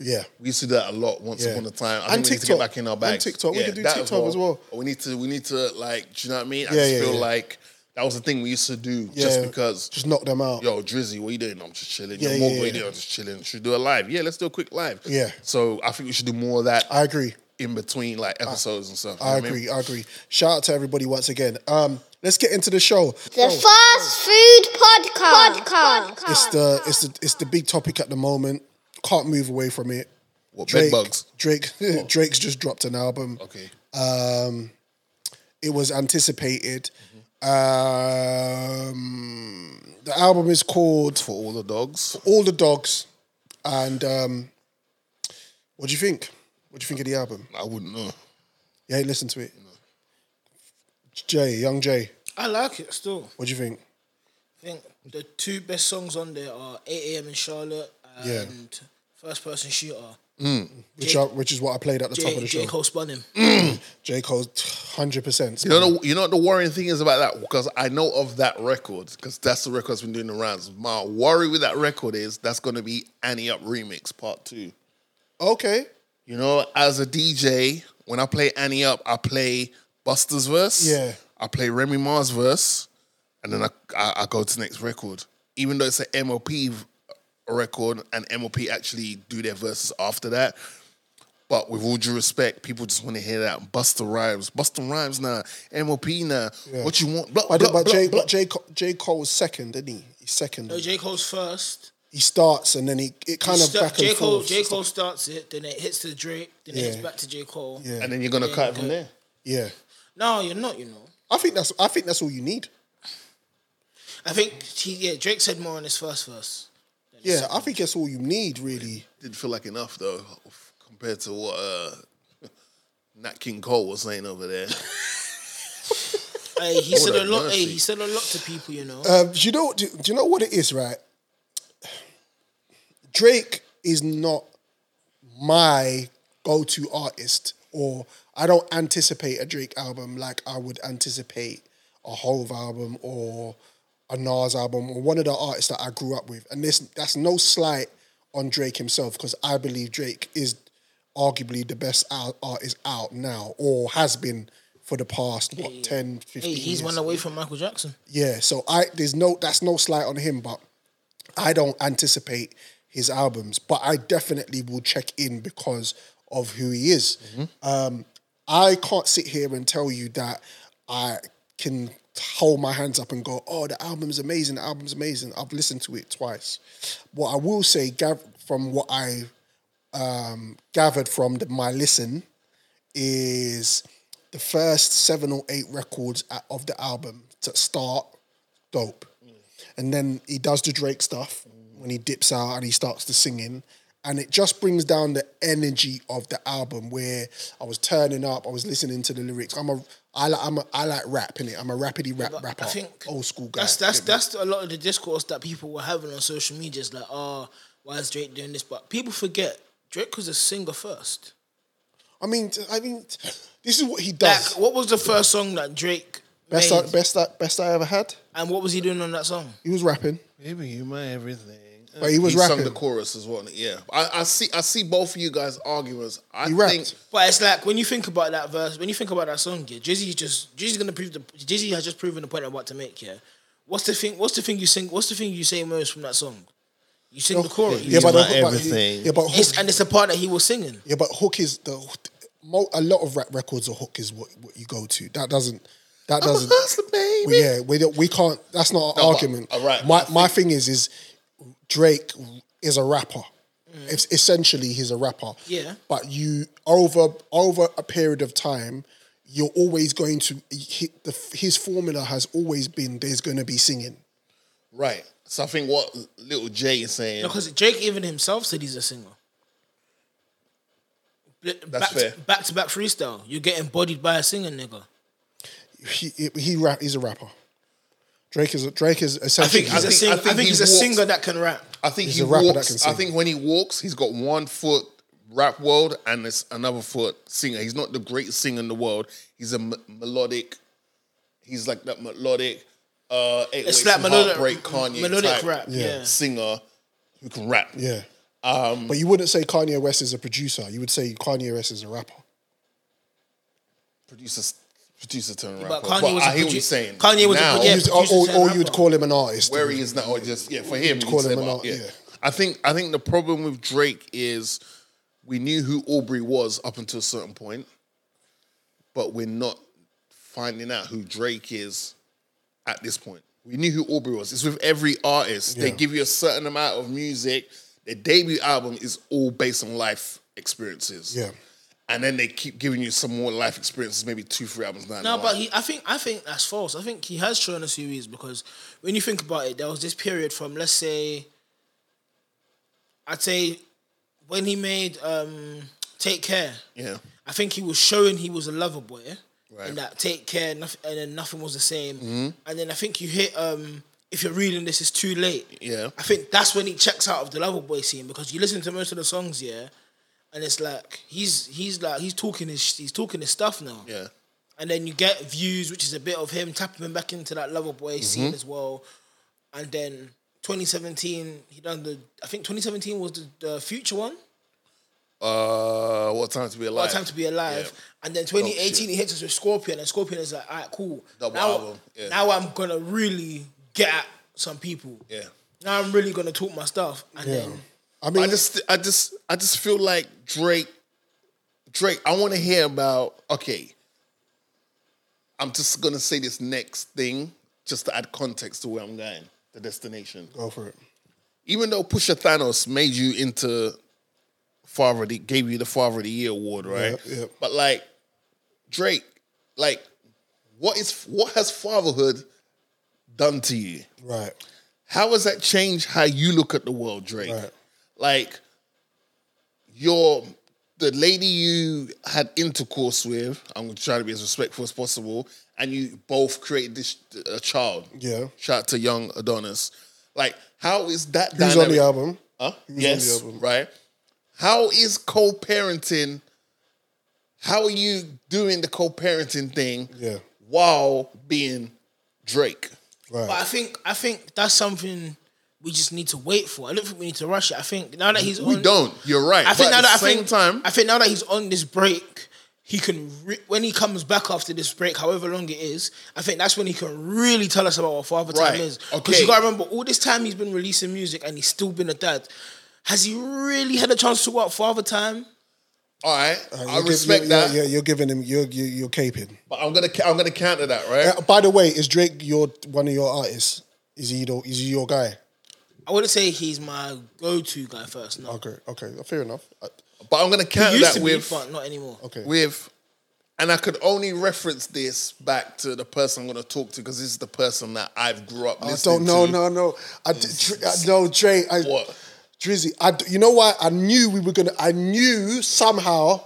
Speaker 4: Yeah.
Speaker 3: We used to do that a lot once
Speaker 4: Yeah.
Speaker 3: upon a time. I think
Speaker 4: And
Speaker 3: we need to
Speaker 4: TikTok.
Speaker 3: get back in our
Speaker 4: And
Speaker 3: bags.
Speaker 4: TikTok. We could do
Speaker 3: that
Speaker 4: TikTok as well.
Speaker 3: We need to. We need to like. Do you know what I mean? I
Speaker 4: Yeah,
Speaker 3: just
Speaker 4: yeah,
Speaker 3: feel
Speaker 4: yeah.
Speaker 3: like that was the thing we used to do
Speaker 4: Yeah.
Speaker 3: just because.
Speaker 4: Just knock them out.
Speaker 3: Yo, Drizzy, what you doing? I'm just chilling.
Speaker 4: Yeah,
Speaker 3: Yo,
Speaker 4: yeah,
Speaker 3: Morgan,
Speaker 4: yeah.
Speaker 3: what you doing? I'm just chilling. Should we do a live? Yeah, let's do a quick live.
Speaker 4: Yeah.
Speaker 3: So I think we should do more of that
Speaker 4: I agree.
Speaker 3: in between like episodes and stuff. you know
Speaker 4: I
Speaker 3: what mean?
Speaker 4: agree. Uh, I agree. Shout out to everybody once again. Um, let's get into the show.
Speaker 12: The Fast Food Podcast.
Speaker 4: It's the it's the it's the big topic at the moment. Can't move away from it.
Speaker 3: What bed
Speaker 4: Drake,
Speaker 3: bugs? Oh.
Speaker 4: Drake, Drake's just dropped an album.
Speaker 3: Okay.
Speaker 4: Um, it was anticipated. Um, the album is called
Speaker 3: For all the dogs.
Speaker 4: All the Dogs, and um, what do you think? What do you think of the album?
Speaker 3: I wouldn't know.
Speaker 4: You ain't listened to it. Jay, young Jay,
Speaker 5: I like it still.
Speaker 4: what do you think?
Speaker 5: I think the two best songs on there are 8 a.m. in Charlotte and
Speaker 4: Yeah.
Speaker 5: First Person Shooter.
Speaker 4: Which are, which is what I played at the top of
Speaker 5: J,
Speaker 4: the
Speaker 5: J.
Speaker 4: show. Mm.
Speaker 5: Cole spun him.
Speaker 4: J Cole's hundred percent.
Speaker 3: You know, the, you know what the worrying thing is about that? Because I know of that record, because that's the record that's been doing the rounds. My worry with that record is that's going to be Annie Up Remix Part 2.
Speaker 4: Okay.
Speaker 3: You know, as a DJ, when I play Annie Up, I play Buster's verse.
Speaker 4: Yeah.
Speaker 3: I play Remy Mars verse, and then I, I, I go to the next record. Even though it's an MOP v- record, and MOP actually do their verses after that. But with all due respect, people just want to hear that Buster Rhymes, Buster Rhymes now, MOP now. What you want? Blah,
Speaker 4: But,
Speaker 3: blah,
Speaker 4: but
Speaker 3: blah,
Speaker 4: J,
Speaker 3: blah.
Speaker 4: but J, Cole, J Cole was second, didn't he? He's second.
Speaker 5: No, J. Cole's first.
Speaker 4: he starts and then he it kind of
Speaker 5: Sta-
Speaker 4: back and
Speaker 5: J. Cole,
Speaker 4: forth.
Speaker 5: J. Cole starts it, then it hits to Drake, then it hits
Speaker 4: Yeah.
Speaker 5: back to J. Cole.
Speaker 4: Yeah.
Speaker 3: and then you're gonna cut it from there.
Speaker 4: Yeah,
Speaker 5: No, you're not, you know.
Speaker 4: I think that's I think that's all you need.
Speaker 5: I think he, yeah, Drake said more on his first verse.
Speaker 4: Yeah, I think that's all you need really.
Speaker 3: Didn't feel like enough though, compared to what uh, Nat King Cole was saying over there.
Speaker 5: Hey, he said a
Speaker 3: have
Speaker 5: lot. Hey,
Speaker 3: mercy.
Speaker 5: he said a lot to people, you know.
Speaker 4: Um, do you know do, do you know what it is, right? Drake is not my go-to artist, or I don't anticipate a Drake album like I would anticipate a Hove album or a Nas album or one of the artists that I grew up with. And this that's no slight on Drake himself because I believe Drake is arguably the best out, artist out now or has been for the past what 10 15
Speaker 5: hey, he's
Speaker 4: years.
Speaker 5: one away from Michael Jackson.
Speaker 4: Yeah, so I there's no that's no slight on him, but I don't anticipate his albums, but I definitely will check in because of who he is.
Speaker 5: Mm-hmm.
Speaker 4: Um, I can't sit here and tell you that I can hold my hands up and go, "Oh, the album's amazing. The album's amazing." I've listened to it twice. What I will say, gav- from what I um, gathered from the, my listen, is the first seven or eight records a- of the album to start dope. And then he does the Drake stuff, when he dips out and he starts to singing. And it just brings down the energy of the album where I was turning up, I was listening to the lyrics. I'm a I like I'm a, I like rap in it. I'm a rapidy rap rapper, old school guy.
Speaker 5: That's that's
Speaker 4: Yeah,
Speaker 5: that's a lot of the discourse that people were having on social media. It's like, oh, why is Drake doing this? But people forget Drake was a singer first.
Speaker 4: I mean, t- I mean, t- this is what he does.
Speaker 5: Like, what was the first song that Drake
Speaker 4: Best
Speaker 5: made?
Speaker 4: I, best I, best I ever had.
Speaker 5: and what was he doing on that song?
Speaker 4: He was rapping.
Speaker 3: Maybe you my everything.
Speaker 4: But he was
Speaker 3: sung
Speaker 4: rapping.
Speaker 3: the chorus as well. Yeah, I, I see. I see both of you guys' arguments. I think
Speaker 5: But it's like when you think about that verse, when you think about that song, yeah, Jizzy just Jizzy's gonna prove the Jizzy has just proven the point I'm about to make. Yeah, what's the thing? What's the thing you sing? What's the thing you say most from that song? You sing the chorus.
Speaker 4: Yeah, but- but- but- yeah, but
Speaker 5: It's- and it's the part that he was singing.
Speaker 4: Yeah, but hook is the mo- a lot of rap records. A hook is what, what you go to. That doesn't. That
Speaker 3: I'm a
Speaker 4: doesn't.
Speaker 3: hustler, baby.
Speaker 4: Well, yeah, we don't, we can't. That's not our
Speaker 3: No, but-
Speaker 4: argument.
Speaker 3: all right.
Speaker 4: My my thing is is Drake is a rapper. It's essentially he's a rapper.
Speaker 5: Yeah.
Speaker 4: But you over over a period of time, you're always going to he, the, his formula has always been there's going to be singing.
Speaker 3: right. So I think what little Jay is saying.
Speaker 5: Because Drake even himself said he's a singer. Bl- back,
Speaker 3: fair.
Speaker 5: To, back to back freestyle. You're getting bodied by a singer, nigga.
Speaker 4: He he, he rap. He's a rapper. Drake is a, Drake is essentially.
Speaker 5: he's a singer. I think, he's a
Speaker 3: walks-
Speaker 5: singer that can rap.
Speaker 3: I think
Speaker 4: He's
Speaker 3: he
Speaker 4: a rapper that
Speaker 3: walks.
Speaker 4: can sing.
Speaker 3: I think when he walks, he's got one foot rap world and it's another foot singer. He's not the greatest singer in the world. He's a m- melodic. He's like that melodic. Uh, eight
Speaker 5: It's
Speaker 3: Ways
Speaker 5: like
Speaker 3: to
Speaker 5: melodic-
Speaker 3: heartbreak Kanye
Speaker 5: melodic
Speaker 3: type
Speaker 5: rap, Yeah. yeah.
Speaker 3: singer who can rap.
Speaker 4: Yeah.
Speaker 3: Um,
Speaker 4: But you wouldn't say Kanye West is a producer. You would say Kanye West is a rapper.
Speaker 3: producer, producer turn rapper.
Speaker 5: But
Speaker 3: But,
Speaker 5: Kanye was a
Speaker 3: I hear what
Speaker 5: produ-
Speaker 3: you're saying.
Speaker 5: Kanye was a
Speaker 3: now,
Speaker 5: produ- yeah,
Speaker 4: You'd- or,
Speaker 5: producer
Speaker 4: or,
Speaker 5: turned
Speaker 4: or
Speaker 5: rapper.
Speaker 4: you would call him an artist.
Speaker 3: where he is now, or just yeah, for him,
Speaker 4: You'd
Speaker 3: he'd
Speaker 4: call
Speaker 3: say
Speaker 4: him an
Speaker 3: about-
Speaker 4: art-
Speaker 3: yeah.
Speaker 4: yeah.
Speaker 3: I think I think the problem with Drake is we knew who Aubrey was up until a certain point, but we're not finding out who Drake is at this point. We knew who Aubrey was. It's with every artist. They
Speaker 4: Yeah.
Speaker 3: give you a certain amount of music. Their debut album is all based on life experiences.
Speaker 4: Yeah.
Speaker 3: And then they keep giving you some more life experiences, maybe two, three albums down. the
Speaker 5: No,
Speaker 3: line.
Speaker 5: but he, I think I think that's false. I think he has shown us who he is because when you think about it, there was this period from let's say, I'd say, when he made um, "Take Care."
Speaker 3: yeah,
Speaker 5: I think he was showing he was a lover boy,
Speaker 3: Right. Mm-hmm.
Speaker 5: and that "Take Care" nothing, and then nothing was the same. And then I think you hit um, "If You're Reading This, It's Too Late."
Speaker 3: yeah.
Speaker 5: I think that's when he checks out of the lover boy scene because you listen to most of the songs, yeah, and it's like he's he's like he's talking his he's talking his stuff now
Speaker 3: Yeah.
Speaker 5: and then you get views, which is a bit of him tapping him back into that lover boy
Speaker 3: Mm-hmm.
Speaker 5: scene as well. And then 2017, he done the. I think 2017 was the, the future one.
Speaker 3: Uh, what time to be alive?
Speaker 5: What time to be alive? And then 2018, he hits us with Scorpion, and Scorpion is like, all right, cool.
Speaker 3: Double
Speaker 5: now,
Speaker 3: album, yeah.
Speaker 5: now I'm gonna really get at some people.
Speaker 3: Yeah.
Speaker 5: Now I'm really gonna talk my stuff, and then
Speaker 4: I mean,
Speaker 3: I just, I just, I just feel like Drake. Drake, I want to hear about. Okay, I'm just gonna say this next thing just to add context to where I'm going, the destination.
Speaker 4: go for it.
Speaker 3: Even though Pusha Thanos made you into Father, of the, gave you the Father of the Year award, right?
Speaker 4: Yeah, yeah.
Speaker 3: But like Drake, like what is what has fatherhood done to you?
Speaker 4: Right.
Speaker 3: how has that changed how you look at the world, Drake?
Speaker 4: Right.
Speaker 3: Like, your the lady you had intercourse with. I'm gonna try to be as respectful as possible, and you both created this a child.
Speaker 4: Yeah.
Speaker 3: Shout out to young Adonis. Like, how is that?
Speaker 4: Who's on
Speaker 3: dynamic-
Speaker 4: the album?
Speaker 3: Huh?
Speaker 4: on
Speaker 3: yes.
Speaker 4: the album?
Speaker 3: Right. How is co-parenting? How are you doing the co-parenting thing?
Speaker 4: Yeah.
Speaker 3: While being Drake.
Speaker 5: But I
Speaker 4: Right.
Speaker 5: think I think that's something we just need to wait for. I don't think we need to rush it. I think now that he's
Speaker 3: We
Speaker 5: on,
Speaker 3: don't. You're right.
Speaker 5: I think
Speaker 3: but
Speaker 5: now
Speaker 3: at
Speaker 5: that
Speaker 3: the
Speaker 5: I
Speaker 3: same
Speaker 5: think,
Speaker 3: time,
Speaker 5: I think now that he's on this break, he can re- when he comes back after this break, however long it is, I think that's when he can really tell us about what father time
Speaker 3: Right.
Speaker 5: is. Because
Speaker 3: Okay.
Speaker 5: you gotta remember, all this time he's been releasing music and he's still been a dad. Has he really had a chance to work father time?
Speaker 3: All right,
Speaker 4: You're
Speaker 3: I
Speaker 4: giv-
Speaker 3: respect
Speaker 4: you're,
Speaker 3: that,
Speaker 4: You're, you're giving him. You're you're, you're caping.
Speaker 3: but I'm gonna ca- I'm gonna counter that, right?
Speaker 4: Uh, by the way, is Drake your one of your artists? Is he the, is he your guy?
Speaker 5: I wouldn't say he's my go-to guy first. No,
Speaker 4: Okay. Okay. Fair enough. Uh,
Speaker 3: But I'm gonna
Speaker 5: he
Speaker 3: counter
Speaker 5: used
Speaker 3: that
Speaker 5: to be,
Speaker 3: with
Speaker 5: but not anymore.
Speaker 4: Okay.
Speaker 3: with and I could only reference this back to the person I'm going to talk to because this is the person that I've grew up.
Speaker 4: I
Speaker 3: listening
Speaker 4: don't know,
Speaker 3: to.
Speaker 4: no, no. I, d- Dr- I- no, Dre. I, Drizzy, I, d- you know why? I knew we were gonna. I knew somehow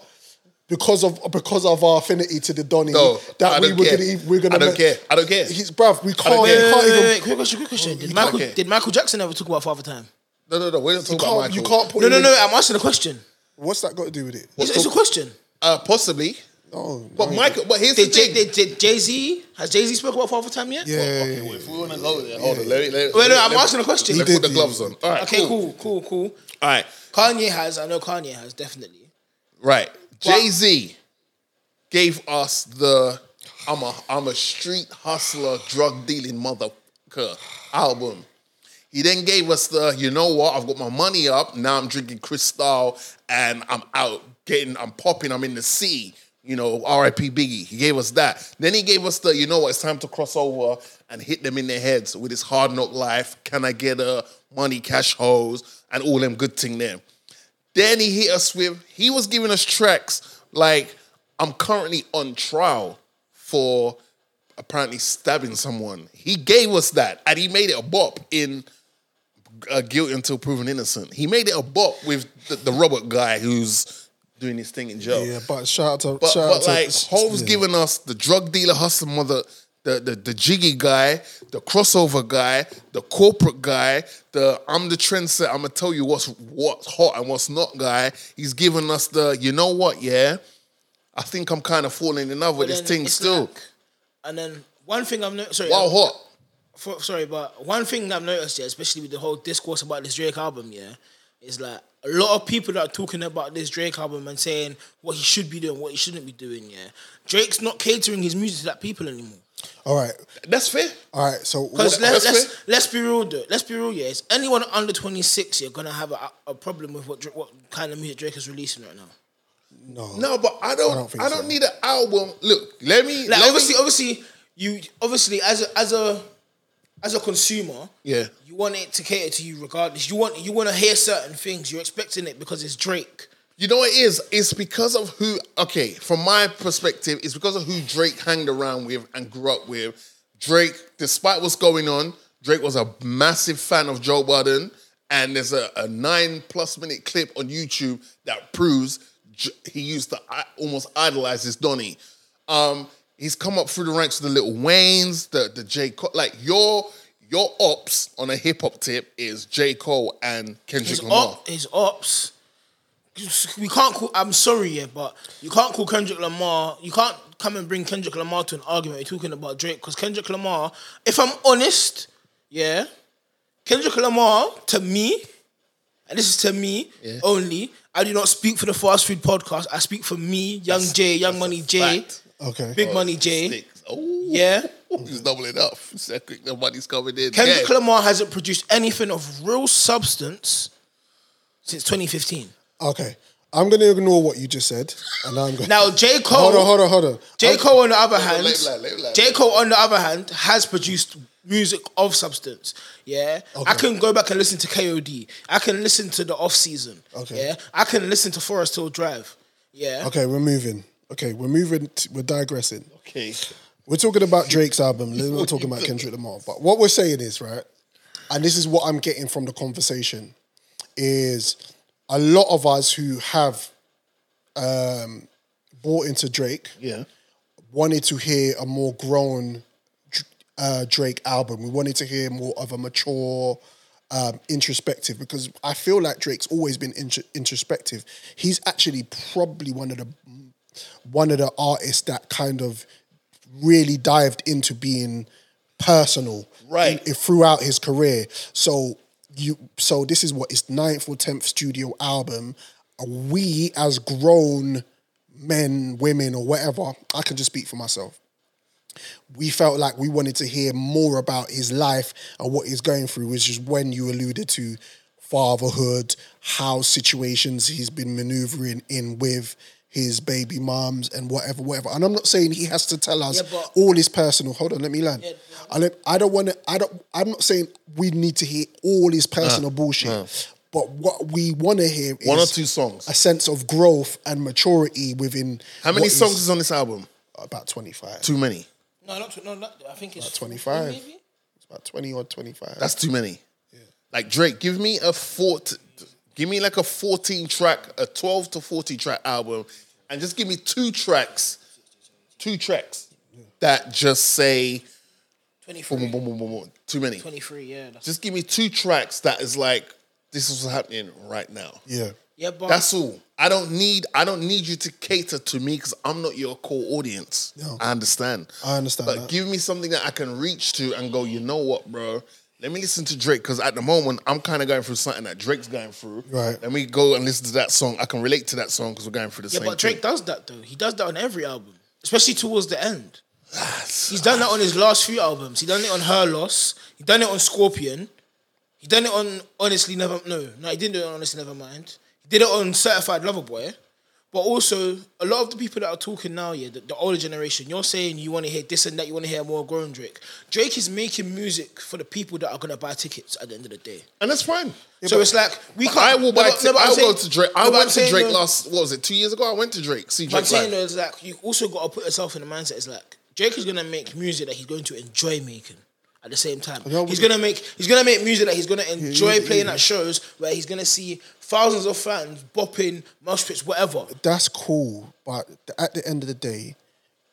Speaker 4: because of because of our affinity to the Donny
Speaker 3: No,
Speaker 4: that
Speaker 3: I
Speaker 4: we
Speaker 3: don't
Speaker 4: were
Speaker 3: care.
Speaker 4: gonna. e- We're gonna.
Speaker 3: I don't
Speaker 4: ma-
Speaker 3: care. I don't care.
Speaker 4: He's bruv. We
Speaker 3: I don't
Speaker 4: can't.
Speaker 3: care.
Speaker 4: we can't
Speaker 3: Wait, wait,
Speaker 4: even.
Speaker 5: Wait, quick question, quick question. Did Michael, did Michael Jackson ever talk about Father Time?
Speaker 3: No, no, no. We're not talking
Speaker 4: can't-
Speaker 3: about Michael.
Speaker 4: you can't put
Speaker 5: No,
Speaker 4: him
Speaker 5: no,
Speaker 4: in-
Speaker 5: no. I'm asking a question.
Speaker 4: What's that got to do with it?
Speaker 5: It's, it's a question.
Speaker 3: Uh, possibly.
Speaker 4: Oh,
Speaker 3: But Michael, but here's
Speaker 5: Did,
Speaker 3: the thing.
Speaker 5: Jay, did, did Jay Z has Jay Z spoke about Father Time yet?
Speaker 4: Yeah, yeah, yeah.
Speaker 3: If we want to go there, hold on. Let me, let,
Speaker 5: Wait, no,
Speaker 3: let-
Speaker 5: I'm
Speaker 3: let-
Speaker 5: asking a question.
Speaker 3: Let me put the gloves on. All right.
Speaker 5: okay, cool, cool, cool.
Speaker 3: All right.
Speaker 5: Kanye has. I know Kanye has definitely.
Speaker 3: Right. Jay Z gave us the I'm a I'm a street hustler, drug dealing motherfucker album. He then gave us the you know what I've got my money up now I'm drinking Cristal and I'm out getting I'm popping I'm in the sea you know R.I.P Biggie he gave us that then he gave us the you know what it's time to cross over and hit them in their heads with his hard knock life can I get a money cash hoes and all them good thing them then he hit us with, he was giving us tracks like, I'm currently on trial for apparently stabbing someone. He gave us that and he made it a bop in uh, Guilty Until Proven Innocent. He made it a bop with the, the Robert guy who's doing his thing in jail.
Speaker 4: Yeah, but shout out to
Speaker 3: But,
Speaker 4: shout out
Speaker 3: but
Speaker 4: to-
Speaker 3: like Hov's
Speaker 4: yeah.
Speaker 3: giving us the drug dealer hustler mother, the, the the jiggy guy, the crossover guy, the corporate guy, the I'm the trendsetter. I'm gonna tell you what's what's hot and what's not guy. He's giving us the you know what yeah. I think I'm kind of falling in love with
Speaker 5: But
Speaker 3: this
Speaker 5: then
Speaker 3: thing
Speaker 5: it's
Speaker 3: still.
Speaker 5: like- And then one thing I've noticed. Sorry,
Speaker 3: wow, hot.
Speaker 5: for, sorry, but one thing I've noticed, yeah, especially with the whole discourse about this Drake album, yeah, is like a lot of people that are talking about this Drake album and saying what he should be doing, what he shouldn't be doing, yeah. Drake's not catering his music to that people anymore.
Speaker 4: All right.
Speaker 3: That's fair.
Speaker 4: All right. So
Speaker 5: Because
Speaker 4: what-
Speaker 5: let's,
Speaker 3: that's
Speaker 5: let's, let's be real, though. Let's be real, yeah. Is anyone under 26 you're going to have a, a problem with what, Dra- what kind of music Drake is releasing right now?
Speaker 4: no.
Speaker 3: No, but I don't. I don't,
Speaker 4: Oh, think so.
Speaker 3: need an album. Look, let me.
Speaker 5: Like,
Speaker 3: let me-
Speaker 5: obviously, obviously, you, obviously, as a, as a, as a consumer,
Speaker 3: yeah.
Speaker 5: you want it to cater to you regardless. You want you want to hear certain things. You're expecting it because it's Drake.
Speaker 3: You know what it is? It's because of who, okay, from my perspective, it's because of who Drake hanged around with and grew up with. Drake, despite what's going on, Drake was a massive fan of Joe Budden. And there's a, a nine plus minute clip on YouTube that proves J- he used to i- almost idolize his Donnie. Um, he's come up through the ranks of the Little Waynes, the, the J. Cole. Like, your, your ops on a hip hop tip is J. Cole and Kendrick
Speaker 5: His,
Speaker 3: Lamar.
Speaker 5: op, his ops. We can't call. I'm sorry, yeah, but you can't call Kendrick Lamar. You can't come and bring Kendrick Lamar to an argument. You're talking about Drake because Kendrick Lamar. If I'm honest, yeah, Kendrick Lamar to me, and this is to me only. I do not speak for the fast food podcast. I speak for me, Young J, Young Money J,
Speaker 3: fact.
Speaker 4: Okay.
Speaker 5: Big Money J.
Speaker 3: Sticks. Oh.
Speaker 5: Yeah.
Speaker 3: He's doubling up. Second, the money's coming in.
Speaker 5: Kendrick
Speaker 3: Yeah.
Speaker 5: Lamar hasn't produced anything of real substance since 2015.
Speaker 4: Okay. I'm gonna ignore what you just said, and I'm gonna
Speaker 5: Now J Cole,
Speaker 4: hold on, hold on, hold on.
Speaker 5: J
Speaker 4: I'm-
Speaker 5: Cole on the other hand,
Speaker 3: leave that, leave that.
Speaker 5: J Cole on the other hand has produced music of substance. Yeah, I can go back and listen to K.O.D. I can listen to the off season.
Speaker 4: Okay.
Speaker 5: Yeah, I can listen to Forest Hill Drive. Yeah,
Speaker 4: Okay, we're moving. Okay, we're moving. t- we're digressing.
Speaker 3: Okay.
Speaker 4: We're talking about Drake's album. We're not talking about Kendrick Lamar. But what we're saying is right, and this is what I'm getting from the conversation, is a lot of us who have um, bought into Drake
Speaker 3: Yeah.
Speaker 4: wanted to hear a more grown Dr- uh, Drake album. We wanted to hear more of a mature, um, introspective because I feel like Drake's always been intro- introspective. He's actually probably one of the one of the artists that kind of really dived into being personal
Speaker 3: Right.
Speaker 4: in- throughout his career. So you so this is what his ninth or tenth studio album. We as grown men, women, or whatever, I can just speak for myself. We felt like we wanted to hear more about his life and what he's going through, which is when you alluded to fatherhood, how situations he's been maneuvering in with his baby moms and whatever, whatever. And I'm not saying he has to tell us
Speaker 5: Yeah, but-
Speaker 4: all his personal. Hold on, let me land. I, don't- I don't want to. I don't. I'm not saying we need to hear all his personal bullshit. But what we want to hear is
Speaker 3: Uh, One or two songs.
Speaker 4: a sense of growth and maturity within.
Speaker 3: How many
Speaker 4: what
Speaker 3: songs is on this album?
Speaker 4: About twenty-five.
Speaker 3: Too many.
Speaker 5: No, not tw- no. Not, I think it's
Speaker 4: About twenty-five.
Speaker 5: maybe?
Speaker 4: It's about twenty or twenty-five.
Speaker 3: That's too many. Like Drake, give me a four. give me like a fourteen track, a twelve to forty track album, and just give me two tracks, two tracks that just say boom,
Speaker 5: 23.
Speaker 3: boom, boom, boom, boom, boom. Too many.
Speaker 5: 23, yeah. That's,
Speaker 3: Just give me two tracks that is like this is what's happening right now.
Speaker 4: yeah.
Speaker 5: yeah, but
Speaker 3: That's all. I don't need I don't need you to cater to me because I'm not your core audience.
Speaker 4: No.
Speaker 3: I understand.
Speaker 4: I understand
Speaker 3: But
Speaker 4: that.
Speaker 3: give me something that I can reach to and go, you know what, bro? Let me listen to Drake because at the moment I'm kind of going through something that Drake's going through.
Speaker 4: Right.
Speaker 3: Let me go and listen to that song. I can relate to that song because we're going through the
Speaker 5: yeah,
Speaker 3: same
Speaker 5: but Drake
Speaker 3: thing.
Speaker 5: does that though. He does that on every album, especially towards the end.
Speaker 3: Ah,
Speaker 5: He's done that on his last few albums. He done it on Her Loss. He done it on Scorpion. He done it on Honestly Never No. No, he didn't do it on Honestly Never Mind. He did it on Certified Lover Boy. But also, a lot of the people that are talking now, yeah, the, the older generation, you're saying you want to hear this and that, you want to hear more grown Drake. Drake is making music for the people that are gonna buy tickets at the end of the day.
Speaker 3: And that's fine.
Speaker 5: so it's like we
Speaker 3: But
Speaker 5: can't.
Speaker 3: I will
Speaker 5: no,
Speaker 3: buy.
Speaker 5: but- no, but
Speaker 3: I
Speaker 5: I'm
Speaker 3: will
Speaker 5: saying-
Speaker 3: go to Drake.
Speaker 5: no,
Speaker 3: I
Speaker 5: but I'm
Speaker 3: went to
Speaker 5: saying,
Speaker 3: Drake
Speaker 5: no,
Speaker 3: last. What was it? Two years ago, I went to Drake. See
Speaker 5: But I'm
Speaker 3: Drake
Speaker 5: saying
Speaker 3: live.
Speaker 5: though, it's like you also got to put yourself in the mindset. It's like Drake is gonna make music that he's going to enjoy making. At the same time,
Speaker 4: know
Speaker 5: he's
Speaker 4: what-
Speaker 5: gonna make he's gonna make music that he's gonna enjoy playing at shows where he's gonna see thousands of fans bopping, mosh pits, whatever.
Speaker 4: that's cool, but at the end of the day,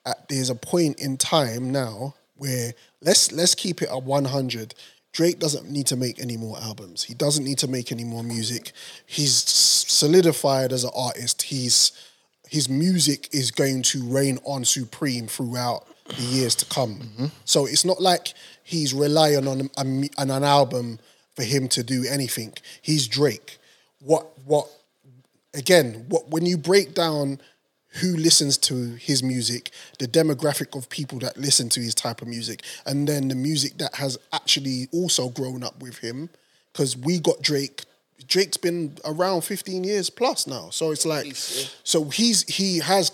Speaker 4: at, there's a point in time now where let's let's keep it at 100. Drake doesn't need to make any more albums. He doesn't need to make any more music. He's solidified as an artist. He's his music is going to reign on supreme throughout the years to come. So it's not like he's relying on, a, mu- on an album for him to do anything. He's Drake. What what again, what when you break down who listens to his music, the demographic of people that listen to his type of music, and then the music that has actually also grown up with him, because we got Drake. Drake's been around 15 years plus now, so it's like, so he's he has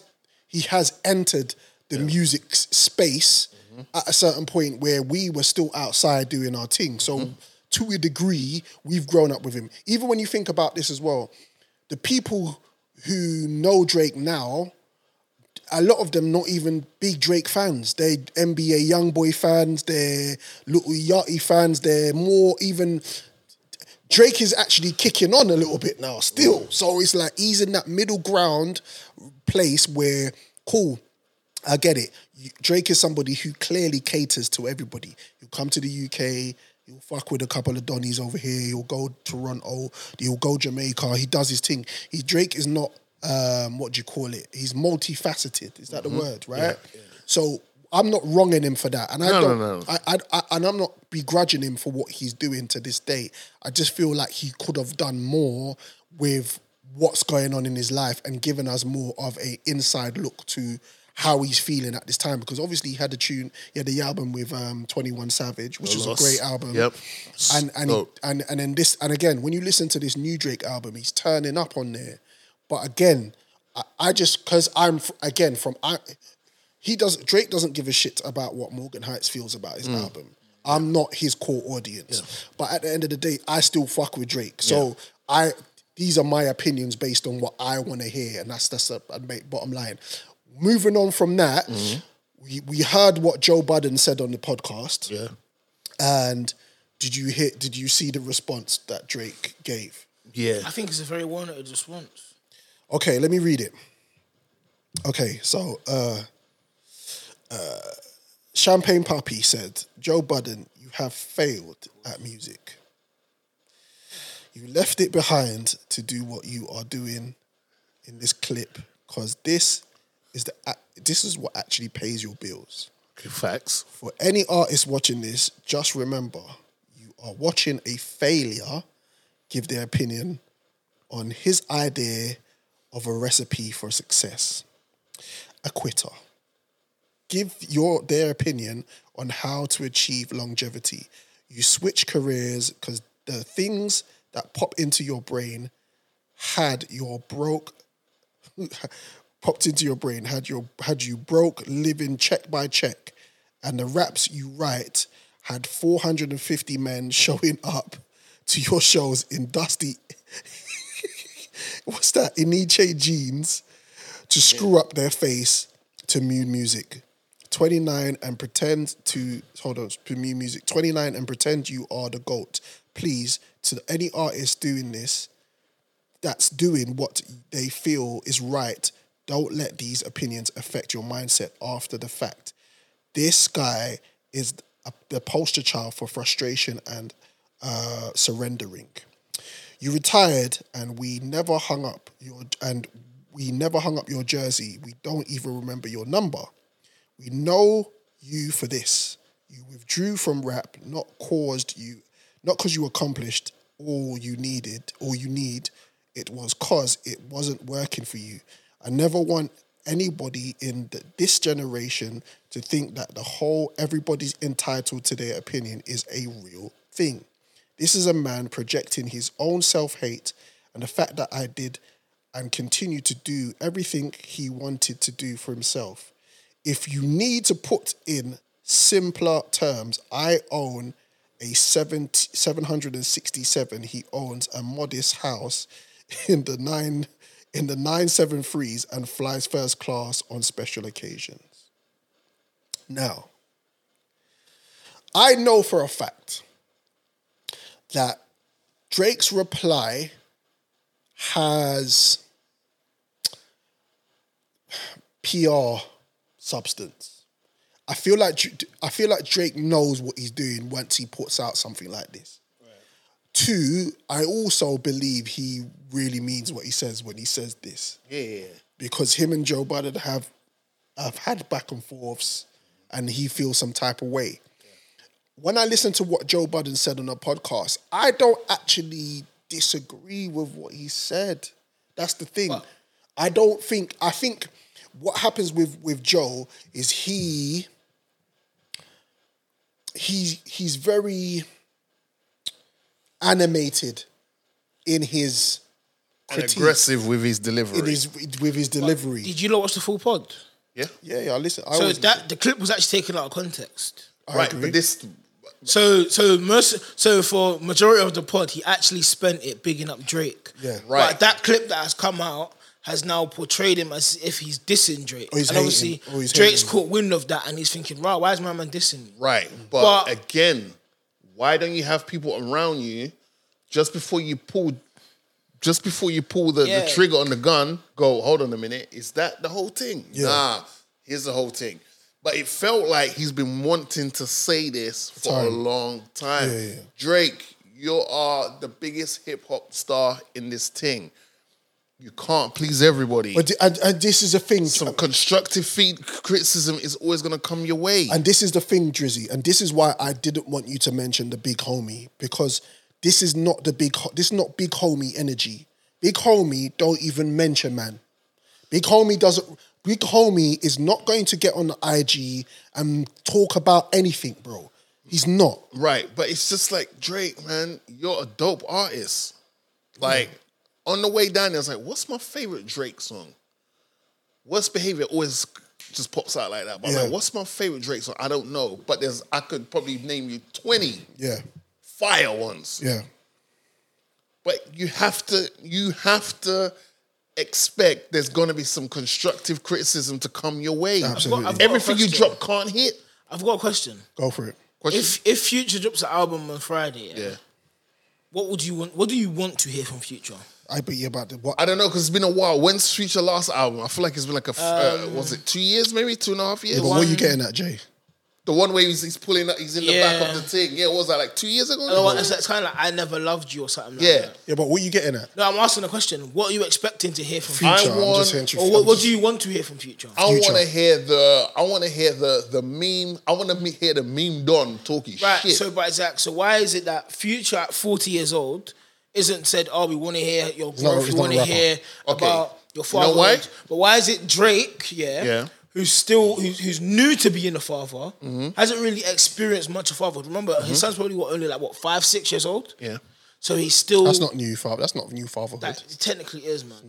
Speaker 4: he has entered the music s- space at a certain point where we were still outside doing our thing. So to a degree, we've grown up with him. Even when you think about this as well, the people who know Drake now, a lot of them not even big Drake fans. They're NBA YoungBoy fans. They're Little Yachty fans. They're more even. Drake is actually kicking on a little bit now, still. So it's like he's in that middle ground place where, cool, I get it. You- Drake is somebody who clearly caters to everybody. You come to the UK, you'll fuck with a couple of Donnies over here, you'll go Toronto, you'll go Jamaica. He does his thing. He Drake is not um, what do you call it? He's multifaceted. Is that
Speaker 3: Mm-hmm.
Speaker 4: the word, right? So I'm not wronging him for that, and I
Speaker 3: No, no,
Speaker 4: don't.
Speaker 3: no.
Speaker 4: I, I, I, and I'm not begrudging him for what he's doing to this day. I just feel like he could have done more with what's going on in his life and given us more of a inside look to how he's feeling at this time. Because obviously he had the tune, he had the album with um, Twenty One Savage, which was
Speaker 3: Lost.
Speaker 4: a great album.
Speaker 3: Yep.
Speaker 4: And and,
Speaker 3: No.
Speaker 4: and and then this and again when you listen to this new Drake album, he's turning up on there. But again, I, I just because I'm f- again from I he does Drake doesn't give a shit about what Morgan Heights feels about his album. I'm not his core audience. But at the end of the day, I still fuck with Drake. So I these are my opinions based on what I want to hear, and that's that's a, a ma- bottom line. Moving on from that, we, we heard what Joe Budden said on the podcast. Yeah. And did you hear did you see the response that Drake gave?
Speaker 3: Yeah.
Speaker 5: I think it's a very warranted response.
Speaker 4: Okay, let me read it. Okay, so uh, uh, Champagne Papi said, Joe Budden, you have failed at music. You left it behind to do what you are doing in this clip because this is the a- this is what actually pays your bills.
Speaker 3: Okay, facts.
Speaker 4: For any artist watching this, just remember you are watching a failure give their opinion on his idea of a recipe for success. A quitter. Give your their opinion on how to achieve longevity. You switch careers because the things that pop into your brain had your broke popped into your brain had your had you broke living check by check and the raps you write had 450 men showing up to your shows in dusty, what's that? Iniche jeans to screw up their face to mute music. 29 and pretend to, hold on, to mute music. 29 and pretend you are the GOAT. Please, to any artist doing this, that's doing what they feel is right, don't let these opinions affect your mindset after the fact. This guy is a, the poster child for frustration and uh, surrendering. You retired, and we never hung up your and we never hung up your jersey. We don't even remember your number. We know you for this. You withdrew from rap, not caused you, not because you accomplished all you needed, all you need. It was cause it wasn't working for you. I never want anybody in the, this generation to think that the whole everybody's entitled to their opinion is a real thing. This is a man projecting his own self hate and the fact that I did and continue to do everything he wanted to do for himself. If you need to put in simpler terms, I own a 70, 767. He owns a modest house in the nine in the 973s and flies first class on special occasions. Now, I know for a fact that Drake's reply has PR substance. I feel like Dr- I feel like Drake knows what he's doing once he puts out something like this. Two, I also believe he really means what he says when he says this
Speaker 3: Yeah, yeah, yeah.
Speaker 4: because him and Joe Biden have have had back and forths, and he feels some type of way. When I listen to what Joe Biden said on a podcast, I don't actually disagree with what he said. That's the thing. I don't think. I think what happens with with Joe is he he's he's very animated in his
Speaker 3: And
Speaker 4: critique,
Speaker 3: aggressive with his delivery.
Speaker 4: in his with his delivery.
Speaker 5: Did you not watch the full pod?
Speaker 3: yeah,
Speaker 4: Yeah, yeah. I Listen, I
Speaker 5: so
Speaker 4: was
Speaker 5: that the clip was actually taken out of context.
Speaker 4: I
Speaker 3: right.
Speaker 4: agree.
Speaker 3: But this,
Speaker 5: So so merc- so for majority of the pod, he actually spent it bigging up Drake.
Speaker 4: Yeah.
Speaker 3: Right.
Speaker 5: But that clip that has come out has now portrayed him as if he's dissing Drake.
Speaker 4: Or Oh, he's
Speaker 5: and obviously
Speaker 4: hating. Or he's
Speaker 5: Drake's
Speaker 4: hating.
Speaker 5: caught wind of that and he's thinking, right, why is my man dissing me?
Speaker 3: right. But,
Speaker 5: But-
Speaker 3: again, why don't you have people around you just before you pull, just before you pull the,
Speaker 5: Yeah.
Speaker 3: the trigger on the gun? Go, hold on a minute. Is that the whole thing?
Speaker 4: Yeah.
Speaker 3: Nah, here's the whole thing. But it felt like he's been wanting to say this for a
Speaker 4: Time.
Speaker 3: long time.
Speaker 4: Yeah, yeah.
Speaker 3: Drake, you are the biggest hip hop star in this thing. You can't please everybody.
Speaker 4: But th- and, and this is the thing,
Speaker 3: some constructive feed criticism is always going to come your way.
Speaker 4: and this is the thing, Drizzy, and this is why I didn't want you to mention the big homie because this is not the big. ho- This is not big homie energy. Big homie don't even mention man. Big homie doesn't. Big homie is not going to get on the IG and talk about anything, bro. He's not.
Speaker 3: right, but it's just like Drake, man, you're a dope artist. Like on the way down, there, I was like, "What's my favorite Drake song?" What's behavior always just pops out like that. But I'm
Speaker 4: Yeah.
Speaker 3: like, what's my favorite Drake song? I don't know, but there's I could probably name you twenty
Speaker 4: Yeah,
Speaker 3: fire ones.
Speaker 4: yeah,
Speaker 3: But you have to you have to expect there's going to be some constructive criticism to come your way.
Speaker 4: Absolutely.
Speaker 5: I've got a
Speaker 3: Everything you
Speaker 5: question.
Speaker 3: drop can't hit.
Speaker 5: I've got a question.
Speaker 4: go for it.
Speaker 3: Question?
Speaker 5: If if Future drops an album on Friday, yeah,
Speaker 3: yeah.
Speaker 5: what would you want what do you want to hear from Future?
Speaker 4: I bet you about the what?
Speaker 3: I don't know because it's been a while. When's Future last album? I feel like it's been like a f-
Speaker 5: Um,
Speaker 3: uh, was it two years, maybe two and a half years.
Speaker 4: but what are you getting at, Jay?
Speaker 3: the one where he's, he's pulling up, he's in the back
Speaker 5: Yeah.
Speaker 3: of the thing. Yeah, what was that like two years ago?
Speaker 5: I don't want- It's, kind of like I never loved you or something like
Speaker 3: yeah,
Speaker 5: that.
Speaker 4: Yeah, but what are you getting at?
Speaker 5: No, I'm asking a question. What are you expecting to hear from
Speaker 4: Future.
Speaker 5: Future?
Speaker 3: I
Speaker 4: I'm
Speaker 3: want-
Speaker 4: just hearing tr-
Speaker 5: Or
Speaker 4: I'm
Speaker 5: what, what
Speaker 4: just-
Speaker 5: do you want to hear from Future?
Speaker 3: I want to
Speaker 4: Future.
Speaker 3: hear the I want to hear the the meme. I want to me- hear the meme Don talking
Speaker 5: Right.
Speaker 3: shit.
Speaker 5: So, but Zach, so why is it that Future at 40 years old isn't said, oh, we want to hear your
Speaker 4: not-
Speaker 5: growth,
Speaker 4: he's
Speaker 5: we
Speaker 4: not a
Speaker 5: want to
Speaker 4: rapper.
Speaker 5: hear
Speaker 3: Okay.
Speaker 5: about your
Speaker 3: You know
Speaker 5: father?
Speaker 3: why?
Speaker 5: But why is it Drake,
Speaker 3: Yeah.
Speaker 5: yeah,
Speaker 3: Mm-hmm.
Speaker 5: who's still, who's, who's new to being a father, hasn't really experienced much of fatherhood? Remember, his son's probably what, only like, what, five, six years old?
Speaker 3: yeah,
Speaker 5: So he's still,
Speaker 4: That's not new father. That's not new fatherhood.
Speaker 5: that technically is, man.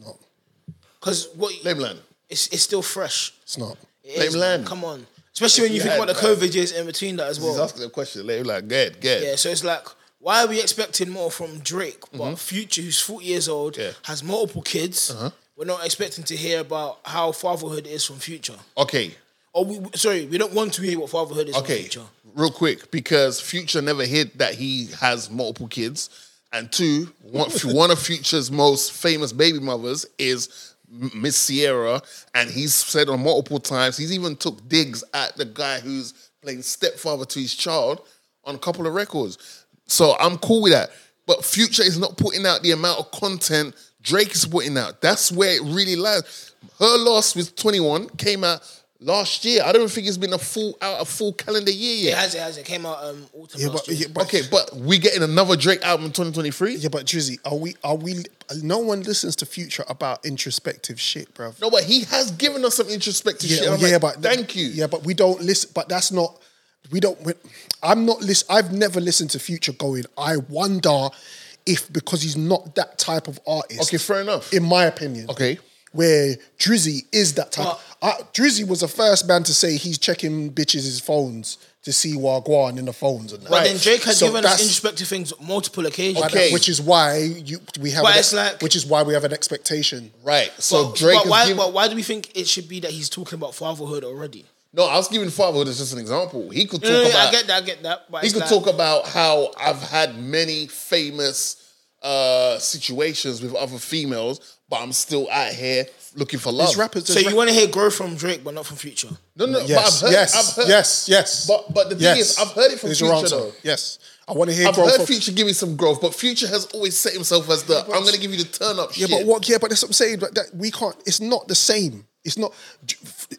Speaker 5: Because what,
Speaker 3: blame land.
Speaker 5: it's, it's still fresh.
Speaker 4: it's not.
Speaker 5: It is,
Speaker 3: Blame
Speaker 5: man.
Speaker 3: Len.
Speaker 5: Come on. Especially when you think
Speaker 3: Len,
Speaker 5: about the
Speaker 3: man.
Speaker 5: COVID years in between that as well.
Speaker 3: He's asking a question. Like, like good, good.
Speaker 5: Yeah, so it's like, Why are we expecting more from Drake? But
Speaker 3: Mm-hmm.
Speaker 5: Future, who's 40 years old, has multiple kids.
Speaker 3: Uh-huh.
Speaker 5: We're not expecting to hear about how fatherhood is from Future.
Speaker 3: Okay,
Speaker 5: Or we, sorry, we don't want to hear what fatherhood is from
Speaker 3: okay,
Speaker 5: Future.
Speaker 3: real quick, because Future never hid that he has multiple kids, and two, one, one of Future's most famous baby mothers is M- Miss Sierra, and he's said on multiple times he's even took digs at the guy who's playing stepfather to his child on a couple of records. So I'm cool with that, but Future is not putting out the amount of content Drake is putting out. That's where it really lies. Her loss with 21 came out. Last year, I don't think it's been a full out a full calendar year yet.
Speaker 5: It has, it has. It came out um, autumn
Speaker 3: Yeah,
Speaker 5: last
Speaker 3: but-
Speaker 5: year.
Speaker 3: yeah, but- okay, but we getting another Drake album in 2023.
Speaker 4: Yeah, but Drizzy, are we? Are we? No one listens to Future about introspective shit, bruv.
Speaker 3: No, but he has given us some introspective shit.
Speaker 4: yeah,
Speaker 3: I'm
Speaker 4: yeah,
Speaker 3: like,
Speaker 4: but thank you. Yeah, but we don't listen. But that's not. We don't. We, I'm not listen. I've never listened to Future going. I wonder if because he's not that type of artist.
Speaker 3: Okay, fair enough.
Speaker 4: In my opinion.
Speaker 3: Okay.
Speaker 4: Where Drizzy is that type. I, Drizzy was the first man to say he's checking bitches' phones to see Wagwan in the phones and that.
Speaker 5: But then Drake has
Speaker 4: So
Speaker 5: given us
Speaker 4: that's-
Speaker 5: introspective things on multiple occasions.
Speaker 4: Which is why you we have.
Speaker 5: But
Speaker 4: an-
Speaker 5: it's like-
Speaker 4: which is why we have an expectation.
Speaker 3: Right.
Speaker 5: but, but why, but why do we think it should be that he's talking about fatherhood already?
Speaker 3: no, I was giving Fatherhood as just an example. He could talk
Speaker 5: No, no, no,
Speaker 3: about.
Speaker 5: I get that. I get that. But
Speaker 3: he
Speaker 5: it's
Speaker 3: could
Speaker 5: like-
Speaker 3: talk about how I've had many famous uh, situations with other females, but I'm still out here looking for love.
Speaker 5: So you want to hear growth from Drake, but not from Future.
Speaker 3: No, no.
Speaker 4: Yes,
Speaker 3: but I've heard,
Speaker 4: yes,
Speaker 3: I've heard,
Speaker 4: yes, yes.
Speaker 3: But but the thing
Speaker 4: Yes.
Speaker 3: is, I've heard it from
Speaker 4: There's your
Speaker 3: Future
Speaker 4: answer.
Speaker 3: though.
Speaker 4: Yes, I want to hear.
Speaker 3: I've
Speaker 4: growth
Speaker 3: heard
Speaker 4: from-
Speaker 3: Future give me some growth, but Future has always set himself as the I'm going to give you the turn up
Speaker 4: Yeah,
Speaker 3: shit.
Speaker 4: but what? Yeah, but that's what I'm saying. But that we can't. It's not the same. It's not.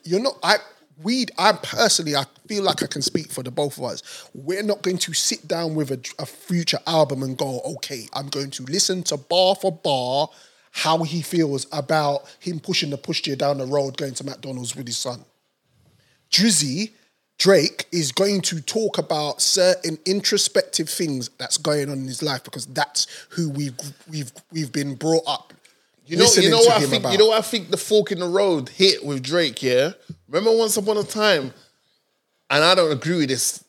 Speaker 4: You're not. I. We. I personally. I feel like I can speak for the both of us. We're not going to sit down with a, a future album and go, okay, I'm going to listen to bar for bar how he feels about him pushing the push down the road going to McDonald's with his son. Drizzy Drake is going to talk about certain introspective things that's going on in his life because that's who we've we've we've been brought up.
Speaker 3: You know, you
Speaker 4: listening
Speaker 3: know
Speaker 4: to
Speaker 3: what I
Speaker 4: him
Speaker 3: think. You
Speaker 4: about.
Speaker 3: know what I think. The fork in the road hit with Drake. Yeah, remember once upon a time, and I don't agree with this,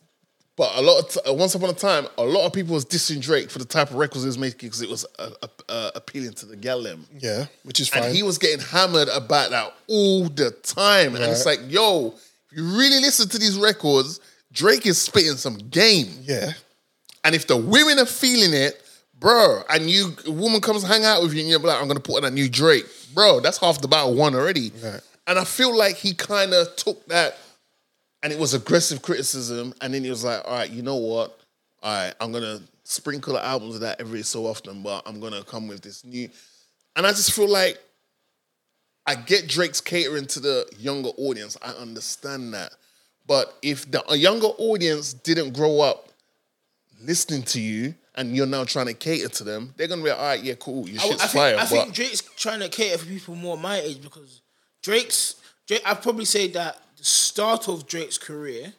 Speaker 3: but a lot. Of t- uh, once upon a time, a lot of people was dissing Drake for the type of records he was making because it was uh, uh, uh, appealing to the gallem.
Speaker 4: Yeah, which is fine.
Speaker 3: And he was getting hammered about that all the time. And it's
Speaker 4: Right.
Speaker 3: like, yo, if you really listen to these records, Drake is spitting some game.
Speaker 4: yeah.
Speaker 3: And if the women are feeling it, bro, and you a woman comes hang out with you and you're like, I'm gonna put on a new Drake, bro, that's half the battle won already. And I feel like he kind of took that and it was aggressive criticism, and then he was like, All right, you know what? All right, I'm gonna sprinkle the albums of that every so often, but I'm gonna come with this new. And I just feel like I get Drake's catering to the younger audience. I understand that. But if the a younger audience didn't grow up listening to you and you're now trying to cater to them, they're gonna be like, all right, yeah, cool, your
Speaker 5: I, I
Speaker 3: shit's
Speaker 5: think,
Speaker 3: fire.
Speaker 5: I
Speaker 3: but
Speaker 5: think Drake's trying to cater for people more my age because Drake's. Drake, I'd probably say that the start of Drake's career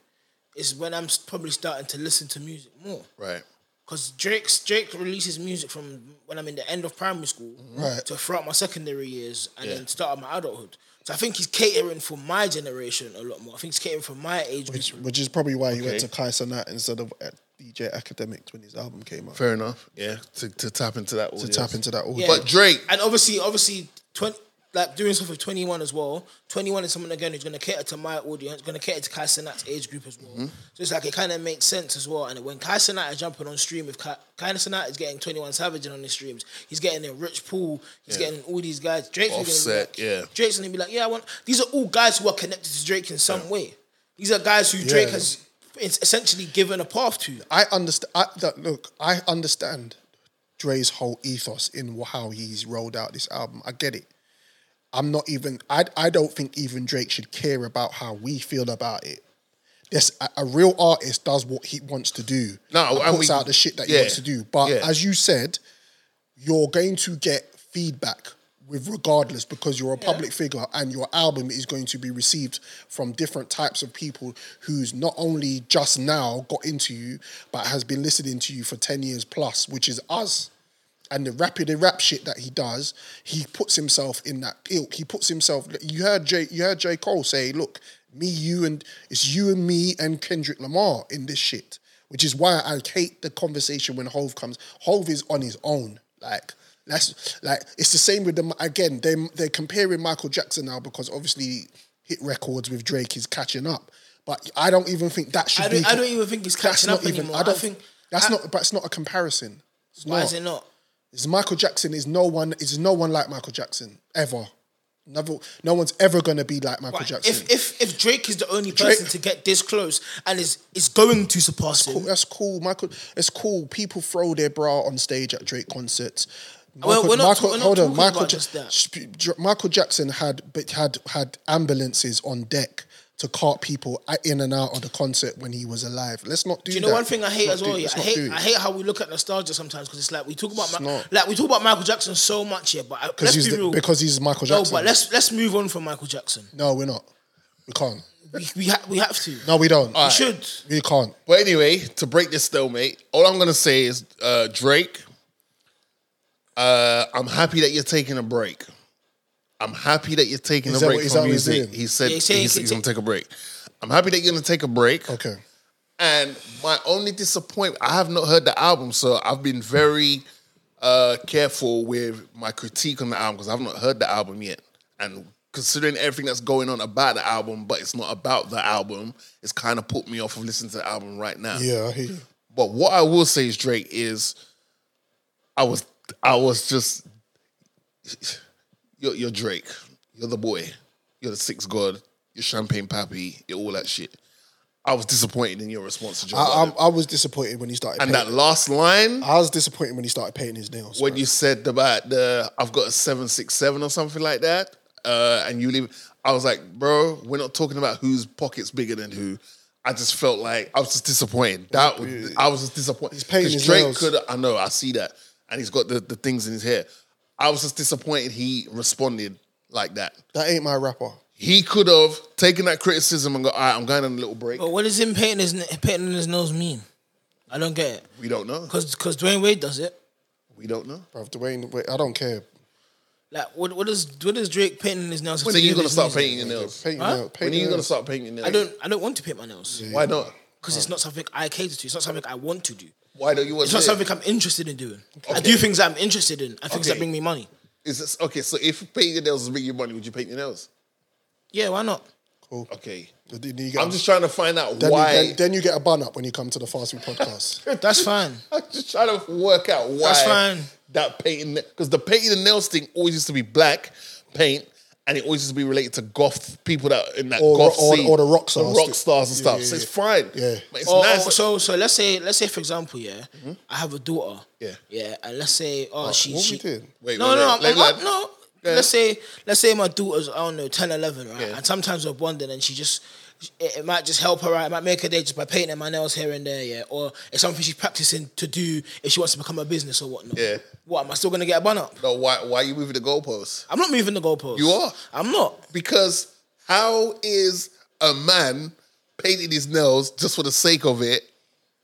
Speaker 5: is when I'm s- probably starting to listen to music more.
Speaker 3: right.
Speaker 5: Because Drake's Drake releases music from when I'm in the end of primary school
Speaker 4: Right.
Speaker 5: to throughout my secondary years and
Speaker 3: Yeah.
Speaker 5: then start of my adulthood. So I think he's catering for my generation a lot more. I think he's catering for my age.
Speaker 4: Which,
Speaker 5: group.
Speaker 4: which is probably why he went
Speaker 3: Okay.
Speaker 4: to Kai Sonat instead of uh, DJ Academics when his album came out.
Speaker 3: Fair enough. Yeah. To, to tap into that
Speaker 4: to
Speaker 3: audience.
Speaker 4: tap into that audience.
Speaker 3: But Drake,
Speaker 5: and obviously, obviously, twenty like doing stuff with twenty one as well. Twenty one is someone again who's going to cater to my audience, going to cater to Kai Cenat's age group as well. So it's like it kind of makes sense as well. And when Kai Cenat is jumping on stream, if Kai, Kai Cenat is getting twenty one Savage in on his streams, he's getting a Rich Pool, he's
Speaker 3: Yeah.
Speaker 5: getting all these guys. Drake's gonna be
Speaker 3: Offset,
Speaker 5: like-
Speaker 3: yeah.
Speaker 5: Drake's going to be like, yeah, I want. These are all guys who are connected to Drake in some way. These are guys who Drake
Speaker 4: Yeah.
Speaker 5: has essentially given a path to.
Speaker 4: I understand. I, that, look, I understand Dre's whole ethos in wh- how he's rolled out this album. I get it. I'm not even. I I don't think even Drake should care about how we feel about it. Yes, a, a real artist does what he wants to do.
Speaker 3: No,
Speaker 4: and
Speaker 3: and
Speaker 4: puts
Speaker 3: we-
Speaker 4: out the shit that he
Speaker 3: yeah,
Speaker 4: wants to do. But
Speaker 3: yeah.
Speaker 4: as you said, you're going to get feedback with regardless because you're a public figure and your album is going to be received from different types of people who's not only just now got into you but has been listening to you for 10 years plus which is us and the rapid rap shit that he does he puts himself in that ilk he puts himself you heard J you heard J Cole say look me you and it's you and me and Kendrick Lamar in this shit which is why I hate the conversation when Hove comes. Hove is on his own. Like that's like it's the same with them again. They they're comparing Michael Jackson now because obviously hit records with Drake is catching up. But I don't even think that should
Speaker 5: I don't-
Speaker 4: be.
Speaker 5: I don't even think it's
Speaker 4: that's
Speaker 5: catching
Speaker 4: not
Speaker 5: up anymore.
Speaker 4: I don't
Speaker 5: I think-
Speaker 4: that's
Speaker 5: I-
Speaker 4: not. But it's not a comparison. It's
Speaker 5: Why is it not?
Speaker 4: It's Michael Jackson is no one. Is no one like Michael Jackson ever. Never. No one's ever gonna be like Michael Jackson.
Speaker 5: If, if if Drake is the only
Speaker 4: Drake-
Speaker 5: person to get this close and is is going to surpass him,
Speaker 4: cool. That's cool, Michael. It's cool. People throw their bra on stage at Drake concerts.
Speaker 5: Well, we're not ta- we're not talking about
Speaker 4: Ja-
Speaker 5: just that.
Speaker 4: sp- Dr- Michael Jackson had but had had ambulances on deck to cart people a- in and out of the concert when he was alive. Let's not do.
Speaker 5: Do you know
Speaker 4: that.
Speaker 5: one thing I
Speaker 4: Let's
Speaker 5: hate
Speaker 4: not
Speaker 5: as
Speaker 4: do-
Speaker 5: well? Yeah,
Speaker 4: let's
Speaker 5: I
Speaker 4: not do
Speaker 5: hate
Speaker 4: it.
Speaker 5: I hate how we look at nostalgia sometimes because it's like we talk about
Speaker 4: It's
Speaker 5: Ma-
Speaker 4: not.
Speaker 5: like we talk about Michael Jackson so much here, but I,
Speaker 4: 'Cause
Speaker 5: let's
Speaker 4: he's
Speaker 5: be
Speaker 4: the-
Speaker 5: real.
Speaker 4: because he's Michael Jackson.
Speaker 5: No, but let's let's move on from Michael Jackson.
Speaker 4: No, we're not. We can't.
Speaker 5: We we, ha- we have to.
Speaker 4: No, we don't.
Speaker 5: We should.
Speaker 4: We can't.
Speaker 3: But anyway, to break this though, mate, all I'm gonna say is uh, Drake. Uh, I'm happy that you're taking a break. I'm happy that you're taking
Speaker 4: Is
Speaker 3: a
Speaker 4: that
Speaker 3: break
Speaker 4: what- is that
Speaker 3: from
Speaker 4: what he's
Speaker 3: music.
Speaker 4: doing?
Speaker 3: He said
Speaker 4: Yeah,
Speaker 3: he's,
Speaker 4: he's saying he
Speaker 3: he's
Speaker 4: ta-
Speaker 3: gonna take a break. I'm happy that you're gonna take a break.
Speaker 4: Okay.
Speaker 3: And my only disappointment, I have not heard the album, so I've been very uh, careful with my critique on the album because I've not heard the album yet. And considering everything that's going on about the album, but it's not about the album, it's kind of put me off of listening to the album right now.
Speaker 4: Yeah, I hear you.
Speaker 3: But what I will say is Drake is, I was, I was just, you're, you're Drake, you're the boy, you're the six god, you're champagne pappy, you're all that shit. I was disappointed in your response to Joe.
Speaker 4: I,
Speaker 3: Budden.
Speaker 5: uh,
Speaker 4: I, I was disappointed when he started.
Speaker 3: and that
Speaker 4: painting-
Speaker 3: last line,
Speaker 4: I was disappointed when he started painting his nails.
Speaker 3: when you said about the I've got a seven six seven or something like that, uh, and you leave, I was like, bro, we're not talking about whose pocket's bigger than who. I just felt like I was just disappointed. That was, I was just disappointed. He's
Speaker 4: painting his
Speaker 3: Drake
Speaker 4: nails.
Speaker 3: could. I know. I see that, and he's got the, the things in his hair. I was just disappointed he responded like that.
Speaker 4: That ain't my rapper.
Speaker 3: He could have taken that criticism and go, all right, I'm going on a little break.
Speaker 5: But what does him painting his n- painting his nose mean? I don't get it
Speaker 3: We don't know.
Speaker 5: because because Dwayne Wade does it.
Speaker 3: We don't know.
Speaker 4: Bruv, Dwayne, wait, I don't care.
Speaker 5: Like what what does what does Drake painting his nails? have
Speaker 3: When are
Speaker 5: to do
Speaker 3: you
Speaker 5: with
Speaker 3: gonna
Speaker 5: his
Speaker 3: start
Speaker 5: music?
Speaker 3: painting your nails?
Speaker 4: Paint your
Speaker 5: Huh?
Speaker 4: nail-
Speaker 3: When
Speaker 4: paint
Speaker 3: are you
Speaker 4: your
Speaker 3: gonna
Speaker 4: nails.
Speaker 3: start painting your nails?
Speaker 5: I don't I don't want to paint my nails
Speaker 3: Why not?
Speaker 5: because it's not something I cater to. It's not something I want to do.
Speaker 3: Why don't you want
Speaker 5: It's
Speaker 3: to?
Speaker 5: not
Speaker 3: do it?
Speaker 5: something I'm interested in doing. I do things that I'm interested in. I things that
Speaker 3: Okay.
Speaker 5: bring me money.
Speaker 3: Is this okay? So if painting your nails is bringing you money, would you paint your nails?
Speaker 5: Yeah, why not?
Speaker 3: Okay,
Speaker 4: Then you get-
Speaker 3: I'm just trying to find out
Speaker 4: then you-
Speaker 3: why.
Speaker 4: then, then you get a bun up when you come to the fast food podcast.
Speaker 5: That's fine.
Speaker 3: I'm just trying to work out why.
Speaker 5: That's fine.
Speaker 3: That painting because the painting the nails thing always used to be black paint, and it always used to be related to goth people that in that
Speaker 4: Or-
Speaker 3: goth
Speaker 4: or-
Speaker 3: scene,
Speaker 4: or the rock stars.
Speaker 3: the rock stars and
Speaker 4: Yeah,
Speaker 3: stuff.
Speaker 4: yeah,
Speaker 3: So it's
Speaker 4: yeah.
Speaker 3: fine.
Speaker 4: Yeah.
Speaker 3: but it's
Speaker 5: Oh,
Speaker 3: nice.
Speaker 5: oh, so so let's say let's say for example, yeah, I have a daughter.
Speaker 3: Yeah.
Speaker 5: Yeah, and let's say oh, she
Speaker 4: what
Speaker 5: she
Speaker 4: we doing?
Speaker 3: Wait,
Speaker 5: no
Speaker 3: wait,
Speaker 5: no
Speaker 3: wait.
Speaker 5: I'm,
Speaker 3: Let-
Speaker 5: I'm
Speaker 3: let-
Speaker 5: not- no.
Speaker 3: Yeah.
Speaker 5: Let's say let's say my daughter's I don't know 10, 11, right?
Speaker 3: Yeah.
Speaker 5: And sometimes we're bonding, and she just it, it might just help her out. It might make her day just by painting my nails here and there, yeah. Or it's something she's practicing to do if she wants to become a business or whatnot.
Speaker 3: Yeah.
Speaker 5: What am I still gonna get a bun up?
Speaker 3: No, why? Why are you moving the goalposts?
Speaker 5: I'm not moving the goalposts.
Speaker 3: You are.
Speaker 5: I'm not.
Speaker 3: Because how is a man painting his nails just for the sake of it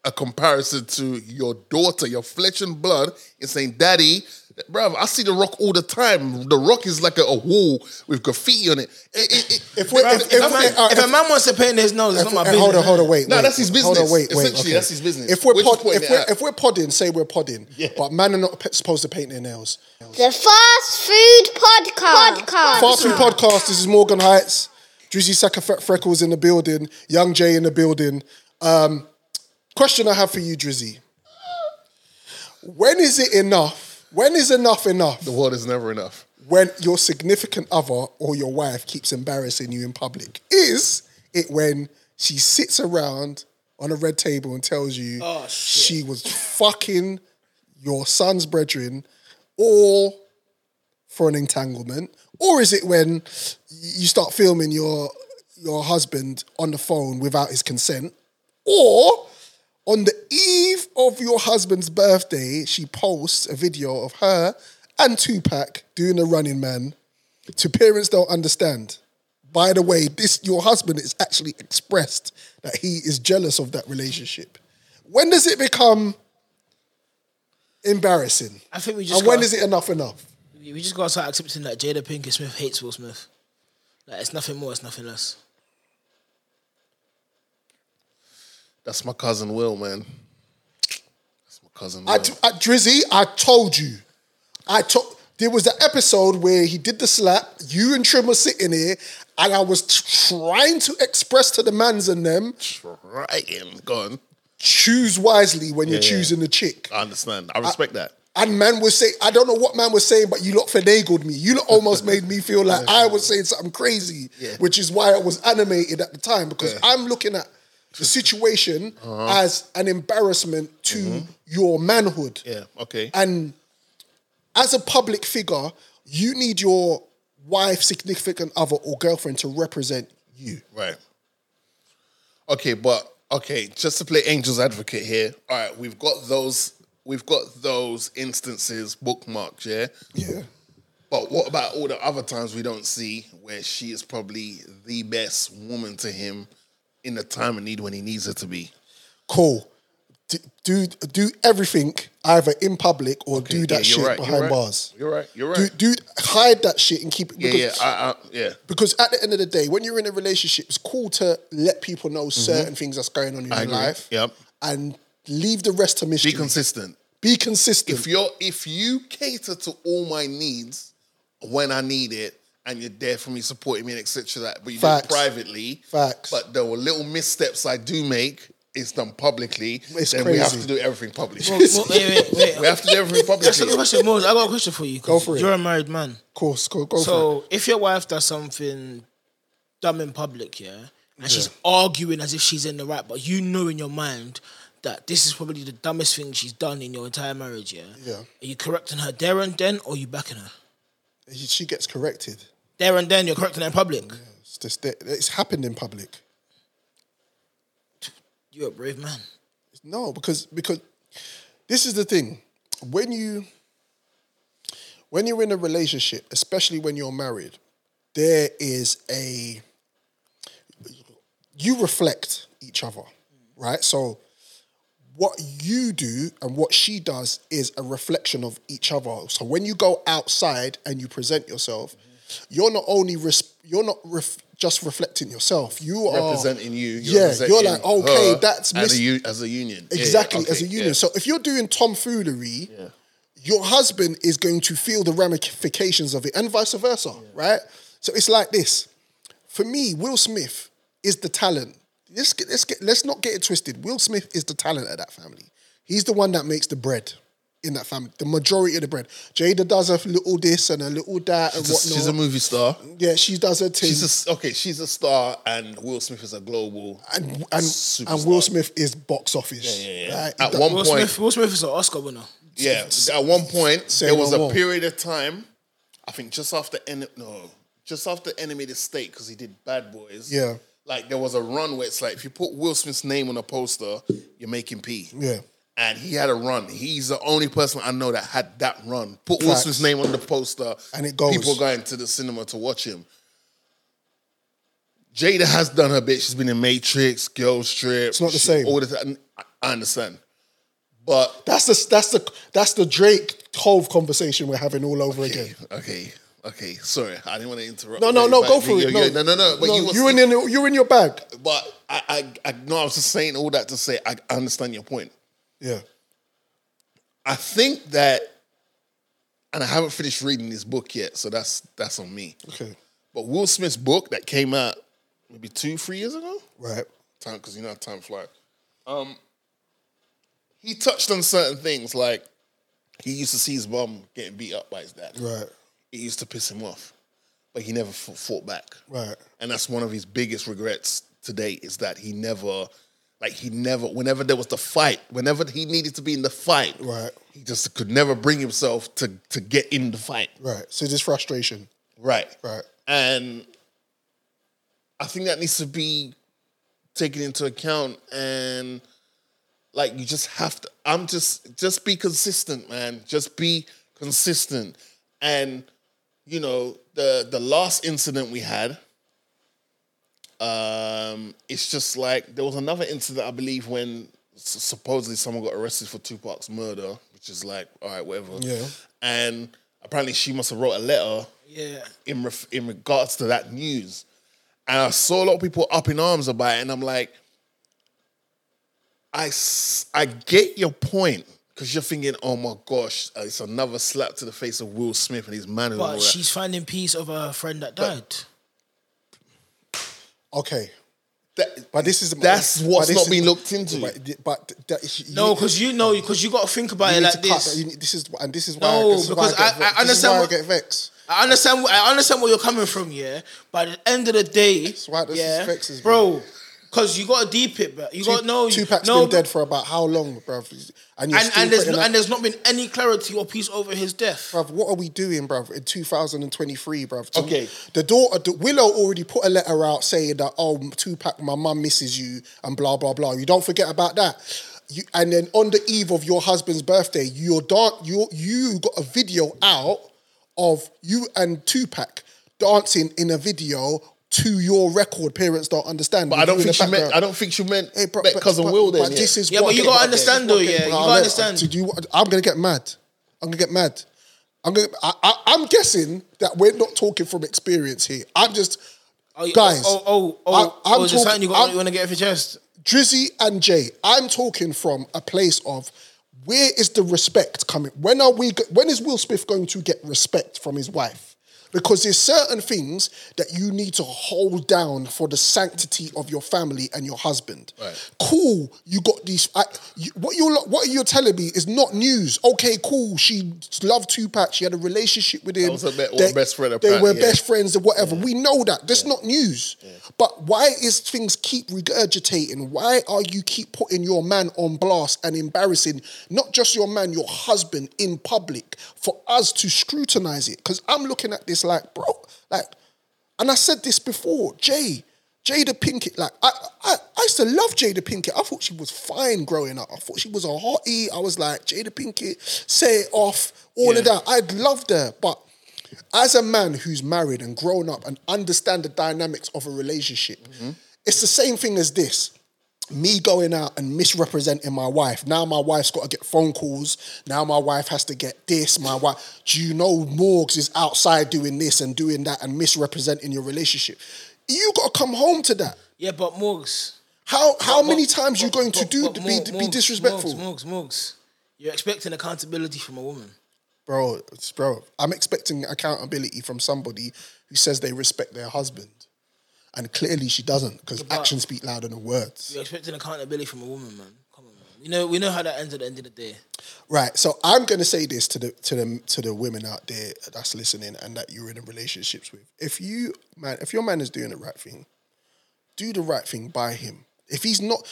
Speaker 3: a comparison to your daughter, your flesh and blood, and saying, Daddy, bruv, I see The Rock all the time. The Rock is like a, a wall with graffiti on it. It- it- it-
Speaker 4: If we're-
Speaker 3: bruv,
Speaker 4: if-
Speaker 5: If,
Speaker 4: if
Speaker 5: a man,
Speaker 4: uh,
Speaker 5: if a man wants to paint his nose, it's
Speaker 4: If-
Speaker 5: not my
Speaker 4: uh,
Speaker 5: business.
Speaker 4: hold on, hold on,
Speaker 5: innit?
Speaker 4: wait.
Speaker 3: No,
Speaker 4: wait.
Speaker 3: that's his business.
Speaker 4: Hold on, wait, wait.
Speaker 3: Essentially, that's his business.
Speaker 4: If we're,
Speaker 3: We're
Speaker 4: pod,
Speaker 3: just pointing
Speaker 4: if,
Speaker 3: it
Speaker 4: we're,
Speaker 3: out.
Speaker 4: if we're podding, say we're podding, but man are not p- supposed to paint their nails.
Speaker 12: The fast food podcast. Podcast.
Speaker 4: Fast food podcast. This is Morgan Heights. Drizzy Saka Fre- Freckles in the building. Young Jay in the building. Um, question I have for you, Drizzy. When is it enough? When is enough enough?
Speaker 3: the world is never enough.
Speaker 4: when your significant other or your wife keeps embarrassing you in public? Is it when she sits around on a red table and tells you she was fucking your son's brethren or for an entanglement? Or is it when you start filming your your husband on the phone without his consent? Or on the eve of your husband's birthday, she posts a video of her and Tupac doing a running man to parents don't understand. By the way, this your husband is actually expressed that he is jealous of that relationship. When does it become embarrassing?
Speaker 5: I think we just
Speaker 4: And when
Speaker 5: gotta-
Speaker 4: is it enough enough?
Speaker 5: We we just gotta start accepting that Jada Pinkett Smith hates Will Smith. Like it's nothing more, it's nothing less.
Speaker 3: That's my cousin Will, man. That's my cousin Will.
Speaker 4: I t- I- Drizzy, I told you. I told there was an episode where he did the slap. You and Trim were sitting here, and I was t- trying to express to the mans and them.
Speaker 3: Trying, gone.
Speaker 4: Choose wisely when you're
Speaker 3: Yeah, yeah.
Speaker 4: choosing a chick.
Speaker 3: I understand. I respect that.
Speaker 4: And man was saying, I don't know what man was saying, but you lot finagled me. You lot almost made me feel like I was saying something crazy,
Speaker 3: Yeah.
Speaker 4: which is why I was animated at the time because I'm looking at the situation
Speaker 3: Uh-huh. Mm-hmm.
Speaker 4: as an embarrassment to your manhood.
Speaker 3: Yeah. Okay.
Speaker 4: And as a public figure, you need your wife, significant other, or girlfriend to represent you.
Speaker 3: Right. Okay, but okay, just to play angel's advocate here. All right, we've got those we've got those instances bookmarked, yeah?
Speaker 4: Yeah.
Speaker 3: But what about all the other times we don't see where she is probably the best woman to him in the time of need when he needs her to be?
Speaker 4: Cool. D- do do everything either in public or do
Speaker 3: Yeah,
Speaker 4: that
Speaker 3: you're
Speaker 4: shit
Speaker 3: right, you're
Speaker 4: behind
Speaker 3: right,
Speaker 4: bars.
Speaker 3: You're right. You're right.
Speaker 4: Do, do hide that shit and keep it
Speaker 3: yeah,
Speaker 4: because,
Speaker 3: yeah, I, I, yeah.
Speaker 4: because at the end of the day, when you're in a relationship, it's cool to let people know certain things that's going on in
Speaker 3: Mm-hmm. I
Speaker 4: your
Speaker 3: agree.
Speaker 4: life
Speaker 3: Yep.
Speaker 4: and leave the rest to mystery.
Speaker 3: Be consistent.
Speaker 4: Be consistent.
Speaker 3: If you're if you cater to all my needs when I need it and you're there for me, supporting me, and etc. That, but you
Speaker 4: Facts.
Speaker 3: do it privately.
Speaker 4: Facts.
Speaker 3: But the little missteps I do make, it's done publicly.
Speaker 4: It's
Speaker 3: then we have
Speaker 4: crazy.
Speaker 3: to do everything publicly.
Speaker 5: Well, well, wait, wait, wait.
Speaker 3: we have to do everything
Speaker 5: That's a
Speaker 3: publicly.
Speaker 5: question, Moses. I got a question for you. 'cause
Speaker 4: Go for it.
Speaker 5: You're a married man.
Speaker 4: Of course, go, go for it.
Speaker 5: So if your wife does something dumb in public, yeah, and she's arguing as if she's in the right, but you know in your mind that this is probably the dumbest thing she's done in your entire marriage, yeah.
Speaker 4: Yeah.
Speaker 5: Are you correcting her there and then, or are you backing her
Speaker 4: she gets corrected.
Speaker 5: there and then? You're correcting her in public.
Speaker 4: It's, just, that- it's happened in public.
Speaker 5: You're a brave man.
Speaker 4: No, because because this is the thing. When you when you're in a relationship, especially when you're married, there is a you reflect each other, right? So what you do and what she does is a reflection of each other. So when you go outside and you present yourself, you're not only res- you're not ref- just reflecting yourself. You are
Speaker 3: Representing you, you're
Speaker 4: yeah, you're like
Speaker 3: representing
Speaker 4: okay,
Speaker 3: her
Speaker 4: that's
Speaker 3: Oh. as a,
Speaker 4: mis-
Speaker 3: u- as a union. Yeah, yeah,
Speaker 4: Exactly, as
Speaker 3: okay,
Speaker 4: a
Speaker 3: yeah.
Speaker 4: union. So if you're doing tomfoolery, your husband is going to feel the ramifications of it and vice versa, right? So it's like this. For me, Will Smith is the talent. Let's, get, let's, get, let's not get it twisted. Will Smith is the talent of that family. He's the one that makes the bread in that family, the majority of the bread. Jada does a little this and a little that and
Speaker 3: She's a-
Speaker 4: whatnot.
Speaker 3: she's a movie star.
Speaker 4: yeah, she does her thing.
Speaker 3: She's a, s- okay. She's a star, and Will Smith is a global
Speaker 4: and, and, and Will Smith is box office.
Speaker 3: yeah, yeah.
Speaker 4: right?
Speaker 3: At
Speaker 4: That-
Speaker 3: one
Speaker 5: Will
Speaker 3: point,
Speaker 5: Smith, Will Smith is an Oscar winner.
Speaker 3: Yeah, at one point
Speaker 4: Say
Speaker 3: there
Speaker 4: no
Speaker 3: was a
Speaker 4: more.
Speaker 3: period of time. I think just after en- no, just after animated state because he did Bad Boys.
Speaker 4: Yeah.
Speaker 3: like there was a run where it's like if you put Will Smith's name on a poster, you're making P.
Speaker 4: Yeah.
Speaker 3: And he had a run. He's the only person I know that had that run. Put Will
Speaker 4: Facts.
Speaker 3: Smith's name on the poster,
Speaker 4: And it goes.
Speaker 3: People are going to the cinema to watch him. Jada has done her bit. She's been in Matrix, Girls Trip. It's
Speaker 4: not the same.
Speaker 3: All the time. I- I understand, but
Speaker 4: That's the that's the that's the Drake Cove conversation we're having all over again.
Speaker 3: Okay, okay. Sorry, I didn't want to interrupt.
Speaker 4: No, no,
Speaker 3: But-
Speaker 4: no,
Speaker 3: but
Speaker 4: go for
Speaker 3: you-
Speaker 4: it.
Speaker 3: you- No, no, no. But you, was-
Speaker 4: are in your, you're in your bag.
Speaker 3: But I, I, I, no, I was just saying all that to say I I understand your point.
Speaker 4: Yeah,
Speaker 3: I think that, and I haven't finished reading this book yet, so that's that's on me.
Speaker 4: Okay.
Speaker 3: But Will Smith's book that came out maybe two, three years ago.
Speaker 4: right.
Speaker 3: time because you know how time flies. Um, he touched on certain things like he used to see his mom getting beat up by his dad.
Speaker 4: Right.
Speaker 3: It used to piss him off, but he never fought, fought back.
Speaker 4: Right.
Speaker 3: And that's one of his biggest regrets today is that he never, like he never, whenever there was the fight, whenever he needed to be in the fight,
Speaker 4: Right.
Speaker 3: he just could never bring himself to to get in the fight.
Speaker 4: Right. So this frustration.
Speaker 3: Right.
Speaker 4: Right.
Speaker 3: And I think that needs to be taken into account and like you just have to I'm just just be consistent, man. Just be consistent. And you know, the the last incident we had um it's just like there was another incident I believe when s- supposedly someone got arrested for Tupac's murder, which is like all right, whatever.
Speaker 4: Yeah.
Speaker 3: And apparently she must have wrote a letter
Speaker 5: Yeah.
Speaker 3: in ref- in regards to that news, and I saw a lot of people up in arms about it, and I'm like, I, s- I get your point because you're thinking, oh my gosh, uh, it's another slap to the face of Will Smith and his manhood. and all
Speaker 5: But
Speaker 3: that.
Speaker 5: she's finding peace of her friend that died.
Speaker 4: Okay.
Speaker 3: That-
Speaker 4: but this is
Speaker 3: that's
Speaker 4: but
Speaker 3: what's
Speaker 4: this
Speaker 3: not
Speaker 4: is-
Speaker 3: been looked into.
Speaker 4: But, but that,
Speaker 5: no, because you know, because you got to think about
Speaker 4: you
Speaker 5: it
Speaker 4: need
Speaker 5: like
Speaker 4: to cut
Speaker 5: this.
Speaker 4: that. You need- this is and this is why.
Speaker 5: No,
Speaker 4: this is
Speaker 5: because
Speaker 4: why I,
Speaker 5: I,
Speaker 4: get
Speaker 5: I,
Speaker 4: vexed. This is
Speaker 5: understand.
Speaker 4: why
Speaker 5: what-
Speaker 4: I get vexed.
Speaker 5: I understand. wh- I understand where you're coming from. Yeah, but at the end of the day,
Speaker 4: why this
Speaker 5: yeah,
Speaker 4: vexes me.
Speaker 5: bro. Because you got to deep it, but you got no.
Speaker 4: Tupac's
Speaker 5: no,
Speaker 4: been dead for about how long, bruv? And you're
Speaker 5: and,
Speaker 4: still
Speaker 5: and there's
Speaker 4: putting
Speaker 5: no,
Speaker 4: out-
Speaker 5: and there's not been any clarity or peace over his death.
Speaker 4: Bruv, what are we doing, bruv, in 2023, bruv? To-
Speaker 3: Okay.
Speaker 4: The daughter, the, Willow already put a letter out saying that, oh, Tupac, my mum misses you, and blah, blah, blah. You don't forget about that. You, and then on the eve of your husband's birthday, your dan- you you got a video out of you and Tupac dancing in a video to your record. Parents don't understand.
Speaker 3: But
Speaker 4: With
Speaker 3: I don't
Speaker 4: you in
Speaker 3: think
Speaker 4: the
Speaker 3: she meant.
Speaker 4: background.
Speaker 3: I don't think she meant.
Speaker 4: Hey, bro,
Speaker 3: met cousin
Speaker 4: but-
Speaker 3: Will. Then
Speaker 4: but
Speaker 3: yeah.
Speaker 4: this is
Speaker 5: Yeah,
Speaker 4: what
Speaker 5: but you
Speaker 4: get-
Speaker 5: gotta understand though,
Speaker 4: what get-
Speaker 5: yeah, you
Speaker 4: I'll
Speaker 5: gotta
Speaker 4: let-
Speaker 5: understand.
Speaker 4: Did you, I'm gonna get mad. I'm gonna get mad. I'm gonna. I, I, I'm guessing that we're not talking from experience here. I'm just
Speaker 5: Oh,
Speaker 4: guys.
Speaker 5: oh, oh, oh,
Speaker 4: I, am
Speaker 5: oh, is there something you, got,
Speaker 4: I'm-
Speaker 5: you want to get off your chest?
Speaker 4: Drizzy and Jay, I'm talking from a place of where is the respect coming? When are we? go- When is Will Smith going to get respect from his wife? Because there's certain things that you need to hold down for the sanctity of your family and your husband. Cool, you got these. I, you, what you what you're telling me is not news. Okay, cool. She loved Tupac. She had a relationship with him.
Speaker 3: was her be-
Speaker 4: They-
Speaker 3: best friend,
Speaker 4: They were
Speaker 3: apparently, yeah.
Speaker 4: best friends or whatever. We know that. That's not news. But why is things keep regurgitating? Why are you keep putting your man on blast and embarrassing not just your man, your husband in public for us to scrutinize it? Because I'm looking at this like, bro, like, and I said this before, Jay, Jada Pinkett, like, I, I, I used to love Jada Pinkett. I thought she was fine growing up. I thought she was a hottie. I was like, Jada Pinkett, say it off, all of that. I'd loved her, but as a man who's married and grown up and understand the dynamics of a relationship, it's the same thing as this. Me going out and misrepresenting my wife. Now my wife's got to get phone calls. Now my wife has to get this. My wife, do you know Morgs is outside doing this and doing that and misrepresenting your relationship? You got to come home to that.
Speaker 5: Yeah, but Morgs.
Speaker 4: How how
Speaker 5: But-
Speaker 4: many
Speaker 5: but-
Speaker 4: times you
Speaker 5: but-
Speaker 4: going to
Speaker 5: but-
Speaker 4: do
Speaker 5: but
Speaker 4: be,
Speaker 5: Morgs,
Speaker 4: be
Speaker 5: Morgs,
Speaker 4: disrespectful,
Speaker 5: Morgs, Morgs, Morgs. You're expecting accountability from a woman.
Speaker 4: bro? it's- Bro, I'm expecting accountability from somebody who says they respect their husband, and clearly she doesn't because actions speak louder than words.
Speaker 5: You're expecting accountability from a woman, man. Come on, man. You know, we know how that ends at the end of the day.
Speaker 4: Right. So I'm going to say this to the to the to the women out there that's listening and that you're in relationships with. If you man, if your man is doing the right thing, do the right thing by him. If he's not,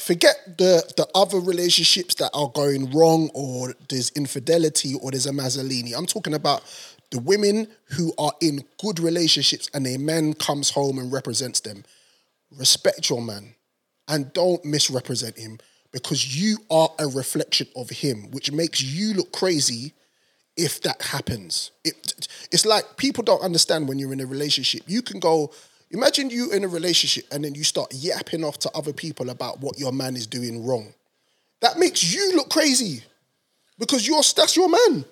Speaker 4: forget the the other relationships that are going wrong or there's infidelity or there's a Mazzolini. I'm talking about the women who are in good relationships and their man comes home and represents them. Respect your man and don't misrepresent him because you are a reflection of him, which makes you look crazy if that happens. It, it's like people don't understand when you're in a relationship. You can go, imagine you in a relationship and then you start yapping off to other people about what your man is doing wrong. That makes you look crazy because you're that's your man.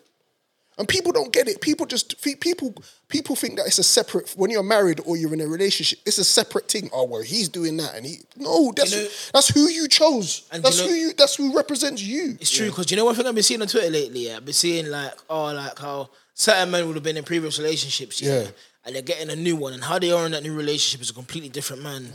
Speaker 4: And people don't get it. People just think people people think that it's a separate when you're married or you're in a relationship, it's a separate thing. Oh well, he's doing that and he no, that's
Speaker 5: You know-
Speaker 4: that's who you chose.
Speaker 5: And
Speaker 4: That's
Speaker 5: you know-
Speaker 4: who you that's who represents you.
Speaker 5: It's true because you know one thing I've been seeing on Twitter lately. Yeah, I've been seeing like oh like how certain men would have been in previous relationships. Yeah.
Speaker 4: Yeah.
Speaker 5: And they're getting a new one, and how they are in that new relationship is a completely different man.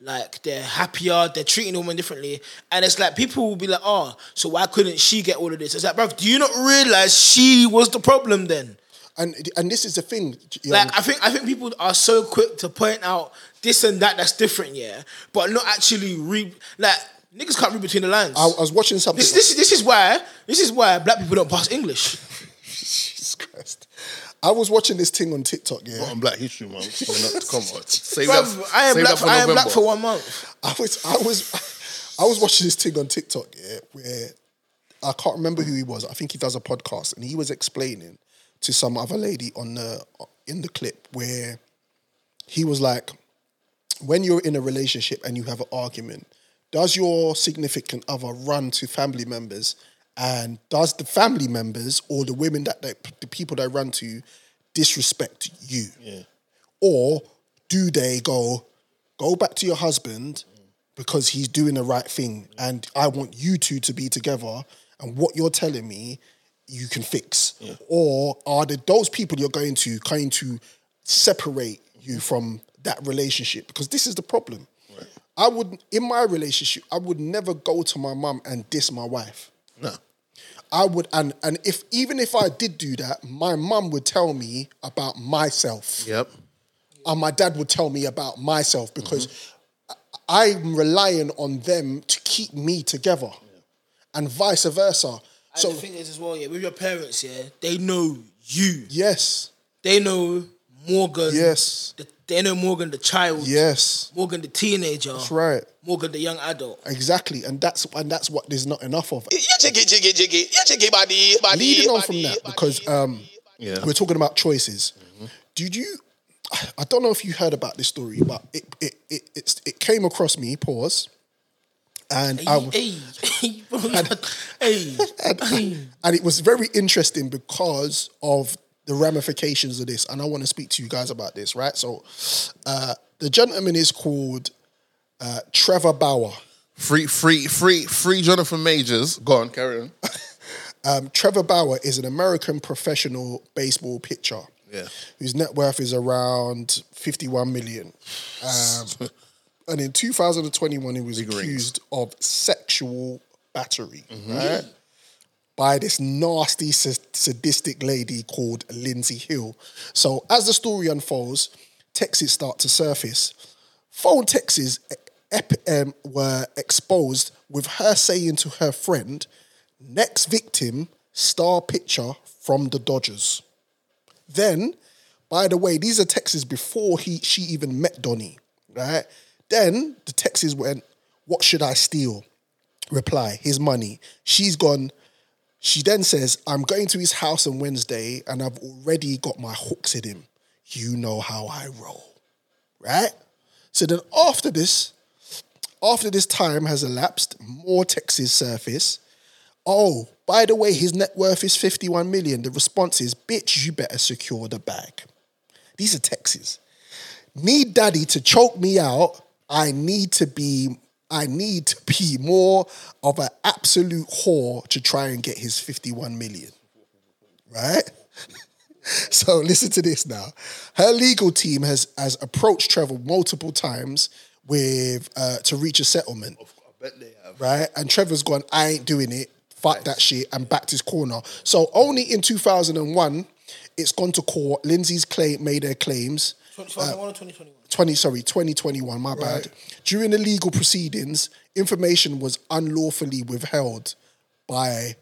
Speaker 5: Like they're happier, they're treating the woman differently, and it's like people will be like, "Oh, so why couldn't she get all of this?" It's like, bruv, do you not realize she was the problem then?
Speaker 4: And and this is the thing. um, you know,
Speaker 5: Like I think I think people are so quick to point out this and that that's different, yeah, but not actually read like niggas can't read between the lines.
Speaker 4: I was watching something.
Speaker 5: This, this, this is why this is why black people don't pass English.
Speaker 4: Jesus Christ. I was watching this thing on TikTok, yeah.
Speaker 3: Not on Black History Month. Not- Come on, save that.
Speaker 5: Bruv, I am
Speaker 3: save
Speaker 5: black.
Speaker 3: that for
Speaker 5: For, I am black
Speaker 3: November.
Speaker 5: for one month.
Speaker 4: I was I was I was watching this thing on TikTok, yeah, where I can't remember who he was. I think he does a podcast and he was explaining to some other lady on the in the clip where he was like, when you're in a relationship and you have an argument, does your significant other run to family members? And does the family members or the women that they, the people they run to disrespect you? Or do they go, go back to your husband, because he's doing the right thing, and I want you two to be together. And what you're telling me, you can fix, or are the, those people you're going to going to separate you from that relationship? Because this is the problem. I would in my relationship, I would never go to my mum and diss my wife.
Speaker 3: No.
Speaker 4: I would and and if even if I did do that, my mum would tell me about myself.
Speaker 3: Yep.
Speaker 4: And my dad would tell me about myself because I- I'm relying on them to keep me together. And vice versa.
Speaker 5: And
Speaker 4: So
Speaker 5: the thing is as well, yeah, with your parents, yeah, they know you.
Speaker 4: yes.
Speaker 5: They know Morgan.
Speaker 4: Yes.
Speaker 5: The, they know Morgan the child.
Speaker 4: Yes.
Speaker 5: Morgan the teenager.
Speaker 4: That's right.
Speaker 5: Morgan the young adult.
Speaker 4: Exactly. And that's and that's what there's not enough of.
Speaker 13: jiggy, jiggy, jiggy, yeah, jiggy, body, body,
Speaker 4: leading on
Speaker 13: body,
Speaker 4: from that because um,
Speaker 3: Yeah.
Speaker 4: we're talking about choices. Did you? I don't know if you heard about this story, but it it it it's, it came across me. Pause. And I was,
Speaker 5: Hey, hey, bro, hey.
Speaker 4: and it was very interesting because of the ramifications of this. And I want to speak to you guys about this, right? So, uh, the gentleman is called uh, Trevor Bauer.
Speaker 3: Free, free, free, free Jonathan Majors. Go on, carry on.
Speaker 4: Um, Trevor Bauer is an American professional baseball pitcher.
Speaker 3: Yeah.
Speaker 4: whose net worth is around 51 million. Um, and in 2021, he was accused of sexual battery right, by this nasty, sa- sadistic lady called Lindsay Hill. So, as the story unfolds, texts start to surface. Phone texts ep- um, were exposed with her saying to her friend, Next victim, star pitcher from the Dodgers. Then, by the way, these are texts before he she even met Donnie, right? Then the texts went, "What should I steal?" Reply, "His money." She's gone. She then says, "I'm going to his house on Wednesday, and I've already got my hooks in him. You know how I roll, right?" So then, after this, after this time has elapsed, more texts surface. Oh, by the way, his net worth is 51 million. The response is, bitch, you better secure the bag. These are texts. Need daddy to choke me out. I need to be, I need to be more of an absolute whore to try and get his 51 million. Right? So listen to this now. Her legal team has has approached Trevor multiple times with uh, to reach a settlement right? And Trevor's gone, I ain't doing it. Fuck that shit and backed his corner. So only in 2001, it's gone to court. Lindsay's claim made their claims.
Speaker 5: 2021 or 2021?
Speaker 4: 20 sorry 2021 my bad during the legal proceedings information was unlawfully withheld by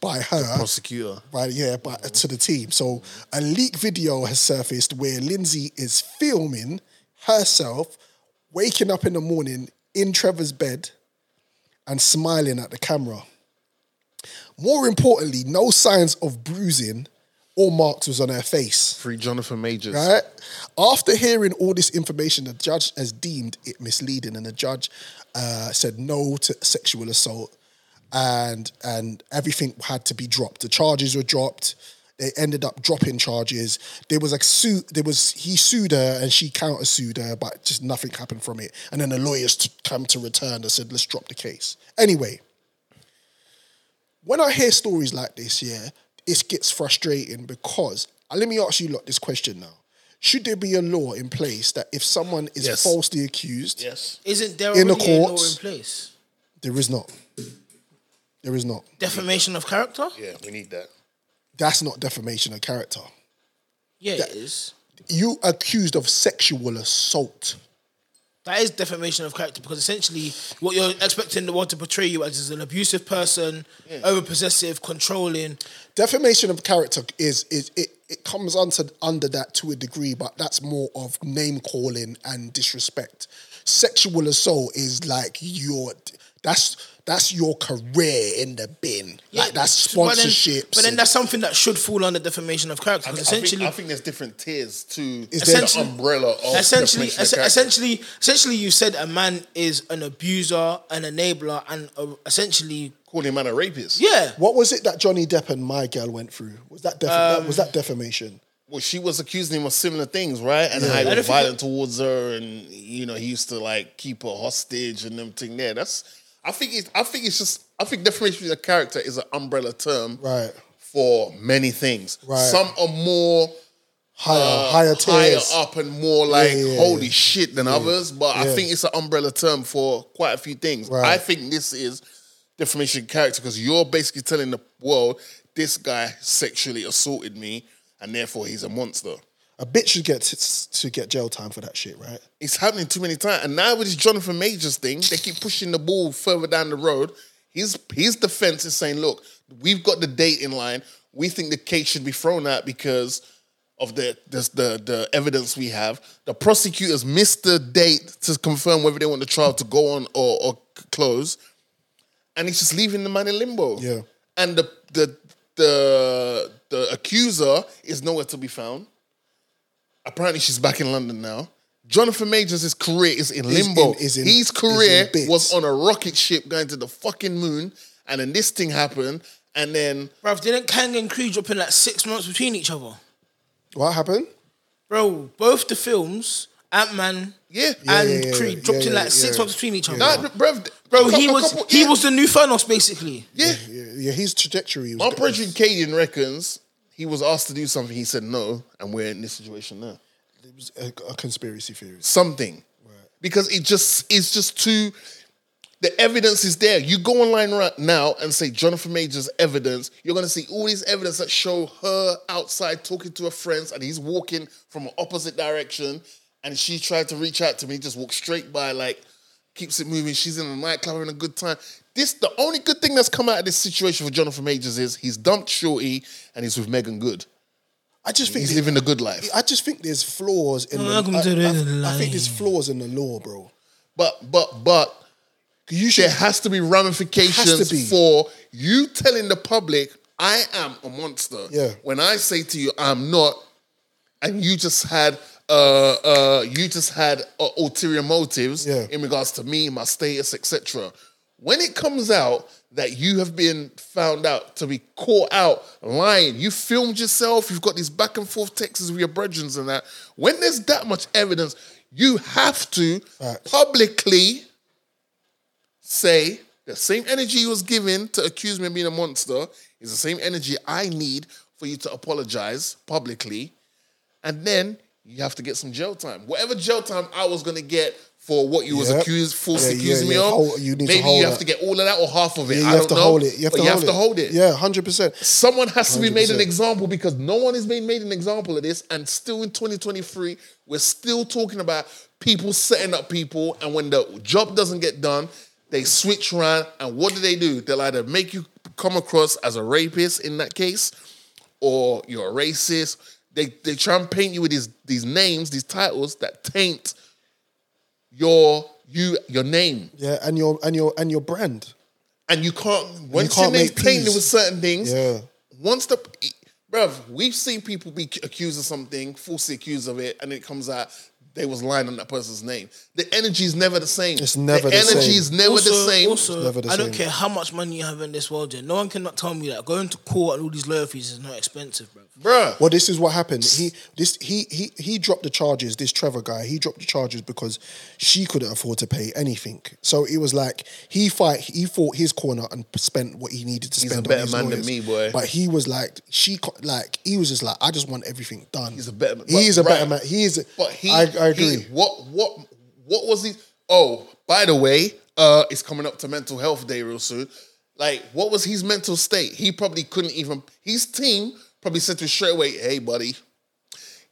Speaker 4: by her
Speaker 3: Prosecutor.
Speaker 4: right yeah but to the team so a leak video has surfaced where lindsay is filming herself waking up in the morning in trevor's bed and smiling at the camera more importantly no signs of bruising or marks was on her face
Speaker 3: Free Jonathan Majors.
Speaker 4: Right? After hearing all this information, the judge has deemed it misleading, and the judge uh, said no to sexual assault, and and everything had to be dropped. The charges were dropped. They ended up dropping charges. There was a suit. There was he sued her, and she counter sued her, but just nothing happened from it. And then the lawyers t- come to return and said, "Let's drop the case." Anyway, when I hear stories like this, yeah, it gets frustrating because uh, let me ask you lot this question now. Should there be a law in place that if someone is
Speaker 3: Yes.
Speaker 4: falsely accused,
Speaker 3: Yes.
Speaker 5: Isn't there
Speaker 4: In the
Speaker 5: already a law in
Speaker 4: courts.
Speaker 5: place?
Speaker 4: there is not? There is not.
Speaker 5: Defamation of character?
Speaker 3: Yeah, we need that.
Speaker 4: That's not defamation of character.
Speaker 5: Yeah, it is.
Speaker 4: You accused of sexual assault.
Speaker 5: That is defamation of character because essentially what you're expecting the world to portray you as is an abusive person, overpossessive, controlling.
Speaker 4: Defamation of character is is it, it comes under under that to a degree, but that's more of name calling and disrespect. Sexual assault is like your that's that's your career in the bin. like that's
Speaker 5: But then-
Speaker 4: sponsorships.
Speaker 5: But then,
Speaker 4: and-
Speaker 5: that's something that should fall under defamation of character because essentially
Speaker 3: I think, I think there's different tiers to
Speaker 4: Is there-
Speaker 3: the umbrella of
Speaker 5: essentially,
Speaker 3: defamation of
Speaker 5: es-
Speaker 3: character.
Speaker 5: essentially, essentially, you said a man is an abuser, an enabler, and uh essentially,
Speaker 3: calling a man a rapist.
Speaker 5: yeah. Um,
Speaker 4: what was it that Johnny Depp and my girl went through? Was that, def- that was that defamation?
Speaker 3: well, she was accusing him of similar things, right? And
Speaker 5: Yeah.
Speaker 3: how he
Speaker 5: And
Speaker 3: was
Speaker 5: if you
Speaker 3: violent towards her, and you know he used to like keep her hostage and them thing there. That's I think it, I think it's just I think definition of a character is an umbrella term
Speaker 14: Right.
Speaker 3: for many things.
Speaker 14: Right.
Speaker 3: Some are more
Speaker 14: Higher,
Speaker 3: uh,
Speaker 14: higher tiers.
Speaker 3: higher up, and more like
Speaker 14: Yeah, yeah,
Speaker 3: holy
Speaker 14: yeah.
Speaker 3: shit than others. But I
Speaker 14: Yeah.
Speaker 3: think it's an umbrella term for quite a few things.
Speaker 14: Right.
Speaker 3: I think this is definition of character because you're basically telling the world this guy sexually assaulted me, and therefore he's a monster.
Speaker 14: A bitch should get t- to get jail time for that shit, right?
Speaker 3: It's happening too many times. And now with this Jonathan Majors thing, they keep pushing the ball further down the road. His his defense is saying, look, we've got the date in line. We think the case should be thrown out because of the this, the the evidence we have. The prosecutors missed the date to confirm whether they want the trial to go on or, or c- close. And he's just leaving the man in limbo.
Speaker 14: Yeah.
Speaker 3: And the the the the accuser is nowhere to be found. Apparently, she's back in London now. Jonathan Majors' career is in
Speaker 14: Is
Speaker 3: limbo.
Speaker 14: in- is in-
Speaker 3: His career
Speaker 14: is in bits.
Speaker 3: was on a rocket ship going to the fucking moon, and then this thing happened, and then
Speaker 5: Bruv, didn't Kang and Creed drop in like six months between each other?
Speaker 14: What happened?
Speaker 5: Bro, both the films, Ant Man
Speaker 3: yeah.
Speaker 5: and
Speaker 14: yeah, yeah,
Speaker 5: Creed,
Speaker 14: yeah,
Speaker 5: dropped
Speaker 14: yeah,
Speaker 5: in like
Speaker 14: yeah,
Speaker 5: six
Speaker 14: yeah.
Speaker 5: months between each other.
Speaker 3: Nah, bro,
Speaker 5: Bro, Oh, he was he was the new Thanos basically.
Speaker 3: yeah.
Speaker 14: Yeah, yeah his trajectory was.
Speaker 3: My brethren Caden reckons he was asked to do something. He said no, and we're in this situation now.
Speaker 14: it was a, a conspiracy theory.
Speaker 3: something because it just it's just too the evidence is there you go online right now and say jonathan major's evidence you're going to see all these evidence that show her outside talking to her friends and he's walking from an opposite direction and she tried to reach out to me just walked straight by like keeps it moving she's in a nightclub having a good time this the only good thing that's come out of this situation for jonathan majors is he's dumped shorty and he's with megan good
Speaker 14: I just think
Speaker 3: he's living the good life
Speaker 14: I just think there's flaws in.
Speaker 5: Welcome
Speaker 14: the, I,
Speaker 5: to the
Speaker 14: I- I think there's
Speaker 5: line.
Speaker 14: flaws in the law, bro.
Speaker 3: But but but
Speaker 14: You should.
Speaker 3: there has to be ramifications
Speaker 14: Has to be.
Speaker 3: for you telling the public I am a monster.
Speaker 14: Yeah.
Speaker 3: When I say to you I'm not, and you just had uh uh you just had uh, ulterior motives
Speaker 14: Yeah.
Speaker 3: in regards to me, my status, etc. When it comes out that you have been found out to be caught out lying, you filmed yourself, you've got these back and forth texts with your brethren and that. When there's that much evidence, you have to
Speaker 14: Facts.
Speaker 3: publicly say the same energy you was given to accuse me of being a monster is the same energy I need for you to apologize publicly, and then you have to get some jail time. Whatever jail time I was gonna get for what you was
Speaker 14: Yep.
Speaker 3: accused, falsely
Speaker 14: Yeah, yeah,
Speaker 3: accusing me
Speaker 14: yeah.
Speaker 3: of,
Speaker 14: Hold- you need to
Speaker 3: maybe you
Speaker 14: hold
Speaker 3: have
Speaker 14: that.
Speaker 3: to get all of that or half of it.
Speaker 14: Yeah, you
Speaker 3: I
Speaker 14: have
Speaker 3: don't
Speaker 14: to
Speaker 3: know,
Speaker 14: hold it. You have
Speaker 3: but
Speaker 14: to,
Speaker 3: you
Speaker 14: hold,
Speaker 3: have
Speaker 14: it.
Speaker 3: to hold it.
Speaker 14: Yeah, hundred percent.
Speaker 3: Someone has to be made an
Speaker 14: 100%.
Speaker 3: example because no one is being made an example of this. And still in 2023, we're still talking about people setting up people. And when the job doesn't get done, they switch around. And what do they do? They'll either make you come across as a rapist in that case, or you're a racist. They, they try and paint you with these, these names, these titles that taint your you your name
Speaker 14: Yeah, and your and your and your brand.
Speaker 3: and you can't once
Speaker 14: can't
Speaker 3: your name's
Speaker 14: make peace.
Speaker 3: painted with certain things.
Speaker 14: Yeah.
Speaker 3: Once the bruv, we've seen people be accused of something, falsely accused of it, and it comes out they was lying on that person's name. The energy is never the same.
Speaker 14: It's never the
Speaker 3: energy
Speaker 14: same.
Speaker 3: is never the same.
Speaker 5: Also,
Speaker 14: never the
Speaker 5: I don't
Speaker 14: same.
Speaker 5: care how much money you have in this world, yeah. No one cannot tell me that going to court and all these lawyer fees is not expensive, bro.
Speaker 3: bruh.
Speaker 14: Well, this is what happened. He this he he he dropped the charges. This Trevor guy, he dropped the charges because she couldn't afford to pay anything. So it was like he fight he fought his corner and spent what he needed to
Speaker 3: He's a
Speaker 14: spend. on
Speaker 3: better
Speaker 14: his
Speaker 3: man than
Speaker 14: lawyers.
Speaker 3: me, boy.
Speaker 14: But he was like she co- like he was just like I just want everything done.
Speaker 3: He's a better man.
Speaker 14: He is a
Speaker 3: Right.
Speaker 14: better man. He is.
Speaker 3: But he,
Speaker 14: I, I agree.
Speaker 3: he- what what what was he? Oh, by the way, uh, it's coming up to Mental Health Day real soon. Like, what was his mental state? He probably couldn't even. His team probably said to him straight away, "Hey, buddy,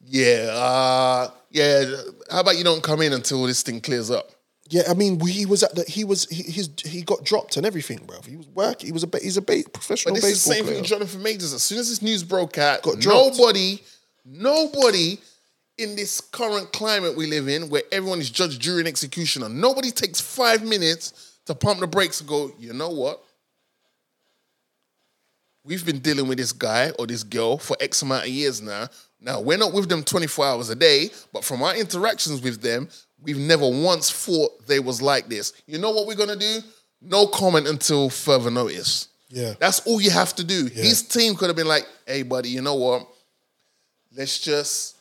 Speaker 3: yeah, uh, yeah. How about you don't come in until this thing clears up?"
Speaker 14: Yeah, I mean, he was at the he was he, his he got dropped and everything, bro. He was working. He was a ba- he's a ba-
Speaker 3: But
Speaker 14: professional
Speaker 3: this is the
Speaker 14: baseball
Speaker 3: same thing
Speaker 14: player.
Speaker 3: with Jonathan Majors. As soon as this news broke out,
Speaker 14: Got dropped.
Speaker 3: nobody, nobody in this current climate we live in, where everyone is judge, jury, and executioner, nobody takes five minutes to pump the brakes and go, you know what? We've been dealing with this guy or this girl for X amount of years now. Now, we're not with them 24 hours a day, but from our interactions with them, we've never once thought they was like this. You know what we're going to do? No comment until further notice.
Speaker 14: Yeah.
Speaker 3: That's all you have to do. His team could have been like, hey, buddy, you know what? Let's just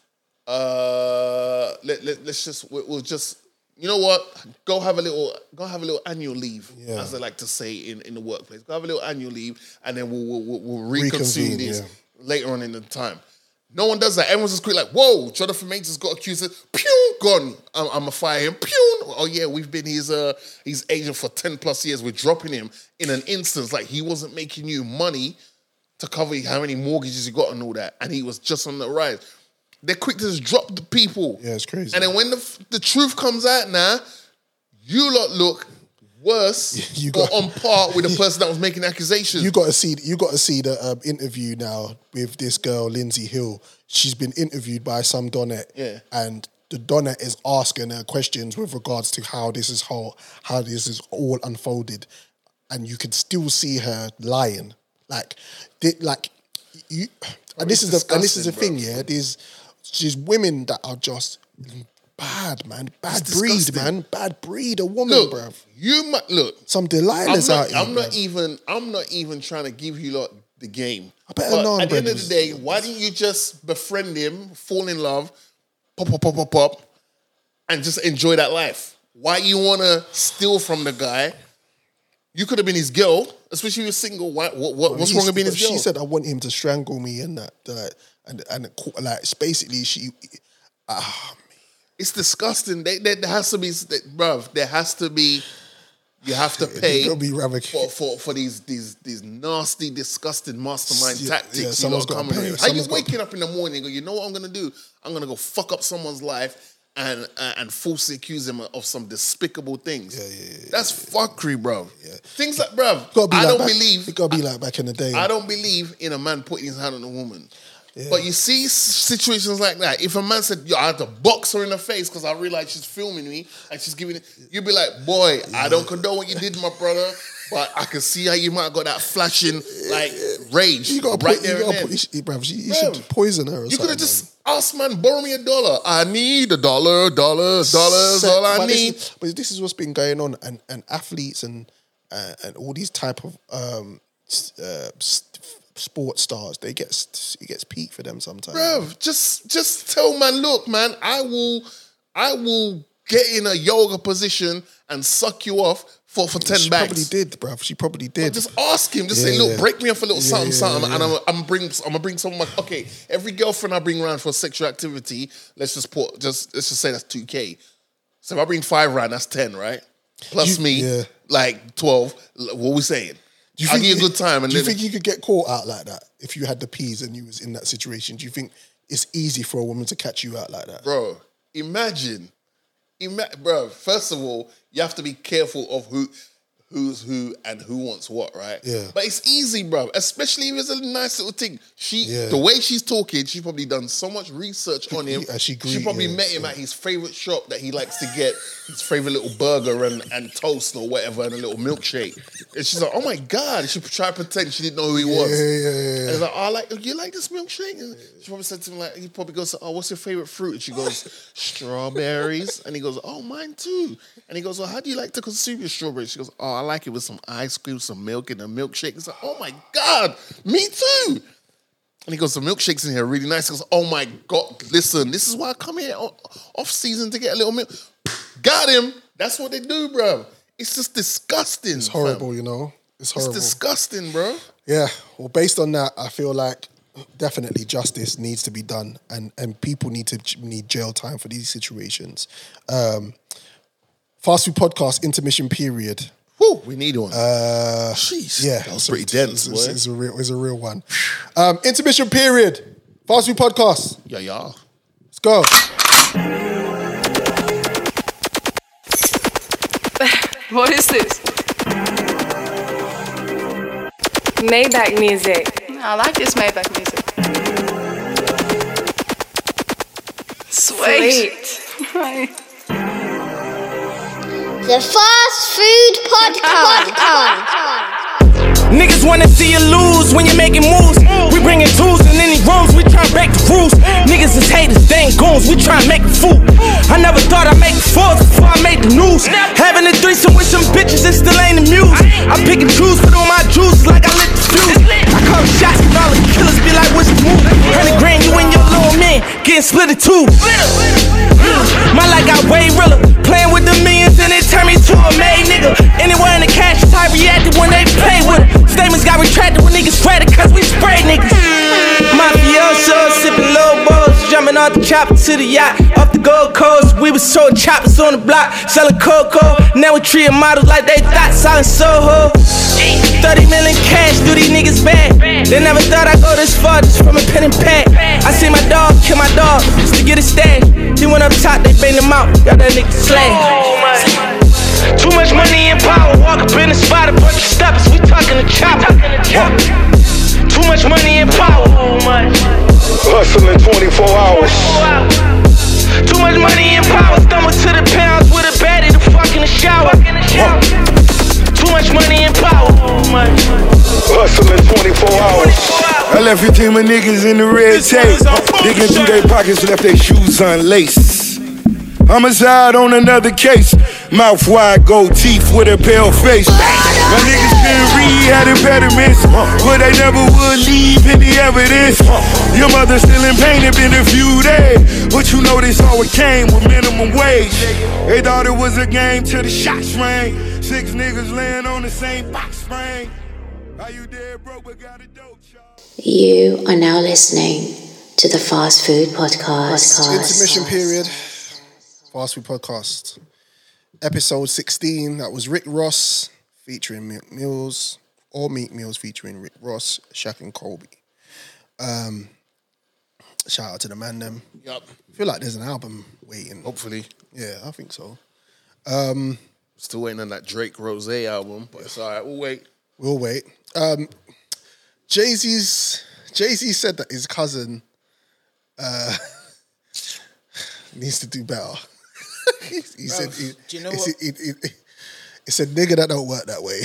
Speaker 3: uh let, let let's just we, we'll just you know what? Go have a little go have a little annual leave,
Speaker 4: Yeah.
Speaker 3: as I like to say in, in the workplace. Go have a little annual leave, and then we'll we'll, we'll, we'll reconsume
Speaker 4: Reconvene,
Speaker 3: this
Speaker 4: yeah.
Speaker 3: later on in the time. No one does that. Everyone's just quick like, "Whoa, Jonathan Majors has got accused. Of, pew, gone. I'm, I'm gonna fire him. Pew. Oh yeah, we've been his uh his agent for ten plus years. We're dropping him in an instance. Like he wasn't making you money to cover how many mortgages you got and all that, and he was just on the rise. They're quick to just drop the people.
Speaker 4: Yeah, it's crazy.
Speaker 3: And then when the f- the truth comes out now, you lot look worse
Speaker 4: You
Speaker 3: or
Speaker 4: got-
Speaker 3: on par with the person that was making the accusations.
Speaker 4: You got to see. You got to see the um, interview now with this girl Lindsay Hill. She's been interviewed by some Donette,
Speaker 3: Yeah.
Speaker 4: and the Donette is asking her questions with regards to how this is whole, how this is all unfolded, and you can still see her lying. Like, they, like you. And this is the and this is the
Speaker 3: disgusting,
Speaker 4: thing. Yeah, there's there's women that are just bad, man. Bad
Speaker 3: It's
Speaker 4: breed,
Speaker 3: disgusting.
Speaker 4: man. Bad breed. A woman,
Speaker 3: look,
Speaker 4: bruv.
Speaker 3: you might look.
Speaker 4: Some
Speaker 3: I'm
Speaker 4: Delilahs
Speaker 3: not,
Speaker 4: out here.
Speaker 3: I'm not
Speaker 4: bruv.
Speaker 3: even. I'm not even trying to give you lot the game. I
Speaker 4: better
Speaker 3: but
Speaker 4: know
Speaker 3: At the end of
Speaker 4: brothers.
Speaker 3: the day, why didn't you just befriend him, fall in love, pop, pop, pop, pop, pop, and just enjoy that life? Why you wanna steal from the guy? You could have been his girl, especially if you're single. Why, what, what, what's
Speaker 4: He-
Speaker 3: wrong with being his
Speaker 4: She
Speaker 3: girl?
Speaker 4: said, "I want him to strangle me," and that, that and and it cau- like it's basically she.
Speaker 3: it's disgusting. They, they, there has to be, they, bruv, there has to be. You have to pay
Speaker 4: gotta be ramic-
Speaker 3: for, for for these these these nasty, disgusting mastermind
Speaker 4: Yeah,
Speaker 3: tactics.
Speaker 4: yeah,
Speaker 3: you
Speaker 4: someone's
Speaker 3: lot
Speaker 4: gotta
Speaker 3: coming
Speaker 4: pay.
Speaker 3: with. How you
Speaker 4: Someone's gotta
Speaker 3: waking up in the morning and go, you know what I'm gonna do? I'm gonna go fuck up someone's life and uh, and falsely accuse them of some despicable things. That's fuckery, bruv. Things like, bruv,
Speaker 4: Gotta be
Speaker 3: I
Speaker 4: like
Speaker 3: don't
Speaker 4: back-
Speaker 3: believe
Speaker 4: It gotta be like back in the day.
Speaker 3: I don't believe in a man putting his hand on a woman. But you see s- situations like that. If a man said, "Yo, I had to box her in the face because I realized she's filming me and she's giving it," you'd be like, "Boy, I don't condone what you did, my brother, but I can see how you might have got that flashing like rage
Speaker 4: You gotta
Speaker 3: right
Speaker 4: put,
Speaker 3: there
Speaker 4: you
Speaker 3: and
Speaker 4: gotta
Speaker 3: then."
Speaker 4: put, you- bruv, she- you
Speaker 3: Bruv.
Speaker 4: should poison her. Or
Speaker 3: You could have
Speaker 4: something,
Speaker 3: just asked, man, borrow me a dollar. I need a dollar, dollar, dollars,
Speaker 4: Set-
Speaker 3: all I
Speaker 4: but this
Speaker 3: need.
Speaker 4: is- but this is what's been going on, and, and athletes and uh, and all these type of um, s- uh, s- sports stars, they get s- it gets peak for them sometimes.
Speaker 3: Bruv, just just tell man, look, man, I will I will get in a yoga position and suck you off for, for 10
Speaker 4: she probably
Speaker 3: bags.
Speaker 4: did, bruv. She probably did.
Speaker 3: Just ask him. Just say,
Speaker 4: Yeah,
Speaker 3: look,
Speaker 4: yeah.
Speaker 3: break me off a little
Speaker 4: Yeah,
Speaker 3: something,
Speaker 4: yeah,
Speaker 3: something,
Speaker 4: yeah,
Speaker 3: and I'm, I'm bring, I'm gonna bring someone. Like, okay, every girlfriend I bring around for sexual activity, let's just put, just let's just say that's two k. So if I bring five round, that's ten, right? Plus
Speaker 4: You-
Speaker 3: me,
Speaker 4: yeah.
Speaker 3: like twelve. L- What we saying? I need a good time, and
Speaker 4: do you
Speaker 3: then
Speaker 4: think you could get caught out like that if you had the peas and you was in that situation? Do you think it's easy for a woman to catch you out like that?
Speaker 3: bro. Imagine, ima- bro. First of all, you have to be careful of who, who's who, and who wants what, right?
Speaker 4: Yeah.
Speaker 3: But it's easy, bro. Especially if it's a nice little thing. She,
Speaker 4: Yeah.
Speaker 3: the way she's talking, she's probably done so much research on him.
Speaker 4: Yeah, she greet-
Speaker 3: probably
Speaker 4: yeah,
Speaker 3: met him at his favorite shop that he likes to get his favorite little burger and, and toast or whatever, and a little milkshake. And she's like, "Oh my god!" She tried to pretend she didn't know who he was. And he's like, oh, I like you like this milkshake? And She probably said to him like, he probably goes, oh, what's your favorite fruit? And she goes, strawberries. And he goes, oh, mine too. And he goes, well, how do you like to consume your strawberries? She goes, oh, I like it with some ice cream, some milk, and a milkshake. He's like, oh my god, me too. And he goes, the milkshakes in here are really nice. He goes, oh my god, listen, this is why I come here o- off season to get a little milk. Got him. That's what they do, bro. It's just disgusting.
Speaker 4: It's horrible, you know. It's
Speaker 3: It's
Speaker 4: horrible.
Speaker 3: disgusting, bro.
Speaker 4: yeah. Well, based on that, I feel like definitely justice needs to be done, and and people need to j- need jail time for these situations. Um, fast food podcast intermission period.
Speaker 3: Woo, we need one.
Speaker 4: Uh,
Speaker 3: Jeez,
Speaker 4: yeah,
Speaker 3: that was
Speaker 4: it's a-
Speaker 3: pretty dense,
Speaker 4: It's, it's,
Speaker 3: boy.
Speaker 4: it's a real, it's a real one. Um, intermission period. Fast food podcast.
Speaker 3: Yeah, y'all.
Speaker 4: Let's go.
Speaker 15: What is this? Maybach music. I like this Maybach music. Sweet.
Speaker 7: The Fast Food Podcast.
Speaker 13: Niggas wanna see you lose when you're making moves. We bringing tools in any rooms, we tryna break the rules. Niggas is haters, they ain't goons, we tryna make a fool. I never thought I'd make fools before I made the news. Having a threesome with some bitches, it still ain't amused. I pick and choose, put on my juice like I lit the fuse. I call shots, and all the killers be like, what's the move? Hundred grand, you and your little man and split it two. My life got way realer. Playing with the millions and it turned me to a made nigga. Anywhere in the cash, I reacted when they play with it. Statements got retracted when niggas spread it cause we spray niggas. Mafioso, sipping low balls, jumping off the chopper to the yacht. Off the Gold Coast, we was sold choppers on the block, selling cocoa. Now we treating models like they thought, selling Soho. 30 million cash, do these niggas bad. They never thought I'd go this far just from a pen and pad. I see my dog kill my dog just to get a stash. He went up top, they banged him out, got that nigga slayed. Too much money and power, walk up in the spot, a bunch of steppers, we talking the chopper. Too much money and power.
Speaker 16: Hustling 24 hours.
Speaker 13: Too much money and power, stumble to the pounds with a baddie to fuck in the shower. Too much money and power.
Speaker 16: Hustling 24 hours. I left your team of niggas in the red tape. Digging through their pockets, left their shoes unlaced. Homicide on another case. Mouth wide, gold teeth with a pale face. My niggas been rehab impediments, but they never would leave any evidence. Your mother still in pain, it been a few days. But you know this always came with minimum wage. They thought it was a game till the shots rang. Six niggas laying on the same box spring. How you dead broke but got a dope job?
Speaker 7: You are now listening to the Fast Food Podcast.
Speaker 4: Intermission period. Fast Food Podcast. Episode 16. That was Rick Ross featuring Meek Mills, or Meek Mills featuring Rick Ross, Shaq and Colby. Um, shout out to the man them.
Speaker 3: Yup.
Speaker 4: I feel like there's an album waiting.
Speaker 3: Hopefully.
Speaker 4: Yeah, I think so. Um,
Speaker 3: Still waiting on that Drake Rose album, but it's all right. We'll wait.
Speaker 4: We'll wait. Um, Jay Z's Jay Z said that his cousin uh, needs to do better. he, he said, he,
Speaker 5: do you know
Speaker 4: he
Speaker 5: what-
Speaker 4: said- he- he- he- "It's a nigga that don't work that way."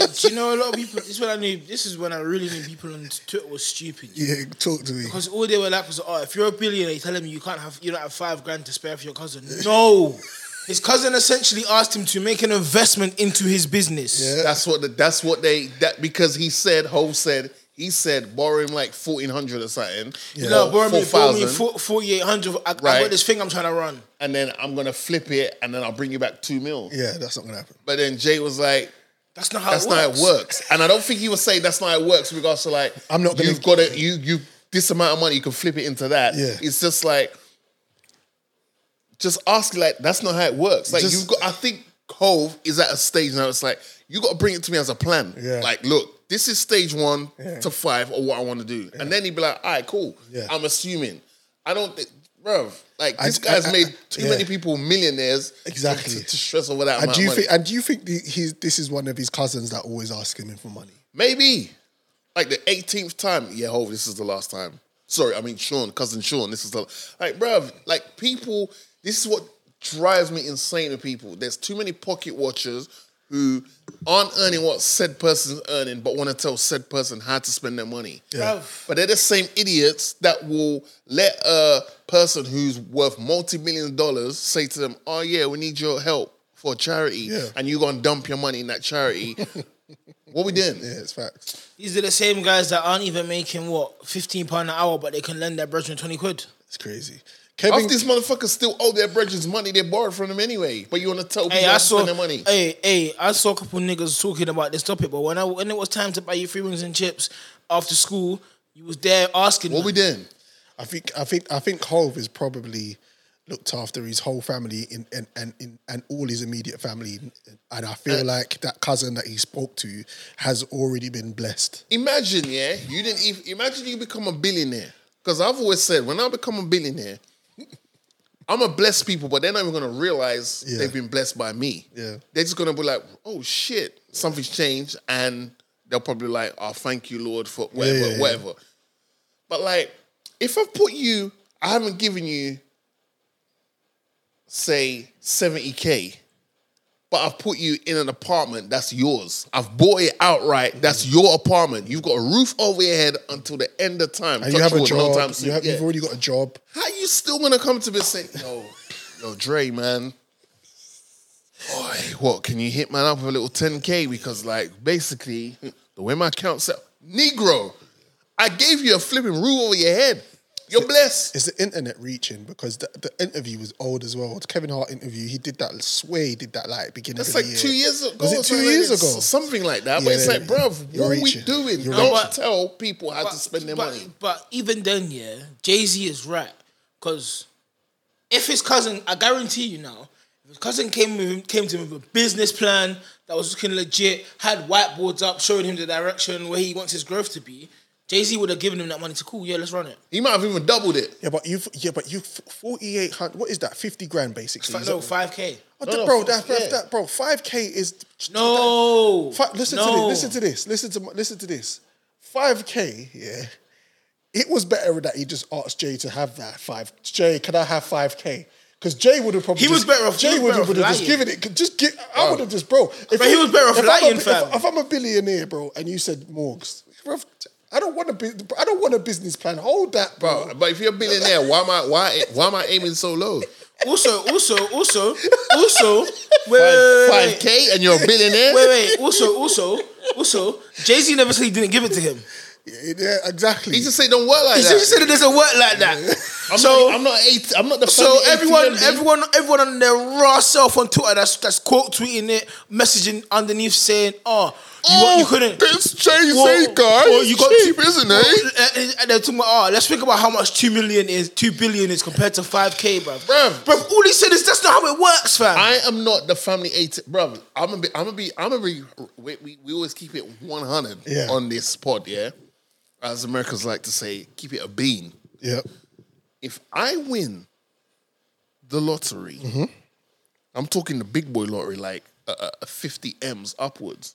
Speaker 5: Like, do you know a lot of people? This is when I knew. This is when I really knew people on Twitter were stupid.
Speaker 4: yeah, talk to me.
Speaker 5: Because all they were like was, "Oh, if you're a billionaire, you're telling me you can't have you don't have five grand to spare for your cousin." No, his cousin essentially asked him to make an investment into his business.
Speaker 3: That's what the, that's what they that because he said Hov said he said borrow him like fourteen hundred or something.
Speaker 5: You know, borrow me, borrow me
Speaker 3: 4,000,
Speaker 5: forty eight hundred. I, I
Speaker 3: Right.
Speaker 5: got this thing I'm trying to run.
Speaker 3: and then I'm gonna flip it and then I'll bring you back two mil.
Speaker 4: Yeah, that's not gonna happen.
Speaker 3: But then Jay was like,
Speaker 5: That's not how
Speaker 3: That's
Speaker 5: it
Speaker 3: not how
Speaker 5: works.
Speaker 3: it works. And I don't think he was saying that's not how it works in regards to like
Speaker 4: I'm not gonna-
Speaker 3: you've got to you you this amount of money you can flip it into that.
Speaker 4: Yeah.
Speaker 3: It's just like just ask like that's not how it works. Like
Speaker 4: Just-
Speaker 3: you've got I think Hove is at a stage now it's like you gotta bring it to me as a plan.
Speaker 4: Yeah.
Speaker 3: Like look, this is stage one
Speaker 4: Yeah.
Speaker 3: to five or what I want to do. And then he'd be like, all right, cool.
Speaker 4: Yeah.
Speaker 3: I'm assuming. I don't think Bruv, like
Speaker 4: I-
Speaker 3: this guy's
Speaker 4: I- I-
Speaker 3: made too
Speaker 4: yeah.
Speaker 3: many people millionaires to-
Speaker 4: Exactly.
Speaker 3: to, to stress over that.
Speaker 4: And
Speaker 3: amount
Speaker 4: do you
Speaker 3: of money.
Speaker 4: think? And do you think the, he's, this is one of his cousins that always ask him for money?
Speaker 3: Maybe. Like the 18th time. Yeah, hold, this is the last time. Sorry, I mean Sean, cousin Sean. This is the like, bruv, like people, this is what drives me insane to people. There's too many pocket watchers who aren't earning what said person's earning, but want to tell said person how to spend their money.
Speaker 5: Bruv.
Speaker 3: But they're the same idiots that will let a person who's worth multi-million dollars say to them, "Oh yeah, we need your help for charity,"
Speaker 4: Yeah.
Speaker 3: and you're gonna dump your money in that charity. what we doing?
Speaker 4: Yeah, it's facts.
Speaker 5: These are the same guys that aren't even making what fifteen pound an hour, but they can lend their brethren twenty quid.
Speaker 4: It's crazy.
Speaker 3: Half
Speaker 4: Kevin,
Speaker 3: these motherfuckers still owe their brethren's money they borrowed from them anyway. But you want to tell people
Speaker 5: Hey,
Speaker 3: how
Speaker 5: I
Speaker 3: to
Speaker 5: saw.
Speaker 3: spend their money?
Speaker 5: Hey, hey, I saw a couple niggas talking about this topic, but when I when it was time to buy you free wings and chips after school, you was there asking.
Speaker 3: what
Speaker 5: them.
Speaker 3: we doing?
Speaker 4: I think I think I think Hove is probably looked after his whole family in, and and in, and all his immediate family, and I
Speaker 3: Uh,
Speaker 4: feel like that cousin that he spoke to has already been blessed.
Speaker 3: Imagine, yeah, you didn't even imagine you become a billionaire. Because I've always said, when I become a billionaire, I'm gonna bless people, but they're not even gonna realize
Speaker 4: Yeah.
Speaker 3: they've been blessed by me.
Speaker 4: Yeah.
Speaker 3: They're just gonna be like, oh shit, something's changed, and they'll probably like, oh, thank you, Lord, for whatever,
Speaker 4: Yeah, yeah, yeah.
Speaker 3: whatever. But like, if I've put you, I haven't given you, say, 70K, but I've put you in an apartment that's yours. I've bought it outright. That's your apartment. You've got a roof over your head until the end of time.
Speaker 4: And you
Speaker 3: Touch
Speaker 4: have a
Speaker 3: wood, no
Speaker 4: job.
Speaker 3: time
Speaker 4: you
Speaker 3: soon.
Speaker 4: have,
Speaker 3: Yeah.
Speaker 4: You've already got a job.
Speaker 3: How you still gonna come to me and say, yo, yo, Dre, man. Boy, what, can you hit man up with a little 10K? Because like basically, the way my account set Negro, I gave you a flipping rule over your head. You're blessed.
Speaker 4: Is the internet reaching? Because the, the interview was old as well. The Kevin Hart interview, he did that. Sway did that like beginning.
Speaker 3: That's
Speaker 4: of
Speaker 3: like
Speaker 4: the year.
Speaker 3: two years ago.
Speaker 4: Was it
Speaker 3: It's
Speaker 4: two
Speaker 3: like
Speaker 4: years
Speaker 3: it's
Speaker 4: ago?
Speaker 3: Something like that.
Speaker 4: Yeah,
Speaker 3: but it's
Speaker 4: yeah,
Speaker 3: like,
Speaker 4: yeah.
Speaker 3: bruv,
Speaker 4: You're
Speaker 3: what are we
Speaker 4: reaching.
Speaker 3: doing?
Speaker 4: You're
Speaker 3: Don't
Speaker 4: reaching.
Speaker 3: tell people how to spend their
Speaker 5: but,
Speaker 3: money.
Speaker 5: But even then, yeah, Jay Z is right because if his cousin, I guarantee you now, if his cousin came with him, came to him with a business plan that was looking legit, had whiteboards up showing him the direction where he wants his growth to be, Jay Z would have given him that money to cool. Yeah, let's run it.
Speaker 3: He might have even doubled it.
Speaker 4: Yeah, but you. Yeah, but you. Forty eight hundred. What is that? Fifty grand basically.
Speaker 5: Fa-
Speaker 4: is
Speaker 5: no,
Speaker 4: it?
Speaker 5: five k.
Speaker 4: Oh, that- bro, that, that, that- bro, five k is
Speaker 5: no.
Speaker 4: Fi- listen
Speaker 5: No.
Speaker 4: to this. Listen to this. Listen to my- listen to this. Five k. Yeah, it was better that he just asked Jay to have that five. Jay, can I have five k? Because Jay would have probably
Speaker 5: He was
Speaker 4: just-
Speaker 5: better off- he
Speaker 4: Jay
Speaker 5: was
Speaker 4: would
Speaker 5: better
Speaker 4: have
Speaker 5: off
Speaker 4: would have just
Speaker 5: lying.
Speaker 4: given it. could Just get. I would have just, bro. If
Speaker 5: But he was better off
Speaker 4: if I'm
Speaker 5: lying,
Speaker 4: a, if-
Speaker 5: fam.
Speaker 4: If, I'm a billionaire, bro, and you said Morgs, bro, I don't want a bu- I don't want a business plan. Hold that, bro.
Speaker 3: Bro, but if you're a billionaire, why am I why why am I aiming so low?
Speaker 5: Also, also, also, also. Wait, wait, wait, wait,
Speaker 3: Five K and you're a billionaire?
Speaker 5: Wait, wait. Also, also, also, Jay Z never said he didn't give it to him.
Speaker 4: Yeah, exactly.
Speaker 3: He just say don't work like
Speaker 5: He
Speaker 3: that.
Speaker 5: just said it doesn't work like that.
Speaker 3: I'm
Speaker 5: so
Speaker 3: not, I'm not eight. I'm not the.
Speaker 5: so
Speaker 3: funny
Speaker 5: everyone,
Speaker 3: ATM,
Speaker 5: everyone, everyone on their raw self on Twitter that's that's quote tweeting it, messaging underneath saying, "Oh, you,
Speaker 3: Oh,
Speaker 5: you couldn't."
Speaker 3: This Jay Z
Speaker 5: Well,
Speaker 3: guy.
Speaker 5: well, you got
Speaker 3: cheap, isn't
Speaker 5: well,
Speaker 3: it?
Speaker 5: uh, uh, they're talking about, oh, let's think about how much two million is, two billion is compared to five k, bro.
Speaker 3: Bruv.
Speaker 5: all he said is that's not how it works, fam.
Speaker 3: I am not the family eight, bro. I'm gonna be. I'm gonna be. I'm gonna be. We, we, we always keep it 100
Speaker 4: Yeah.
Speaker 3: on this pod, yeah. As Americans like to say, keep it a bean.
Speaker 4: Yep.
Speaker 3: If I win the lottery,
Speaker 4: Mm-hmm.
Speaker 3: I'm talking the big boy lottery, like uh, uh, 50 m's upwards.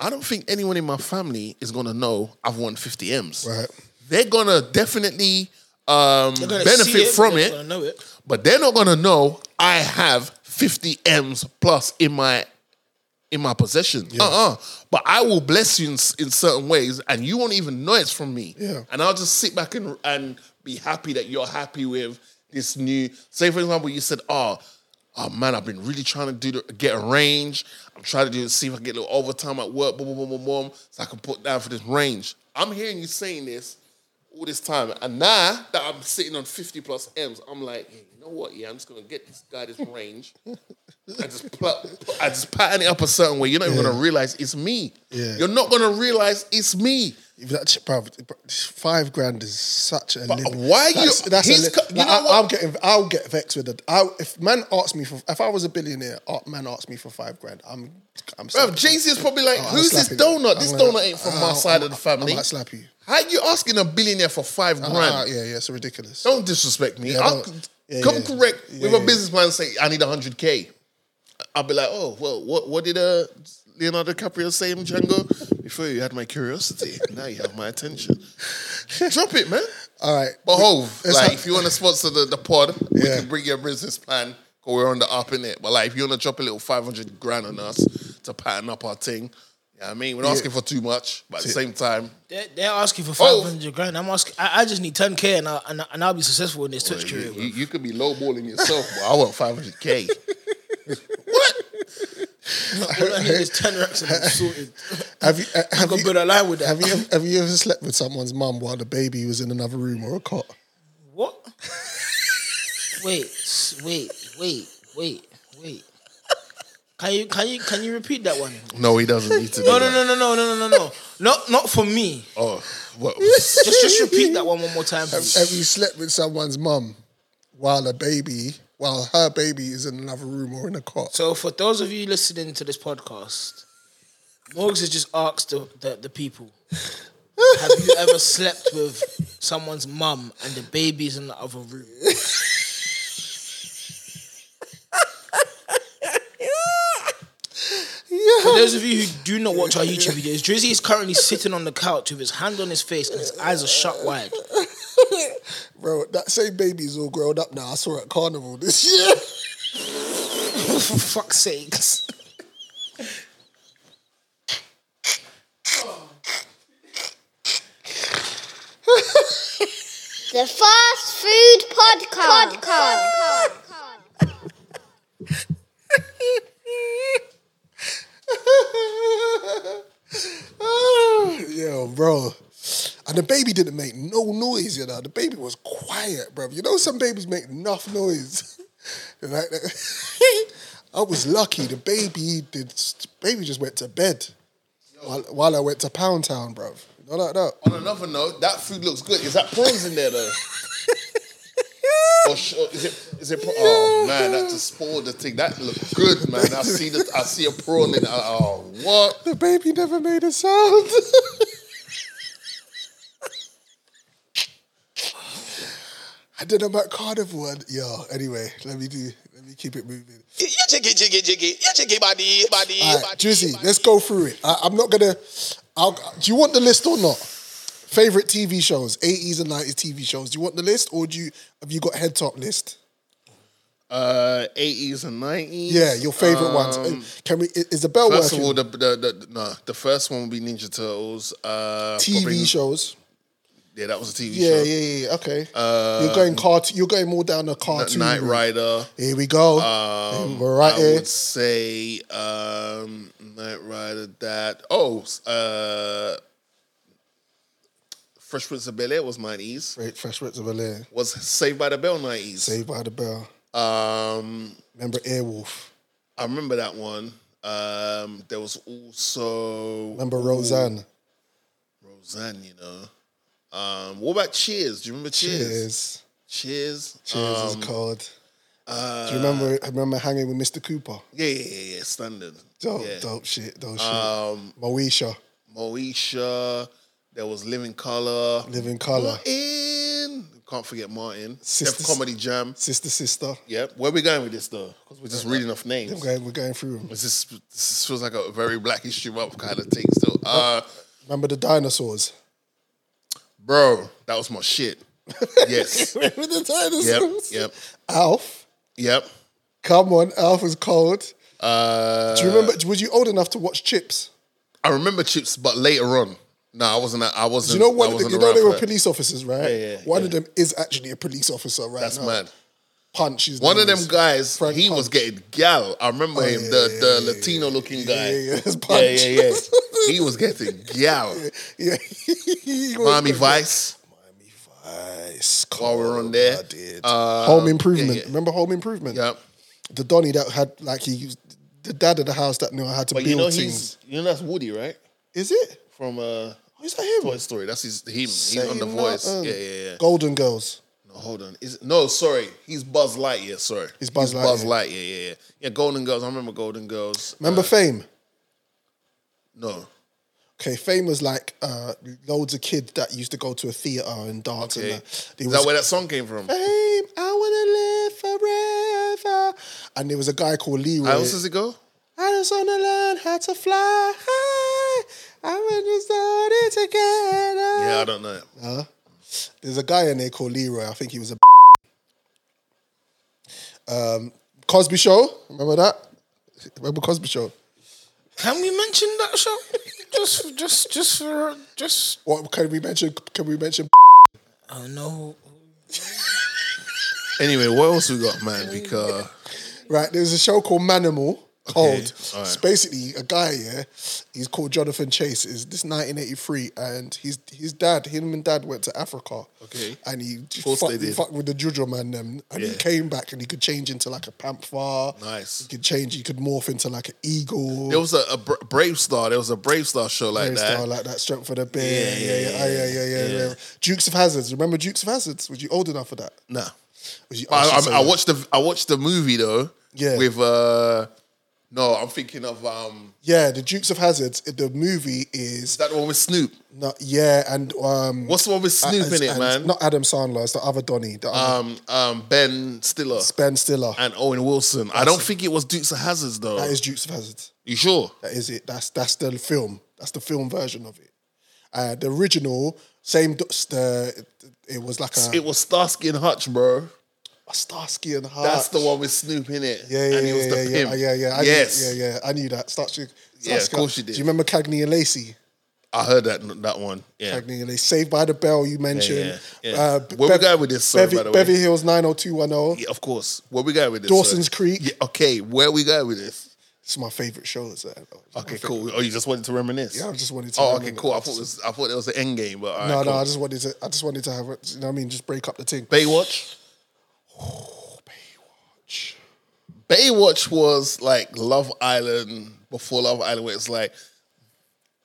Speaker 3: I don't think anyone in my family is gonna know I've won 50 m's.
Speaker 4: Right.
Speaker 3: They're gonna definitely um,
Speaker 5: They're gonna see
Speaker 3: benefit
Speaker 5: it,
Speaker 3: from
Speaker 5: they're
Speaker 3: it
Speaker 5: gonna know it.
Speaker 3: but they're not gonna know I have 50 M's plus in my in my possession. Uh-uh. But I will bless you in, s- in certain ways, and you won't even know it's from me.
Speaker 4: Yeah.
Speaker 3: And I'll just sit back and and be happy that you're happy with this new. Say for example, you said, "Oh, oh man, I've been really trying to do the, get a range. I'm trying to do see if I can get a little overtime at work. Boom, boom, boom, boom, boom, so I can put down for this range." I'm hearing you saying this all this time, and now that I'm sitting on 50 plus M's, I'm like, "Yeah, you know what? Yeah, I'm just gonna get this guy this range. I just pluck, I just pattern it up a certain way. You're not even gonna realize it's me.
Speaker 4: Yeah.
Speaker 3: You're not gonna realize it's me.
Speaker 4: That's, bro, five grand is such a. lib-
Speaker 3: why you-
Speaker 4: That's, that's a
Speaker 3: he's
Speaker 4: lib-
Speaker 3: co- you
Speaker 4: like,
Speaker 3: know
Speaker 4: I,
Speaker 3: what?
Speaker 4: I'm getting. I'll get vexed with it. I, if man asked me for, if I was a billionaire, uh, man asked me for five grand. I'm. I'm.
Speaker 3: Bro,
Speaker 4: slapping
Speaker 3: Jay Z is probably like,
Speaker 4: I'll
Speaker 3: who's
Speaker 4: slap
Speaker 3: this
Speaker 4: you.
Speaker 3: donut? This
Speaker 4: I'm gonna-
Speaker 3: donut ain't from
Speaker 4: I'll-
Speaker 3: my side
Speaker 4: I'm-
Speaker 3: of the family.
Speaker 4: I might slap you.
Speaker 3: How you asking a billionaire for five grand?
Speaker 4: Ah, yeah, yeah, it's ridiculous.
Speaker 3: Don't disrespect me.
Speaker 4: Yeah,
Speaker 3: I'll
Speaker 4: no. Yeah,
Speaker 3: come
Speaker 4: yeah.
Speaker 3: correct with
Speaker 4: Yeah,
Speaker 3: a
Speaker 4: yeah.
Speaker 3: business plan and say, I need 100K. I'll be like, oh, well, what, what did uh, Leonardo DiCaprio say in Django? Before you had my curiosity, now you have my attention. Drop it, man.
Speaker 4: All right,
Speaker 3: But Hove,
Speaker 4: It's
Speaker 3: like,
Speaker 4: like-
Speaker 3: if you want to sponsor the, the pod, we
Speaker 4: Yeah.
Speaker 3: can bring your business plan because we're on the up in it. But like, if you want to drop a little 500 grand on us to pattern up our thing, you know what I mean? We're not asking for too much, but at the same time,
Speaker 5: They're, they're asking for
Speaker 3: Oh.
Speaker 5: five hundred grand. I'm asking. I, I just need ten k, and I and, I, and I'll be successful in this Twitch
Speaker 3: you,
Speaker 5: career.
Speaker 3: you- you could be lowballing yourself, but I want 500K. what?
Speaker 5: bro. All I need is ten racks and I'm sorted.
Speaker 4: Have you? uh,
Speaker 5: I'm
Speaker 4: have
Speaker 5: gonna
Speaker 4: you-
Speaker 5: build a line with that.
Speaker 4: Have you? Have you ever slept with someone's mum while the baby was in another room or a cot?
Speaker 5: What? wait, s- wait, wait, wait, wait. Can you can you can you repeat that one?
Speaker 3: No, he doesn't need to.
Speaker 5: No,
Speaker 3: do
Speaker 5: no,
Speaker 3: that.
Speaker 5: no, no, no, no, no, no, no. Not not for me.
Speaker 3: Oh, what?
Speaker 5: Just just repeat that one one more time.
Speaker 4: Have,
Speaker 5: please.
Speaker 4: have you slept with someone's mum while a baby, while her baby is in another room or in a cot?
Speaker 5: So for those of you listening to this podcast, Morgs has just asked the, the, the people, have you ever slept with someone's mum and the baby's in the other room? For those of you who do not watch our YouTube videos, Drizzy is currently sitting on the couch with his hand on his face and his eyes are shut wide.
Speaker 4: Bro, that same baby is all grown up now. I saw her at carnival this year.
Speaker 5: For fuck's sakes.
Speaker 12: The Fast Food Podcast. Podcast.
Speaker 4: Yo, bro. And the baby didn't make no noise, you know. The baby was quiet, bro. You know, some babies make enough noise. like that. I was lucky. The baby did. The baby just went to bed while, while I went to Pound Town, bro. You know like that.
Speaker 3: On another note, that food looks good. Is that prawns in there though? or sh- or is it? Is it? Pra- Oh man, that just spoiled the thing. That looked good, man. I see the. I see a prawn in. It. Oh what?
Speaker 4: The baby never made a sound. I did a carnival and yo. Anyway, let me do. Let me keep it moving.
Speaker 17: Yeah, jiggy, jiggy, jiggy. Yeah, jiggy, body, body,
Speaker 4: All right,
Speaker 17: body.
Speaker 4: Drizzy, let's go through it. I, I'm not gonna. I'll, do you want the list or not? Favorite TV shows, 80s and 90s TV shows. Do you want the list or do you have you got head top list?
Speaker 3: Uh, eighties and nineties.
Speaker 4: Yeah, your favorite
Speaker 17: Um,
Speaker 4: ones. Can we? Is the bell
Speaker 3: First
Speaker 4: working?
Speaker 3: of all, the, the, the no, the first one would be Ninja Turtles. Uh,
Speaker 4: TV
Speaker 3: probably-
Speaker 4: shows.
Speaker 3: Yeah, that was a TV
Speaker 4: Yeah,
Speaker 3: show.
Speaker 4: yeah, yeah. Okay.
Speaker 3: Uh,
Speaker 4: you're going cart. You're going more down the cartoon.
Speaker 3: Night
Speaker 4: route.
Speaker 3: Rider.
Speaker 4: Here we go.
Speaker 3: Um,
Speaker 4: We're right
Speaker 3: I
Speaker 4: here.
Speaker 3: would say um, Night Rider. That oh, s- uh, Fresh Prince of Bel Air was nineties.
Speaker 4: Great Fresh Prince of Bel Air.
Speaker 3: Was Saved by the Bell nineties.
Speaker 4: Saved by the Bell.
Speaker 3: Um,
Speaker 4: Remember Airwolf.
Speaker 3: I remember that one. Um, there was also
Speaker 4: Remember Roseanne.
Speaker 3: Roseanne. You know. Um, what about Cheers? Do you remember Cheers?
Speaker 4: Cheers.
Speaker 3: Cheers.
Speaker 4: Cheers
Speaker 3: Um,
Speaker 4: is called.
Speaker 3: uh,
Speaker 4: Do you remember? I remember hanging with Mr. Cooper.
Speaker 3: Yeah, yeah, yeah, yeah. Standard.
Speaker 4: Dope,
Speaker 3: yeah.
Speaker 4: dope shit, dope
Speaker 3: Um,
Speaker 4: shit. Moesha,
Speaker 3: Moesha. There was Living Color.
Speaker 4: Living Colour,
Speaker 3: Martin. Can't forget Martin. Def
Speaker 4: Sisters.
Speaker 3: Comedy Jam.
Speaker 4: Sister Sister.
Speaker 3: Yep. Where we going with this though? Because we're just reading off names.
Speaker 4: We're going, we're going through them.
Speaker 3: This, is, this feels like a very Black History Month kind of thing. So, uh,
Speaker 4: Remember the dinosaurs?
Speaker 3: bro, that was my shit. Yes.
Speaker 4: Remember the
Speaker 3: yep.
Speaker 4: dinosaurs?
Speaker 3: Yep.
Speaker 4: Alf,
Speaker 3: Yep.
Speaker 4: come on, Alf was cold.
Speaker 3: Uh,
Speaker 4: Do you remember? Was you old enough to watch Chips?
Speaker 3: I remember Chips, but later on. No, I wasn't. I
Speaker 4: Do
Speaker 3: wasn't.
Speaker 4: you know
Speaker 3: I
Speaker 4: what?
Speaker 3: wasn't
Speaker 4: You know
Speaker 3: around
Speaker 4: they
Speaker 3: for
Speaker 4: were
Speaker 3: that.
Speaker 4: police officers, right?
Speaker 3: Yeah, yeah,
Speaker 4: One
Speaker 3: yeah.
Speaker 4: of them is actually a police officer right
Speaker 3: That's
Speaker 4: now.
Speaker 3: mad.
Speaker 4: Punch. his
Speaker 3: One of
Speaker 4: name
Speaker 3: them
Speaker 4: is.
Speaker 3: guys,
Speaker 4: Frank Oh,
Speaker 3: he was
Speaker 4: Punch.
Speaker 3: getting gal. I remember him, the the Latino looking guy.
Speaker 4: yeah, yeah, his
Speaker 3: yeah,
Speaker 4: punch.
Speaker 3: yeah, yeah. He was getting gal.
Speaker 4: Yeah. He was-
Speaker 3: Miami Vice.
Speaker 4: Vice.
Speaker 3: While we're on there,
Speaker 4: I did.
Speaker 3: uh,
Speaker 4: Home Improvement.
Speaker 3: yeah, yeah.
Speaker 4: Remember Home Improvement?
Speaker 3: Yep.
Speaker 4: the Donny that had like he was the dad of the house that knew how to
Speaker 3: But
Speaker 4: build
Speaker 3: you know
Speaker 4: things.
Speaker 3: he's you know that's Woody, right?
Speaker 4: Is it?
Speaker 3: From uh,
Speaker 4: Is that him?
Speaker 3: Toy Story. That's his him. He's
Speaker 4: Say uh,
Speaker 3: on the
Speaker 4: nothing.
Speaker 3: voice. Yeah, yeah, yeah.
Speaker 4: Golden Girls.
Speaker 3: No, hold on. Is no, sorry. He's Buzz Lightyear. Sorry,
Speaker 4: He's Buzz Lightyear.
Speaker 3: Buzz Lightyear. Yeah, yeah, yeah. Golden Girls. I remember Golden Girls.
Speaker 4: Remember Fame?
Speaker 3: No.
Speaker 4: Okay, Fame was like uh, loads of kids that used to go to a theater and dance
Speaker 3: Okay.
Speaker 4: and
Speaker 3: Is
Speaker 4: that. There
Speaker 3: that
Speaker 4: was
Speaker 3: where that song came from?
Speaker 4: Fame, I wanna live forever. And there was a guy called Leroy.
Speaker 3: How else does it go?
Speaker 4: I just wanna learn how to fly high. I wanna start it together.
Speaker 3: Yeah, I don't know.
Speaker 4: There's a guy in there called Leroy. I think he was a. Um, Cosby Show. Remember that? Remember Cosby Show?
Speaker 5: Can we mention that show? just, just, just for, just.
Speaker 4: What can we mention? Can we mention?
Speaker 5: I don't know.
Speaker 3: Anyway, what else we got, man? Because
Speaker 4: Right. There's a show called Manimal. Cold.
Speaker 3: all right.
Speaker 4: It's basically a guy. Yeah, he's called Jonathan Chase. Is this 1983, and his his dad, him and dad went to Africa.
Speaker 3: Okay.
Speaker 4: And he
Speaker 3: course
Speaker 4: fucked,
Speaker 3: they
Speaker 4: he
Speaker 3: did.
Speaker 4: fucked with the Jojo man them, and he
Speaker 3: Yeah.
Speaker 4: came back, and he could change into like a panther.
Speaker 3: Nice.
Speaker 4: He could change. He could morph into like an eagle.
Speaker 3: there was a, a Bra- Brave Star. There was a Brave Star show like
Speaker 4: Brave
Speaker 3: that.
Speaker 4: Star, like that strength for the beer. Yeah, yeah, yeah, Oh, yeah, yeah, yeah, yeah, Dukes of Hazards. Remember Dukes of Hazards? Was you old enough for that?
Speaker 3: no.
Speaker 4: Was you,
Speaker 3: But I,
Speaker 4: should say
Speaker 3: I, I
Speaker 4: that.
Speaker 3: watched the I watched the movie though.
Speaker 4: Yeah.
Speaker 3: With uh, no, I'm thinking of um,
Speaker 4: Yeah, the Dukes of Hazards. The movie is
Speaker 3: is that the one with Snoop?
Speaker 4: not. Yeah, and um,
Speaker 3: What's the one with Snoop
Speaker 4: and-
Speaker 3: in it,
Speaker 4: and
Speaker 3: man?
Speaker 4: Not Adam Sandler. It's the other Donny. The other
Speaker 3: um, um, Ben Stiller
Speaker 4: Ben Stiller.
Speaker 3: and Owen Wilson. I don't think it was Dukes of Hazards though.
Speaker 4: that is Dukes of Hazards.
Speaker 3: you sure?
Speaker 4: That is it. That's that's the film. That's the film version of it. Uh, the original, same. do- The it was like a,
Speaker 3: It was Starsky and Hutch, bro.
Speaker 4: Starsky and Hutch.
Speaker 3: That's the one with Snoop in it.
Speaker 4: Yeah, yeah,
Speaker 3: and he was
Speaker 4: yeah,
Speaker 3: the
Speaker 4: yeah,
Speaker 3: pimp.
Speaker 4: yeah, yeah, yeah. I
Speaker 3: yes,
Speaker 4: knew, yeah, yeah. I knew that. Start, start,
Speaker 3: Yeah, of course you did.
Speaker 4: Do you remember Cagney and Lacey?
Speaker 3: I heard that that one. Yeah,
Speaker 4: Cagney and Lacey. Saved by the Bell. You mentioned. Uh,
Speaker 3: yeah, yeah. Where we going with this, sorry,
Speaker 4: Beverly,
Speaker 3: by the way?
Speaker 4: Beverly Hills nine hundred two one oh. zero.
Speaker 3: Yeah, of course. Where we going with this?
Speaker 4: Dawson's
Speaker 3: sir?
Speaker 4: Creek.
Speaker 3: Yeah, okay, where we going with this?
Speaker 4: It's my favorite show. Is that
Speaker 3: Okay, cool. Oh, you just wanted to reminisce?
Speaker 4: Yeah, I just wanted to
Speaker 3: Oh, okay,
Speaker 4: reminisce.
Speaker 3: cool. I thought it was, I thought it was the end game, but all
Speaker 4: no,
Speaker 3: right,
Speaker 4: no,
Speaker 3: cool.
Speaker 4: I just wanted to. I just wanted to have. it. You know what I mean? Just break up the thing.
Speaker 3: Baywatch. Baywatch was like Love Island before Love Island, where it's like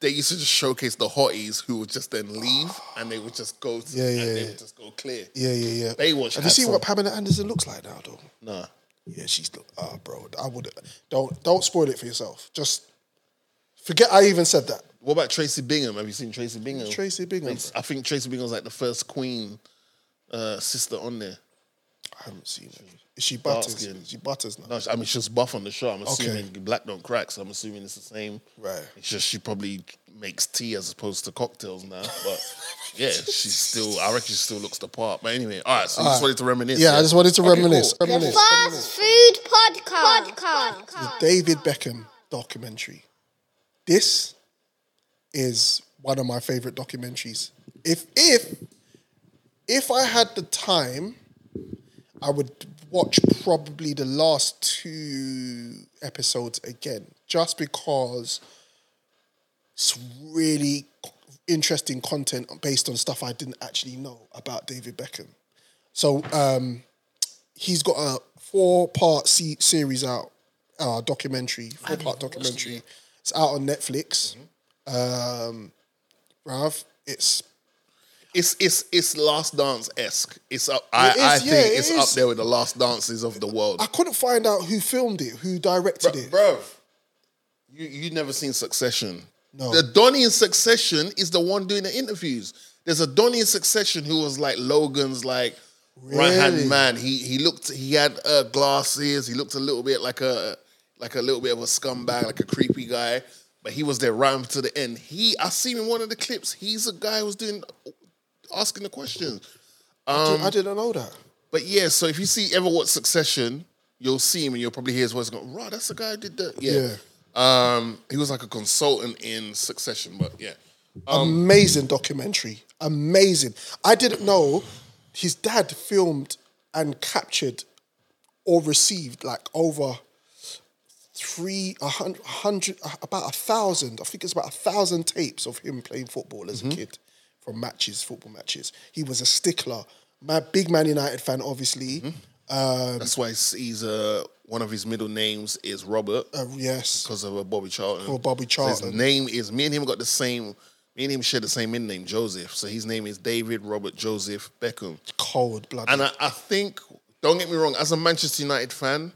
Speaker 3: they used to just showcase the hotties who would just then leave and they would just go to,
Speaker 4: Yeah, yeah,
Speaker 3: and they
Speaker 4: yeah.
Speaker 3: would just go clear.
Speaker 4: Yeah, yeah, yeah.
Speaker 3: Baywatch.
Speaker 4: Have you
Speaker 3: had
Speaker 4: seen
Speaker 3: some-
Speaker 4: what Pamela Anderson looks like now, though?
Speaker 3: Nah.
Speaker 4: Yeah, she's look. Ah, bro, I would. Don't don't spoil it for yourself. Just forget I even said that.
Speaker 3: What about Tracy Bingham? Have you seen Tracy Bingham?
Speaker 4: Tracy Bingham?
Speaker 3: It's- I think Tracy Bingham was like the first Queen uh, sister on there.
Speaker 4: I haven't seen her. Is she butters?
Speaker 3: Dark-skinned.
Speaker 4: She butters now.
Speaker 3: No, I mean she's buff on the show. I'm
Speaker 4: Okay.
Speaker 3: assuming black don't crack, so I'm assuming it's the same.
Speaker 4: Right.
Speaker 3: It's just she probably makes tea as opposed to cocktails now. But yeah, she's still. I reckon she still looks the part. But anyway, all right. So you just
Speaker 4: Alright.
Speaker 3: wanted to reminisce.
Speaker 4: Yeah, I just wanted to reminisce.
Speaker 12: The
Speaker 4: Reminisce.
Speaker 12: Fast Food Podcast. Podcast.
Speaker 4: The David Beckham documentary. This is one of my favorite documentaries. If if if I had the time, I would watch probably the last two episodes again, just because it's really interesting content based on stuff I didn't actually know about David Beckham. So um, he's got a four part se- series out, uh, documentary, four part documentary. It's out on Netflix. Um, bruv, it's
Speaker 3: It's it's it's Last Dance esque. It's up. I,
Speaker 4: It is,
Speaker 3: I
Speaker 4: yeah,
Speaker 3: think
Speaker 4: it
Speaker 3: it's
Speaker 4: is.
Speaker 3: up there with the Last Dances of the world.
Speaker 4: I couldn't find out who filmed it, who directed it.
Speaker 3: Bro, you you never seen Succession?
Speaker 4: No.
Speaker 3: The Donnie in Succession is the one doing the interviews. There's a Donnie in Succession who was like Logan's like right
Speaker 4: Really?
Speaker 3: hand man. He he looked he had uh, glasses. He looked a little bit like a like a little bit of a scumbag, like a creepy guy. But he was there right up to the end. He I seen in one of the clips. He's a guy who was doing asking the questions.
Speaker 4: Dude,
Speaker 3: Um,
Speaker 4: I didn't know that.
Speaker 3: but yeah, so if you see ever watch Succession, you'll see him and you'll probably hear his voice go, Right, that's the guy who did that. Yeah. Um, he was like a consultant in Succession, but yeah.
Speaker 4: Amazing documentary. Amazing. I didn't know his dad filmed and captured or received like over three, a hun- a hundred, a- about a thousand, I think it's about a thousand tapes of him playing football as a
Speaker 3: Mm-hmm.
Speaker 4: kid from matches, football matches. He was a stickler. My big Man United fan, obviously. Um,
Speaker 3: That's why he's, he's uh, one of his middle names is Robert
Speaker 4: uh, yes.
Speaker 3: because of uh, Bobby Charlton.
Speaker 4: Or Bobby
Speaker 3: So
Speaker 4: Charlton.
Speaker 3: his name is me and him got the same. Me and him share the same middle name, Joseph. So his name is David Robert Joseph Beckham.
Speaker 4: Cold blood.
Speaker 3: And I, I think, don't get me wrong, as a Manchester United fan,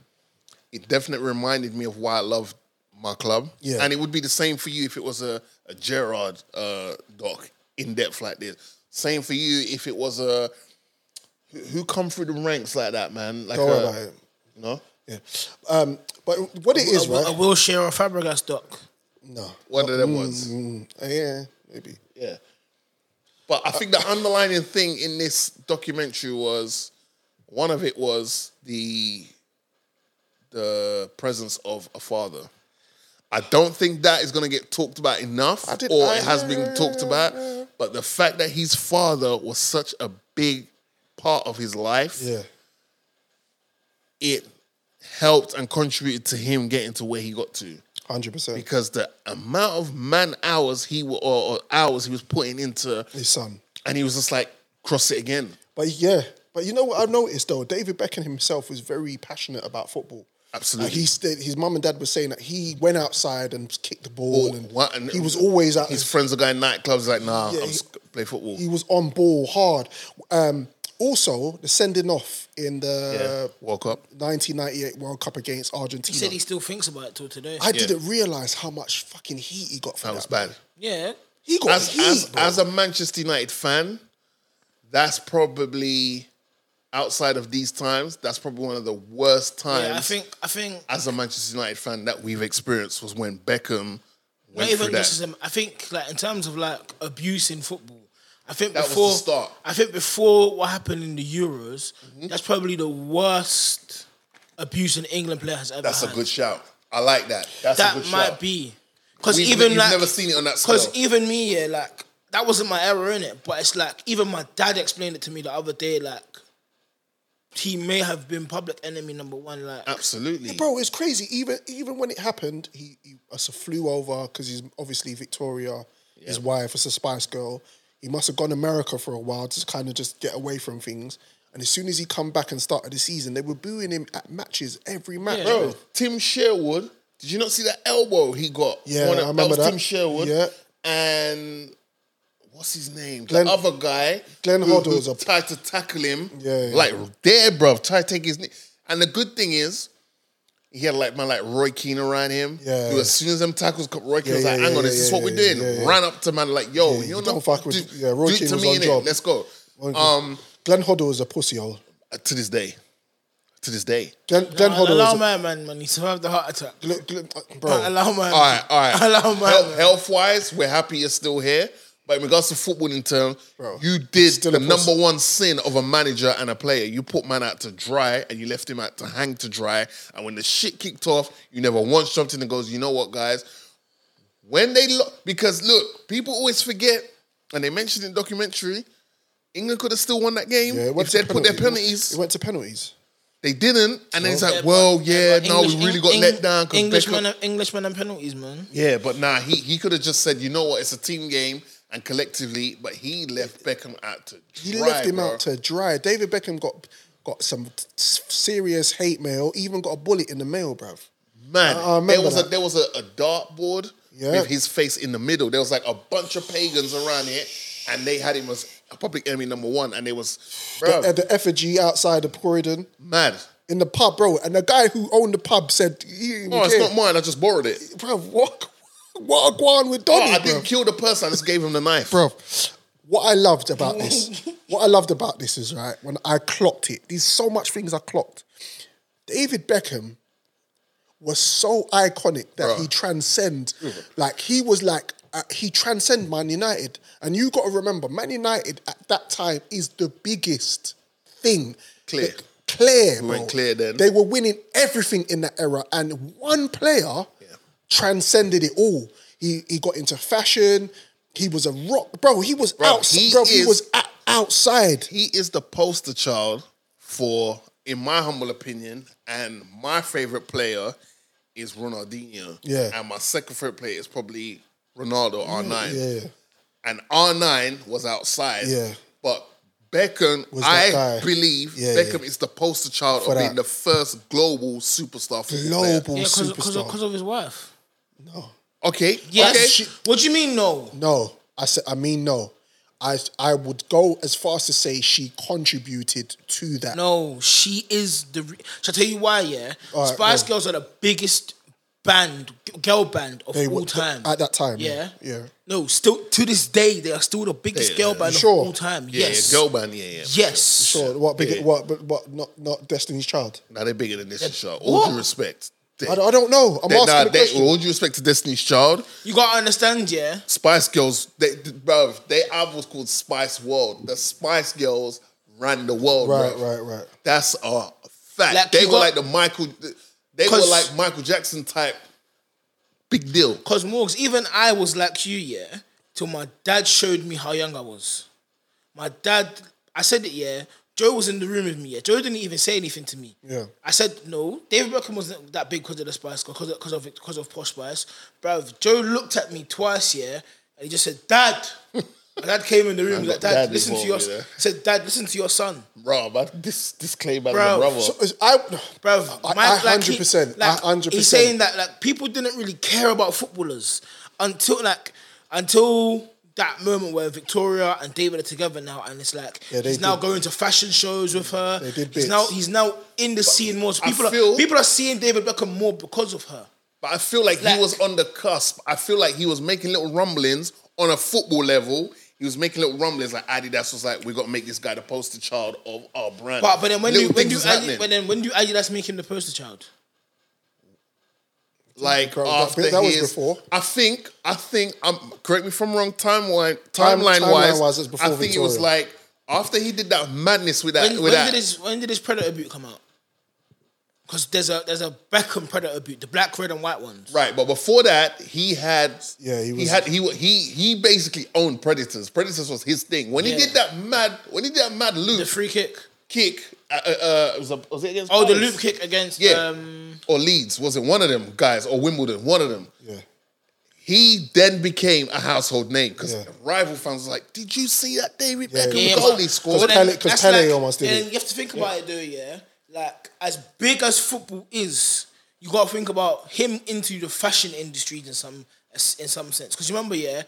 Speaker 3: it definitely reminded me of why I love my club.
Speaker 4: Yeah.
Speaker 3: And it would be the same for you if it was a, a Gerard uh, doc in depth like this. Same for you if it was a who- who come through the ranks like that, man. Like
Speaker 4: Don't
Speaker 3: a,
Speaker 4: worry about it.
Speaker 3: no,
Speaker 4: Yeah. Um, but what it is,
Speaker 5: A, Will- a
Speaker 4: right?
Speaker 5: Will Shearer Fabregas doc.
Speaker 4: No.
Speaker 3: one of them ones.
Speaker 4: Uh, yeah, maybe.
Speaker 3: Yeah. But I think the
Speaker 4: Uh,
Speaker 3: underlying thing in this documentary was one of it was the the presence of a father. I don't think that is going to get talked about enough,
Speaker 4: did-
Speaker 3: or
Speaker 4: I-
Speaker 3: it has been talked about. But the fact that his father was such a big part of his life,
Speaker 4: Yeah.
Speaker 3: it helped and contributed to him getting to where he got to.
Speaker 4: Hundred percent.
Speaker 3: Because the amount of man hours he wa- or, or hours he was putting into
Speaker 4: His son.
Speaker 3: and he was just like, cross it again.
Speaker 4: But yeah, but you know what I've noticed though, David Beckham himself was very passionate about football.
Speaker 3: Absolutely.
Speaker 4: Like he stayed, his mum and dad were saying that he went outside and kicked the ball, and,
Speaker 3: What-
Speaker 4: he was always out.
Speaker 3: His friends are going nightclubs. Like, nah,
Speaker 4: Uh, Yeah,
Speaker 3: I'm
Speaker 4: he-
Speaker 3: just gonna play football.
Speaker 4: he was on ball hard. Um, also, the sending off in
Speaker 3: yeah,
Speaker 4: the
Speaker 3: World Cup.
Speaker 4: 1998 World Cup against
Speaker 5: He said
Speaker 4: Argentina.
Speaker 5: he still thinks about it till today.
Speaker 4: I didn't realize how much fucking heat he got for
Speaker 3: That was bad.
Speaker 5: yeah.
Speaker 4: He got
Speaker 3: As
Speaker 4: heat.
Speaker 3: as,
Speaker 4: bro.
Speaker 3: as a Manchester United fan, that's probably outside of these times. That's probably one of the worst times.
Speaker 5: Yeah, I think I think
Speaker 3: as a Manchester United fan that we've experienced was when Beckham
Speaker 5: not
Speaker 3: went through
Speaker 5: even
Speaker 3: that.
Speaker 5: just as a- I think like in terms of like abuse in football. I think
Speaker 3: That was the
Speaker 5: before
Speaker 3: start. Mm-hmm.
Speaker 5: I think before what happened in the Euros, that's probably the worst abuse an England player has ever
Speaker 3: that's a
Speaker 5: had.
Speaker 3: good shout. I like that. That's a
Speaker 5: that
Speaker 3: good
Speaker 5: might
Speaker 3: shout.
Speaker 5: be because
Speaker 3: We- we-
Speaker 5: even
Speaker 3: you've
Speaker 5: like
Speaker 3: never seen it on that
Speaker 5: Because
Speaker 3: scale.
Speaker 5: even me, yeah, like that wasn't my error in it, but it's like even my dad explained it to me the other day, like he may have been public enemy number one. Like
Speaker 3: absolutely,
Speaker 4: Yeah, bro, it's crazy. Even even when it happened, he, he us flew over because he's obviously Victoria, his wife, is a Spice Girl. He must have gone America for a while to kind of just get away from things. And as soon as he come back and started the season, they were booing him at matches every match.
Speaker 3: Bro, Tim Sherwood, did you not see that elbow he got?
Speaker 4: Yeah,
Speaker 3: One of-
Speaker 4: I remember
Speaker 3: that. Was
Speaker 4: that.
Speaker 3: Tim Sherwood.
Speaker 4: Yeah.
Speaker 3: And what's his name?
Speaker 4: Glenn-
Speaker 3: the other guy.
Speaker 4: Glenn
Speaker 3: who-
Speaker 4: Hoddle
Speaker 3: who
Speaker 4: is a-
Speaker 3: tried to tackle him.
Speaker 4: Yeah, yeah.
Speaker 3: Like there, bro. Try to take his knee. And the good thing is, he had like my like Roy Keane around him.
Speaker 4: Yeah.
Speaker 3: Who, as soon as them tackles got Roy Keane,
Speaker 4: Yeah,
Speaker 3: was like,
Speaker 4: yeah,
Speaker 3: "Hang
Speaker 4: yeah,
Speaker 3: on, is
Speaker 4: yeah,
Speaker 3: this what
Speaker 4: yeah,
Speaker 3: we're
Speaker 4: yeah,
Speaker 3: doing?"
Speaker 4: yeah, yeah.
Speaker 3: Ran up to man like, "Yo,
Speaker 4: you
Speaker 3: you're
Speaker 4: don't
Speaker 3: not
Speaker 4: fuck with-
Speaker 3: do-
Speaker 4: yeah, Roy
Speaker 3: do it
Speaker 4: Keane
Speaker 3: to
Speaker 4: was
Speaker 3: me
Speaker 4: on
Speaker 3: innit?
Speaker 4: job.
Speaker 3: Let's go."
Speaker 4: On job.
Speaker 3: Um,
Speaker 4: Glenn Hoddle is a pussy hole.
Speaker 3: to this day, to this day.
Speaker 4: Glenn, Glenn
Speaker 5: Nah,
Speaker 4: Hoddle
Speaker 5: allow
Speaker 4: is a,
Speaker 5: my man, man. He survived the heart attack.
Speaker 4: Gl- Gl- bro.
Speaker 5: Allow my
Speaker 3: All right, all right.
Speaker 5: Allow my
Speaker 3: Health, wise, we're happy you're still here. But in regards to footballing terms,
Speaker 4: Bro,
Speaker 3: you did
Speaker 4: still
Speaker 3: the
Speaker 4: a pussy.
Speaker 3: number one sin of a manager and a player. You put man out to dry and you left him out to hang to dry. And when the shit kicked off, you never once jumped in and goes, you know what, guys? When they look, because look, people always forget, and they mentioned in the documentary, England could have still won that game
Speaker 4: Yeah, it went
Speaker 3: if
Speaker 4: to
Speaker 3: they'd put their
Speaker 4: penalty. It
Speaker 3: penalties.
Speaker 4: went to penalties.
Speaker 3: They didn't, and then it's like,
Speaker 5: Yeah, but-
Speaker 3: well, oh, yeah,
Speaker 5: but
Speaker 3: no,
Speaker 5: English-
Speaker 3: we really
Speaker 5: Eng-
Speaker 3: got
Speaker 5: Eng-
Speaker 3: let down because
Speaker 5: Englishmen, and- Englishmen and penalties, man.
Speaker 3: yeah, but nah, he, he could have just said, you know what, it's a team game and collectively, but he left Beckham out to
Speaker 4: He
Speaker 3: dry,
Speaker 4: left him
Speaker 3: bro.
Speaker 4: out to dry. David Beckham got got some t- serious hate mail. Even got a bullet in the mail, bruv.
Speaker 3: Man,
Speaker 4: I- I remember
Speaker 3: there was a
Speaker 4: that.
Speaker 3: there was a, a dartboard
Speaker 4: Yeah.
Speaker 3: with his face in the middle. There was like a bunch of pagans around it, and they had him as a public enemy number one, and they was bro,
Speaker 4: At the effigy outside of Croydon
Speaker 3: mad.
Speaker 4: in the pub, bro. And the guy who owned the pub said, "You
Speaker 3: Oh, it's not mine. I just borrowed it.
Speaker 4: bro. What? What a guan with
Speaker 3: Oh,
Speaker 4: Donny,
Speaker 3: I
Speaker 4: bro.
Speaker 3: didn't kill the person. I just gave him the knife.
Speaker 4: bro. What I loved about this, what I loved about this is right when I clocked it. There's so much things I clocked. David Beckham was so iconic that
Speaker 3: Bruh.
Speaker 4: he transcends. Like he was like uh, he transcend Man United, and you got to remember, Man United at that time is the biggest thing.
Speaker 3: Clear.
Speaker 4: Like, clear.
Speaker 3: We
Speaker 4: bro.
Speaker 3: went clear then.
Speaker 4: They were winning everything in that era, and one player transcended it all. He he got into fashion. He was a rock, bro. He was
Speaker 3: Bro,
Speaker 4: outside.
Speaker 3: he
Speaker 4: bro, he
Speaker 3: is-
Speaker 4: was at, outside.
Speaker 3: he is the poster child for, in my humble opinion, and my favorite player is Ronaldinho.
Speaker 4: Yeah.
Speaker 3: And my second favorite player is probably Ronaldo R9.
Speaker 4: Yeah, yeah.
Speaker 3: And R9 was outside.
Speaker 4: Yeah.
Speaker 3: But Beckham,
Speaker 4: Was that
Speaker 3: I
Speaker 4: guy.
Speaker 3: believe
Speaker 4: Yeah,
Speaker 3: Beckham
Speaker 4: yeah.
Speaker 3: is the poster child
Speaker 4: For
Speaker 3: of being
Speaker 4: that.
Speaker 3: the first global superstar. football player.
Speaker 4: Global
Speaker 5: Yeah, because
Speaker 4: superstar.
Speaker 5: because of his wife.
Speaker 3: Okay.
Speaker 5: Yes.
Speaker 3: Okay.
Speaker 5: She- what do you mean no?
Speaker 4: No, I said I mean no. I I would go as far as to say she contributed to that.
Speaker 5: No, she is the. Re- Shall I tell you why? Yeah,
Speaker 4: All right,
Speaker 5: Spice
Speaker 4: no.
Speaker 5: Girls are the biggest band, g- girl band of
Speaker 4: They
Speaker 5: all
Speaker 4: were-
Speaker 5: time
Speaker 4: at that time,
Speaker 5: Yeah,
Speaker 4: yeah, yeah.
Speaker 5: No, still to this day, they are still the biggest
Speaker 3: Yeah,
Speaker 5: girl
Speaker 3: yeah.
Speaker 5: band
Speaker 4: Sure.
Speaker 5: of all time.
Speaker 3: Yeah,
Speaker 5: yes,
Speaker 3: yeah, girl band, yeah, yeah.
Speaker 5: yes.
Speaker 4: Sure, what big? What? But what? Not not Destiny's Child.
Speaker 3: Now they're bigger than this shot. All due respect. They,
Speaker 4: I, don't- I don't know. I'm
Speaker 3: they-
Speaker 4: asking
Speaker 3: nah,
Speaker 4: a
Speaker 3: they-
Speaker 4: question.
Speaker 3: all due respect to Destiny's Child,
Speaker 5: You gotta understand, yeah.
Speaker 3: Spice Girls, they, th- bro, their album was called Spice World. The Spice Girls ran the world,
Speaker 4: Right,
Speaker 3: bruv.
Speaker 4: right, right.
Speaker 3: That's a fact.
Speaker 5: Like,
Speaker 3: they
Speaker 5: you
Speaker 3: were
Speaker 5: got-
Speaker 3: like the Michael, they were
Speaker 5: 'Cause-
Speaker 3: like Michael Jackson type. Big deal.
Speaker 5: Cause Morgs, even I was like you, yeah. Till my dad showed me how young I was. My dad, I said it, yeah. Joe was in the room with me. Yeah, Joe didn't even say anything to me.
Speaker 4: Yeah.
Speaker 5: I said no. David Beckham wasn't that big because of the Spice Girls, because of because of, because of Posh Spice. Bro, Joe looked at me twice, yeah, and he just said, "Dad." my dad came in the room. He was
Speaker 3: got
Speaker 5: like, "Dad,
Speaker 3: dad
Speaker 5: listen to your."
Speaker 3: involved, yeah.
Speaker 5: He said, "Dad, listen to your son."
Speaker 3: Bro, but this this claim as
Speaker 5: Bro,
Speaker 3: a brother.
Speaker 4: So, is- I,
Speaker 5: Bro,
Speaker 4: I-
Speaker 5: my-
Speaker 4: I
Speaker 5: like, he-
Speaker 4: 100%, I
Speaker 5: like,
Speaker 4: 100%.
Speaker 5: He's saying that like people didn't really care about footballers until like until that moment where Victoria and David are together now, and it's like
Speaker 4: Yeah, they
Speaker 5: he's now
Speaker 4: did-
Speaker 5: going to fashion shows with her.
Speaker 4: They did
Speaker 5: he's
Speaker 4: bits.
Speaker 5: now he's now in the scene more. So
Speaker 3: I
Speaker 5: people
Speaker 3: feel-
Speaker 5: are people are seeing David Beckham more because of her.
Speaker 3: but I feel like,
Speaker 5: Like-
Speaker 3: he was on the cusp. I feel like he was making little rumblings on a football level. He was making little rumblings like Adidas was like, we got to make this guy the poster child of our brand.
Speaker 5: But but then when
Speaker 3: Little
Speaker 5: do when
Speaker 3: things was
Speaker 5: do Adi,
Speaker 3: happening.
Speaker 5: but then when do Adidas make him the poster child?
Speaker 3: like
Speaker 4: Bro, that-
Speaker 3: after
Speaker 4: that was
Speaker 3: his,
Speaker 4: before.
Speaker 3: I think, I think, um, correct me if I'm wrong. Timeline, timeline wise,
Speaker 4: timeline-wise, it's before
Speaker 3: I think it was
Speaker 4: Victoria.
Speaker 3: like after he did that madness with that.
Speaker 5: When,
Speaker 3: with
Speaker 5: when
Speaker 3: that
Speaker 5: did his when did his Predator boot come out? Because there's a there's a Beckham Predator boot, the black, red, and white ones.
Speaker 3: right, but before that, he had,
Speaker 4: Yeah, he
Speaker 3: he,
Speaker 4: was-
Speaker 3: had, he wa- he he basically owned Predators. Predators was his thing. When
Speaker 5: Yeah.
Speaker 3: he did that mad, when he did that mad
Speaker 5: The
Speaker 3: loop,
Speaker 5: free kick.
Speaker 3: kick. Uh, uh, was, a, was it against?
Speaker 5: Oh, the
Speaker 3: Palace?
Speaker 5: loop kick against.
Speaker 3: Yeah.
Speaker 5: Um,
Speaker 3: or Leeds was it one of them guys or Wimbledon one of them yeah he then became a household name because rival fans was like did you see that David
Speaker 4: Yeah,
Speaker 3: Beckham
Speaker 4: yeah,
Speaker 3: goal
Speaker 4: but-
Speaker 3: he scored
Speaker 4: but then- Pele- 'cause
Speaker 5: that's
Speaker 4: Pele almost did
Speaker 5: and
Speaker 4: it.
Speaker 5: You have to think about it though, yeah. Like as big as football is, you got to think about him into the fashion industry in some in some sense. Because remember, yeah,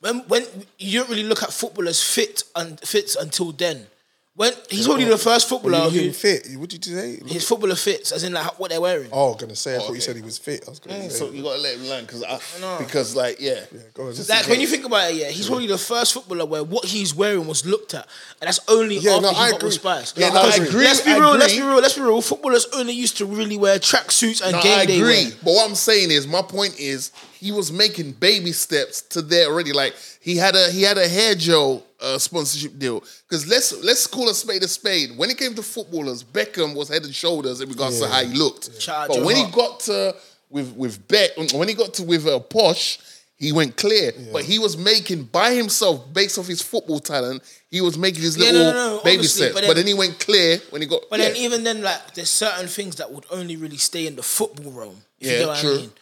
Speaker 5: when when you don't really look at footballers fit and fits until then. When he's already the first
Speaker 4: When you
Speaker 5: footballer
Speaker 4: look at
Speaker 5: who
Speaker 4: him fit. What did you say?
Speaker 5: his footballer fits, as in like what they're wearing.
Speaker 4: Oh, gonna say. I thought
Speaker 5: okay.
Speaker 4: you said he was fit. I was gonna
Speaker 3: Mm,
Speaker 4: say.
Speaker 3: so you gotta let him learn because
Speaker 5: No.
Speaker 3: because like yeah,
Speaker 4: go on.
Speaker 3: Just
Speaker 5: Like
Speaker 3: in
Speaker 5: when you
Speaker 3: case.
Speaker 5: think about it, yeah, he's probably the first footballer where what he's wearing was looked at, and that's only
Speaker 4: Yeah,
Speaker 5: after
Speaker 4: no,
Speaker 5: he
Speaker 4: I
Speaker 5: got
Speaker 4: agree.
Speaker 5: Spurs.
Speaker 4: Yeah, no, I agree.
Speaker 5: Let's be
Speaker 4: I
Speaker 5: real. Let's be
Speaker 4: agree.
Speaker 5: real. Let's be real. Footballers only used to really wear tracksuits and
Speaker 3: No,
Speaker 5: game
Speaker 3: I
Speaker 5: day
Speaker 3: agree.
Speaker 5: wear.
Speaker 3: But what I'm saying is, my point is, he was making baby steps to there already. Like he had a he had a hair gel uh, sponsorship deal. Because let's let's call a spade a spade. When it came to footballers, Beckham was head and shoulders in regards to
Speaker 5: Yeah.
Speaker 3: how he looked.
Speaker 5: Shout out
Speaker 3: But
Speaker 5: Joe
Speaker 3: when he
Speaker 5: Hart.
Speaker 3: got to with with Bet, when he got to with uh, Posh. He went clear, but he was making by himself based off his football talent. He was making his
Speaker 5: Yeah,
Speaker 3: little
Speaker 5: no, no, no,
Speaker 3: baby
Speaker 5: obviously,
Speaker 3: steps,
Speaker 5: but
Speaker 3: but
Speaker 5: then-
Speaker 3: then, he went clear when he got.
Speaker 5: But
Speaker 3: yeah.
Speaker 5: then even then, like there's certain things that would only really stay in the football realm. If
Speaker 3: Yeah,
Speaker 5: you know what
Speaker 3: true.
Speaker 5: I mean?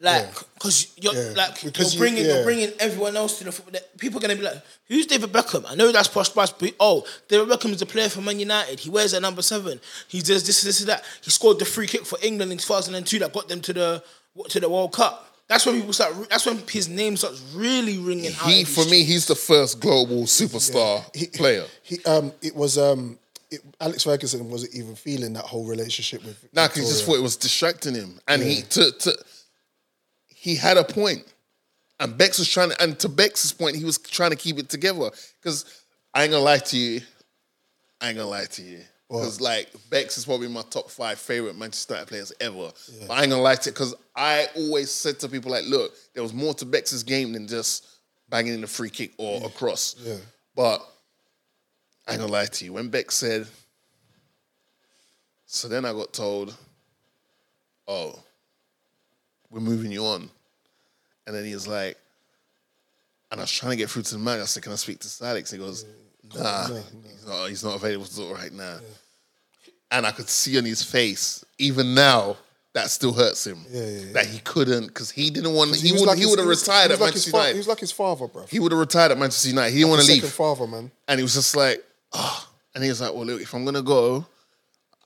Speaker 5: Like, cause you're
Speaker 3: Yeah,
Speaker 5: like
Speaker 3: because you-
Speaker 5: you're bringing you,
Speaker 3: yeah.
Speaker 5: are bringing everyone else to the football. that- People are gonna be like, "Who's David Beckham?" I know that's posh Spice, but oh, David Beckham's a player for Man United. He wears a number seven. He does this, this, and that. He scored the free kick for England in 2002 that got them to the to the World Cup. That's when people start. re- That's when his name starts really ringing out.
Speaker 3: he for me, he's the first global superstar player.
Speaker 4: He, um, it was um, it, Alex Ferguson wasn't even feeling that whole relationship with.
Speaker 3: Nah, because he just
Speaker 4: Victoria.
Speaker 3: thought it was distracting him, and he
Speaker 4: Oh, Yeah.
Speaker 3: to, to he had a point, and Bex was trying to, and to Bex's point, he was trying to keep it together. Because I ain't gonna lie to you, I ain't gonna lie to you, because like Bex is probably my top five favorite Manchester United players ever.
Speaker 4: Yeah.
Speaker 3: But I ain't gonna lie to you, because I always said to people like, look, there was more to Bex's game than just banging in a free kick or a cross.
Speaker 4: Yeah.
Speaker 3: But I ain't gonna lie to you. When Beck said, so then I got told, oh, we're moving you on. And then he was like, and I was trying to get through to the man. I said, can I speak to Salix? He goes,
Speaker 4: Mm.
Speaker 3: nah, He's, not, he's not available to talk right now. And I could see on his face, even now, that still hurts him.
Speaker 4: Yeah, yeah, yeah.
Speaker 3: That he couldn't, because he didn't want,
Speaker 4: 'Cause
Speaker 3: he,
Speaker 4: was
Speaker 3: would,
Speaker 4: like
Speaker 3: he
Speaker 4: his-
Speaker 3: would have
Speaker 4: was-
Speaker 3: retired
Speaker 4: he
Speaker 3: at
Speaker 4: was like his
Speaker 3: Manchester
Speaker 4: fa-
Speaker 3: United.
Speaker 4: He was like his father, bro.
Speaker 3: He would have retired at Manchester United. He didn't want to
Speaker 4: Second
Speaker 3: leave.
Speaker 4: father, man.
Speaker 3: And he was just like, oh. And he was like, well, look, if I'm going to go,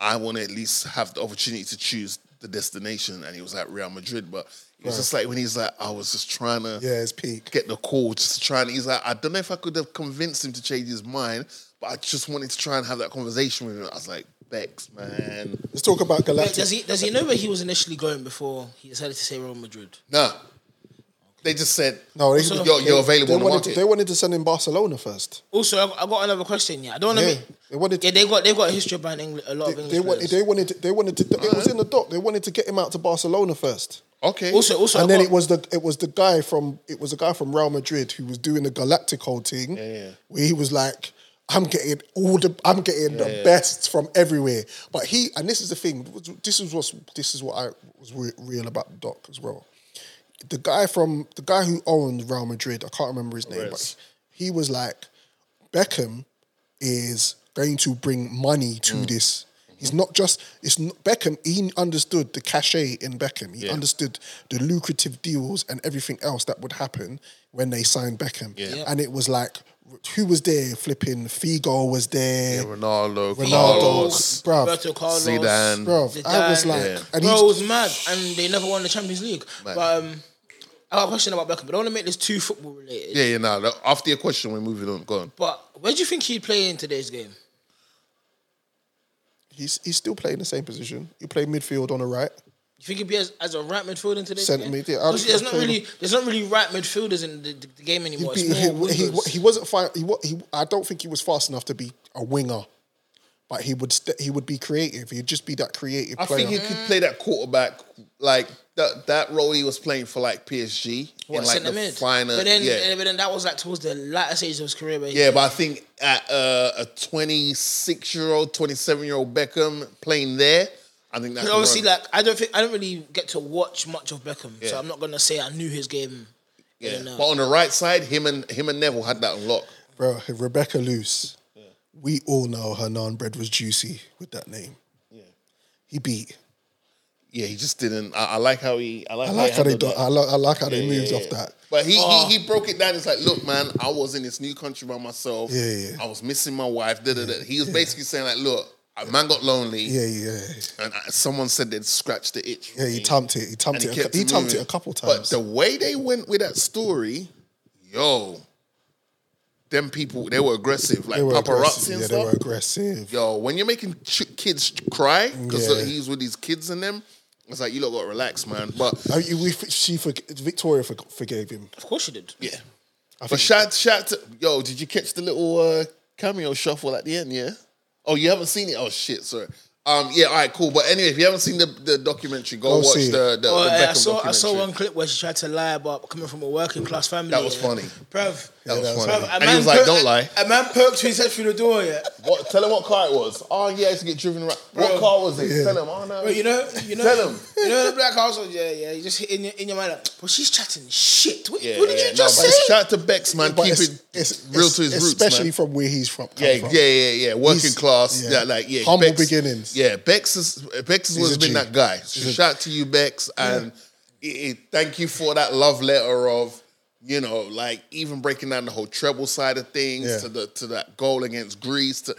Speaker 3: I want to at least have the opportunity to choose the destination. And he was like, Real Madrid. But it was
Speaker 4: Right.
Speaker 3: just like when he's like, I was just trying to
Speaker 4: Yeah, his peak.
Speaker 3: get the call, just to try and he's like, I don't know if I could have convinced him to change his mind, but I just wanted to try and have that conversation with him. I was like, Bex, man.
Speaker 4: Let's talk about
Speaker 5: Wait,
Speaker 4: Galactic.
Speaker 5: does he does he know where he was initially going before he decided to say Real Madrid?
Speaker 3: No. They just said,
Speaker 4: no, they,
Speaker 3: you're, you're available
Speaker 4: They
Speaker 3: on the
Speaker 4: wanted,
Speaker 3: market.
Speaker 4: they wanted to send him Barcelona first.
Speaker 5: Also, I I got another question. Yeah, I don't want
Speaker 4: Yeah,
Speaker 5: to.
Speaker 4: they wanted.
Speaker 5: Yeah, they got they got a history of banning Engl- a lot of English
Speaker 4: They wanted.
Speaker 5: players.
Speaker 4: They wanted. They wanted to. It was in the doc. They wanted to get him out to Barcelona first.
Speaker 3: okay.
Speaker 5: also, also,
Speaker 4: and
Speaker 5: I
Speaker 4: then
Speaker 5: got-
Speaker 4: it was the it was the guy from it was a guy from Real Madrid who was doing the Galactico thing, where he was like, "I'm getting all the I'm getting the best from everywhere." But he and this is the thing. This is what this is what I was re- real about the doc as well. The guy from the guy who owned Real Madrid, I can't remember his name,
Speaker 3: Perez.
Speaker 4: but he was like, Beckham is going to bring money to
Speaker 3: Mm.
Speaker 4: this.
Speaker 3: Mm-hmm.
Speaker 4: He's not just it's not, Beckham. He understood the cachet in Beckham. He understood the lucrative deals and everything else that would happen when they signed Beckham.
Speaker 3: Yeah.
Speaker 4: And it was like, who was there? Flipping Figo was there.
Speaker 3: Ronaldo,
Speaker 4: Ronaldo,
Speaker 3: Carlos,
Speaker 4: bruv.
Speaker 5: Roberto Carlos,
Speaker 3: Zidane.
Speaker 4: Bruv, I was
Speaker 5: Zidane.
Speaker 4: like,
Speaker 3: Yeah.
Speaker 4: and
Speaker 5: Bro,
Speaker 4: he's
Speaker 5: it was mad, and they never won the Champions League.
Speaker 3: Man.
Speaker 5: But um, I got a question about Beckham, but I want to make this too football related.
Speaker 3: Yeah, yeah, no. no, After your question, we're moving on. Go on.
Speaker 5: But where do you think he'd play in today's game?
Speaker 4: he's he's still playing the same position. You play midfield on the right.
Speaker 5: You think he'd be as, as a right midfielder in today's
Speaker 4: Centre
Speaker 5: game?
Speaker 4: mid, yeah, I'd-
Speaker 5: 'Cause there's not
Speaker 4: I'd play
Speaker 5: really there's not really right midfielders in the, the, the game anymore.
Speaker 4: He,
Speaker 5: It's more
Speaker 4: he, he,
Speaker 5: wingers.
Speaker 4: he wasn't fi- he, wa- he, I don't think he was fast enough to be a winger, but he would st- he would be creative. He'd just be that creative
Speaker 3: I
Speaker 4: player.
Speaker 3: think he could play that quarterback, like that that role he was playing for like PSG
Speaker 5: What,
Speaker 3: in like
Speaker 5: centre
Speaker 3: the
Speaker 5: mid?
Speaker 3: final.
Speaker 5: But then,
Speaker 3: yeah.
Speaker 5: but then that was like towards the latter stages of his career. Where he-
Speaker 3: yeah, but I think at uh, a 26 year old, 27 year old Beckham playing there, I think that's
Speaker 5: But obviously, like I don't think I don't really get to watch much of Beckham, so
Speaker 3: Yeah.
Speaker 5: I'm not gonna say I knew his game. in uh,
Speaker 3: yeah.
Speaker 5: and out.
Speaker 3: But on the right side, him and him and Neville had that unlock.
Speaker 4: Bro, Rebecca Luce we all know Hernan Bread was juicy with that name. Yeah. He beat.
Speaker 3: Yeah, he just didn't. I, I like how he. I like,
Speaker 4: I like how they.
Speaker 3: handled
Speaker 4: Do,
Speaker 3: that.
Speaker 4: I, like, I like how they
Speaker 3: Yeah, yeah,
Speaker 4: moved
Speaker 3: yeah.
Speaker 4: off that.
Speaker 3: But he,
Speaker 5: Oh.
Speaker 3: he he broke it down. It's like, look, man, I was in this new country by myself.
Speaker 4: Yeah, yeah.
Speaker 3: I was missing my wife. Da, da, da. He was basically saying like, look, a man got lonely.
Speaker 4: Yeah, yeah.
Speaker 3: And I, someone said they'd scratched the itch.
Speaker 4: Yeah, he tumped it. He tumped
Speaker 3: And
Speaker 4: it.
Speaker 3: he
Speaker 4: a cou-
Speaker 3: kept
Speaker 4: He tumped it
Speaker 3: moving.
Speaker 4: a couple
Speaker 3: But
Speaker 4: times.
Speaker 3: the way they went with that story, yo, them people they were aggressive, like
Speaker 4: They were
Speaker 3: paparazzi
Speaker 4: aggressive.
Speaker 3: and
Speaker 4: Yeah,
Speaker 3: stuff.
Speaker 4: they were aggressive.
Speaker 3: Yo, when you're making ch- kids cry because
Speaker 4: Yeah.
Speaker 3: he's with these kids and them, it's like you lot got to relax, man. But
Speaker 4: Oh, you- we, she forg Victoria forg forgave him.
Speaker 5: Of course you did.
Speaker 3: Yeah. but shout, shout to yo, did you catch the little uh, cameo shuffle at the end? Yeah. Oh, you haven't seen it? Oh shit, sorry. Um, yeah, all right, cool. But anyway, if you haven't seen the, the documentary, go
Speaker 4: Go
Speaker 3: watch
Speaker 4: see it.
Speaker 3: the, the,
Speaker 5: Oh,
Speaker 3: the
Speaker 5: yeah, I
Speaker 3: Beckham
Speaker 5: saw I
Speaker 3: documentary.
Speaker 5: saw one clip where she tried to lie about coming from a working class family.
Speaker 3: That was
Speaker 5: yeah.
Speaker 3: funny.
Speaker 5: Bruv,
Speaker 3: That was
Speaker 5: bruv,
Speaker 3: funny.
Speaker 5: a
Speaker 3: And he
Speaker 5: man
Speaker 3: was like,
Speaker 5: per-
Speaker 3: "Don't lie."
Speaker 5: A man perked his head through the door, yeah.
Speaker 3: What? Tell him what car it was. Oh yeah, I used to get driven around.
Speaker 5: Bro.
Speaker 3: What car was it?
Speaker 5: Yeah.
Speaker 3: Tell him. Oh no.
Speaker 5: But you know, you know,
Speaker 3: Tell him.
Speaker 5: You know the black household, yeah, yeah. You just hit in your, in your mind like, well, she's chatting shit. What,
Speaker 3: Yeah,
Speaker 5: what did
Speaker 3: yeah,
Speaker 5: you just
Speaker 3: no, but
Speaker 5: say?
Speaker 3: Shout out to Bex, man.
Speaker 4: But
Speaker 3: Keep
Speaker 4: it's-
Speaker 3: it
Speaker 4: it's-
Speaker 3: real
Speaker 4: it's-
Speaker 3: to his roots,
Speaker 4: Especially
Speaker 3: man.
Speaker 4: from where he's from. come
Speaker 3: Yeah,
Speaker 4: from.
Speaker 3: yeah, yeah, yeah. Working
Speaker 4: He's-
Speaker 3: class.
Speaker 4: yeah.
Speaker 3: Yeah. like yeah.
Speaker 4: Humble beginnings.
Speaker 3: Yeah, Bex has Bex has
Speaker 4: He's
Speaker 3: always
Speaker 4: a
Speaker 3: been
Speaker 4: G.
Speaker 3: that guy. So
Speaker 4: He's a-
Speaker 3: shout out to you, Bex, and it, it- thank you for that love letter of you know, like even breaking down the whole treble side of things
Speaker 4: Yeah.
Speaker 3: to the to that goal against Greece. To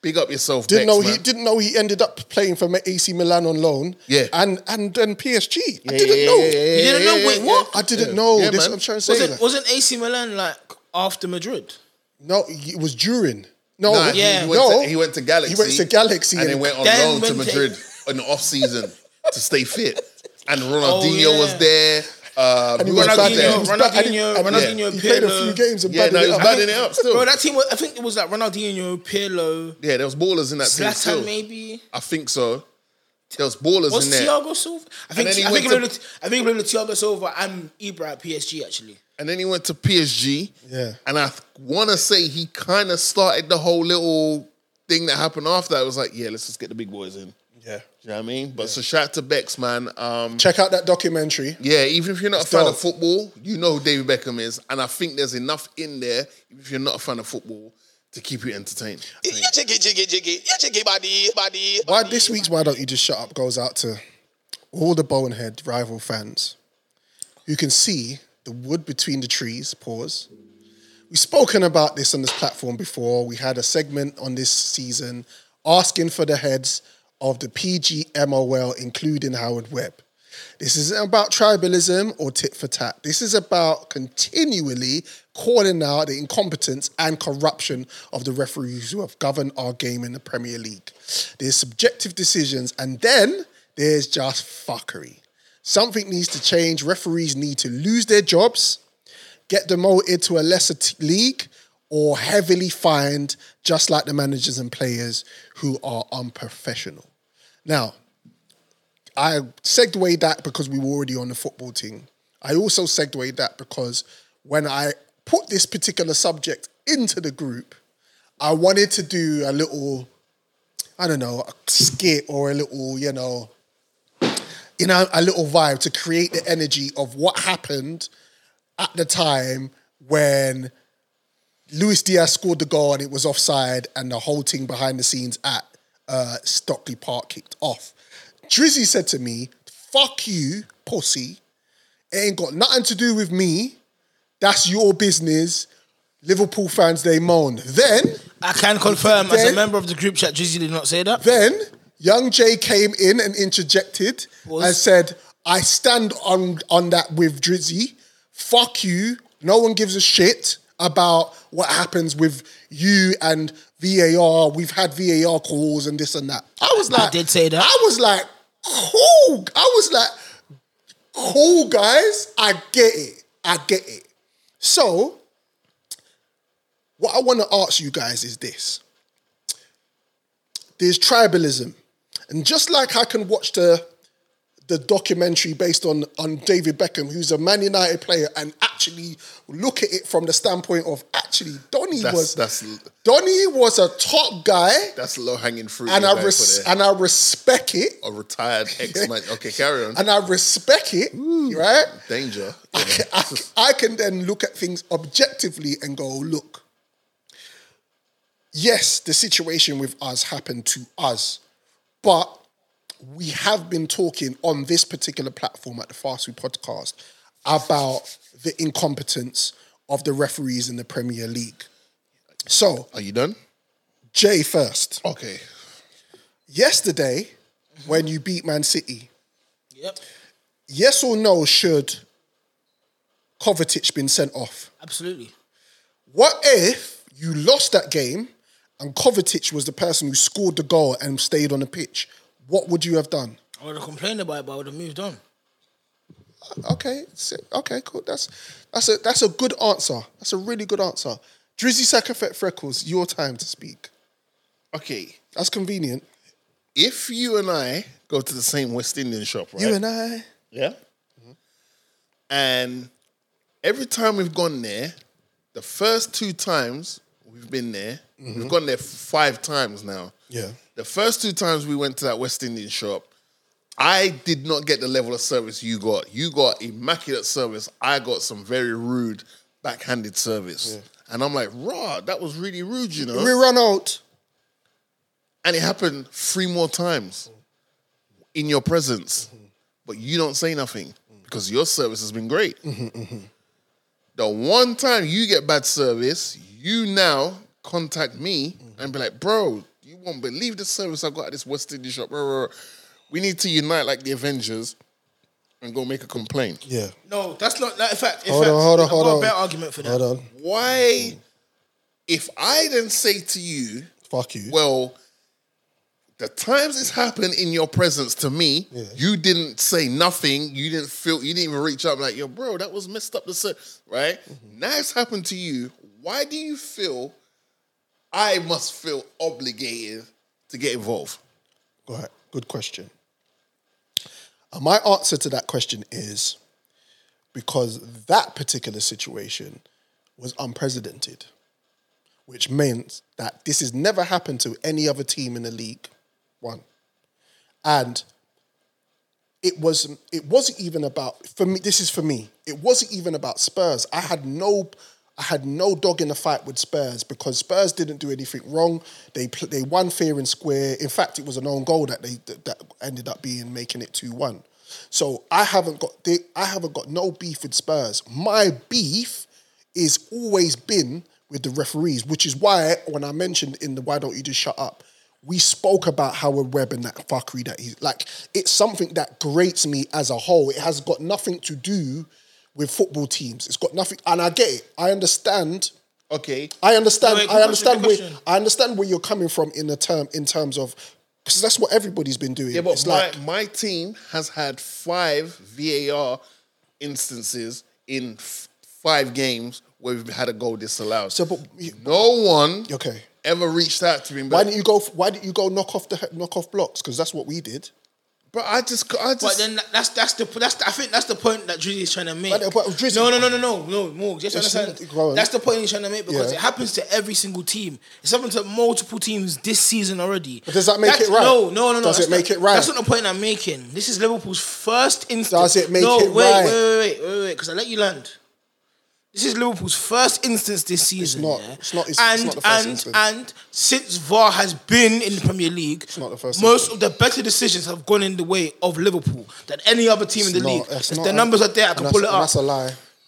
Speaker 3: big up yourself,
Speaker 4: Didn't
Speaker 3: Bex,
Speaker 4: know
Speaker 3: man.
Speaker 4: he didn't know he ended up playing for AC Milan on loan.
Speaker 3: Yeah.
Speaker 4: and and then PSG. I
Speaker 3: Yeah,
Speaker 4: didn't
Speaker 3: yeah,
Speaker 4: know.
Speaker 3: yeah, yeah,
Speaker 5: You didn't know? yeah, Wait, yeah. what?
Speaker 4: I didn't
Speaker 3: Yeah.
Speaker 4: know.
Speaker 3: Yeah,
Speaker 4: this is
Speaker 3: man.
Speaker 4: what I'm trying to say.
Speaker 5: Wasn't, wasn't AC Milan like after Madrid?
Speaker 4: no, it was during. No,
Speaker 3: Nah,
Speaker 5: Yeah.
Speaker 3: he,
Speaker 4: no.
Speaker 3: went to, he went to Galaxy.
Speaker 4: He went to Galaxy
Speaker 3: and then
Speaker 4: and-
Speaker 3: went on
Speaker 5: Then
Speaker 3: loan to
Speaker 5: went to-
Speaker 3: Madrid in the off season to stay fit. And Ronaldinho
Speaker 5: Oh, yeah.
Speaker 3: was there. Uh,
Speaker 4: And he
Speaker 3: who
Speaker 4: was
Speaker 3: else was
Speaker 4: bad
Speaker 3: there?
Speaker 4: then. He
Speaker 5: Ronaldinho,
Speaker 4: was bad. And he-
Speaker 5: Ronaldinho,
Speaker 4: and
Speaker 3: he-
Speaker 5: Ronaldinho,
Speaker 4: He played a
Speaker 5: Pirlo.
Speaker 4: few games and
Speaker 3: Yeah,
Speaker 4: bad
Speaker 3: no, he was
Speaker 4: it
Speaker 3: badding
Speaker 4: up.
Speaker 3: it up still.
Speaker 5: Bro, that team. Was, I think it was like Ronaldinho, Pirlo,
Speaker 3: yeah, there was ballers in that team still.
Speaker 5: Zlatan, maybe.
Speaker 3: I think so. There was ballers
Speaker 5: Was
Speaker 3: in there.
Speaker 5: Thiago Silva? I think
Speaker 3: then he
Speaker 5: I think,
Speaker 3: went to-
Speaker 5: to... I think it was Thiago Silva and Ibra at PSG actually.
Speaker 3: And then he went to PSG.
Speaker 4: Yeah.
Speaker 3: And I want to say he kind of started the whole little thing that happened after that. It was like, yeah, let's just get the big boys in.
Speaker 4: Yeah.
Speaker 3: Do you know what I mean? But so shout out to Bex, man. Um,
Speaker 4: Check out that documentary.
Speaker 3: Yeah, even if you're not a fan
Speaker 4: dope.
Speaker 3: of football, you know who David Beckham is, and I think there's enough in there. If you're not a fan of football, to keep you entertained.
Speaker 17: Yeah, jiggy, jiggy, jiggy. Yeah, jiggy, body, body.
Speaker 4: Why this week's Why Don't You Just Shut Up goes out to all the Bowenhead rival fans who can see the wood between the trees. Pause. We've spoken about this on this platform before. We had a segment on this season asking for the heads of the PGMOL, including Howard Webb. This isn't about tribalism or tit for tat. This is about continually calling out the incompetence and corruption of the referees who have governed our game in the Premier League. There's subjective decisions, and then there's just fuckery. Something needs to change. Referees need to lose their jobs get demoted to a lesser t- league or heavily fined, just like the managers and players who are unprofessional. Now, I segued that because we were already on the football team. I also segued that because when I put this particular subject into the group, I wanted to do a little, I don't know, a skit or a little, you know, you know, a little vibe to create the energy of what happened at the time when Luis Diaz scored the goal and it was offside, and the whole thing behind the scenes at uh, Stockley Park kicked off. Drizzy said to me, "Fuck you, pussy. It ain't got nothing to do with me. That's your business." Liverpool fans they moan. Then
Speaker 5: I can confirm as a
Speaker 4: Then-
Speaker 5: member of the group chat, Drizzy did not say that.
Speaker 4: then Young Jay came in and interjected
Speaker 5: Was-
Speaker 4: and said, I stand on, on that with Drizzy. Fuck you. No one gives a shit about what happens with you and VAR. We've had VAR calls and this and that. I was
Speaker 5: I
Speaker 4: like,
Speaker 5: did say that.
Speaker 4: I was like, cool. I was like, cool, guys. I get it. I get it. So, what I want to ask you guys is this there's tribalism. And just like I can watch the the documentary based on, on David Beckham, who's a Man United player, and actually look at it from the standpoint of actually Donny
Speaker 3: That's-
Speaker 4: was
Speaker 3: that's-
Speaker 4: Donny was a top guy,
Speaker 3: That's low hanging fruit.
Speaker 4: and
Speaker 3: you
Speaker 4: I
Speaker 3: guys
Speaker 4: res-
Speaker 3: put there.
Speaker 4: and I respect it,
Speaker 3: a retired ex man. Okay, carry on.
Speaker 4: and I respect it, right?
Speaker 3: Danger.
Speaker 4: I, can- I can- I can then look at things objectively and go, look, yes, the situation with us happened to us, but we have been talking on this particular platform at the Fast Food Podcast about the incompetence of the referees in the Premier League. So,
Speaker 3: are you done?
Speaker 4: Jay first.
Speaker 3: Okay.
Speaker 4: Yesterday, when you beat Man City,
Speaker 5: Yep.
Speaker 4: yes or no should Kovacic been sent off?
Speaker 5: Absolutely.
Speaker 4: What if you lost that game and Kovacic was the person who scored the goal and stayed on the pitch? What would you have done?
Speaker 5: I would have complained about it, but I would have moved on.
Speaker 4: Okay, so- okay, cool. That's that's a that's a good answer. That's a really good answer. Drizzy Sackafet Freckles, your time to speak.
Speaker 3: Okay.
Speaker 4: That's convenient.
Speaker 3: If you and I go to the same West Indian shop, right?
Speaker 4: You and I.
Speaker 3: Yeah. Mm-hmm. And every time we've gone there, the first two times we've been there, we've gone there five times now.
Speaker 4: Yeah.
Speaker 3: The first two times we went to that West Indian shop, I did not get the level of service you got. You got immaculate service. I got some very rude, backhanded service. And I'm like, raw, that was really rude, you know?
Speaker 4: We run out.
Speaker 3: And it happened three more times in your presence, but you don't say nothing because your service has been great. The one time you get bad service, you now contact me and be like, bro, you won't believe the service I got at this West Indian shop. Rah, rah, rah. We need to unite like the Avengers and go make a complaint.
Speaker 4: Yeah.
Speaker 5: No, that's not. That, in fact, in
Speaker 4: Hold
Speaker 5: fact,
Speaker 4: on, hold on,
Speaker 5: I've
Speaker 4: hold
Speaker 5: got
Speaker 4: on.
Speaker 5: a better argument for that.
Speaker 4: Hold on.
Speaker 3: Why, if I then say to you,
Speaker 4: Fuck you.
Speaker 3: well, the times it's happened in your presence to me,
Speaker 4: Yeah.
Speaker 3: you didn't say nothing. You didn't feel. You didn't even reach up like, yo, bro, that was messed up. The ser-" right now it's happened to you. Why do you feel I must feel obligated to get involved?
Speaker 4: All right, good question. And my answer to that question is because that particular situation was unprecedented, which means that this has never happened to any other team in the league. One. And it was it wasn't even about for me this is for me. It wasn't even about Spurs. I had no I had no dog in the fight with Spurs because Spurs didn't do anything wrong. They pl- they won fair and square. In fact, it was an own goal that they that, that ended up being making it 2-1. So I haven't got they, I haven't got no beef with Spurs. My beef is always been with the referees, which is why when I mentioned in the why don't you just shut up, we spoke about Howard Webb and that fuckery that he's like. It's something that grates me as a whole. It has got nothing to do with football teams. It's got nothing, and I get it. I understand.
Speaker 3: Okay,
Speaker 4: I understand.
Speaker 5: Wait, wait,
Speaker 4: I
Speaker 5: good
Speaker 4: understand where
Speaker 5: question, good
Speaker 4: I understand where you're coming from in the term in terms of because that's what everybody's been doing.
Speaker 3: yeah, but
Speaker 4: it's
Speaker 3: my
Speaker 4: like
Speaker 3: my team has had five VAR instances in f- five games where we've had a goal disallowed.
Speaker 4: So, but-
Speaker 3: no one
Speaker 4: okay.
Speaker 3: ever reached out to me.
Speaker 4: Why didn't you go? Why didn't you go knock off the knock off blocks? Because that's what we did.
Speaker 3: But I just, I
Speaker 5: But
Speaker 3: just.
Speaker 5: then that- that's that's the that's the, I think that's the point that Drizzy is trying to make.
Speaker 4: But- but Drizzy-
Speaker 5: no, no, no, no, no, no, more. Just
Speaker 4: It's
Speaker 5: understand.
Speaker 4: not- go on.
Speaker 5: That's the point he's trying to make because
Speaker 4: Yeah.
Speaker 5: it happens to every single team. It's happened to multiple teams this season already.
Speaker 4: But does that make
Speaker 5: That's-
Speaker 4: it right?
Speaker 5: No, no, no, no.
Speaker 4: Does
Speaker 5: that's
Speaker 4: it make
Speaker 5: not-
Speaker 4: it right?
Speaker 5: That's not the point I'm making. This is Liverpool's first instance.
Speaker 4: Does it make
Speaker 5: no,
Speaker 4: it
Speaker 5: wait,
Speaker 4: right?
Speaker 5: Wait, wait, wait, wait, because I let you land. This is Liverpool's first instance this season.
Speaker 4: not.
Speaker 5: yeah?
Speaker 4: It's not- it's-
Speaker 5: and
Speaker 4: it's not the first
Speaker 5: and
Speaker 4: instance.
Speaker 5: and since VAR has been in the Premier League,
Speaker 4: not the first
Speaker 5: most
Speaker 4: instance.
Speaker 5: of the better decisions have gone in the way of Liverpool than any other team in the
Speaker 4: It's not-
Speaker 5: league.
Speaker 4: that's
Speaker 5: If
Speaker 4: not-
Speaker 5: the numbers are there. I
Speaker 4: and
Speaker 5: can
Speaker 4: that's-
Speaker 5: pull it
Speaker 4: and
Speaker 5: up.
Speaker 4: That's a lie.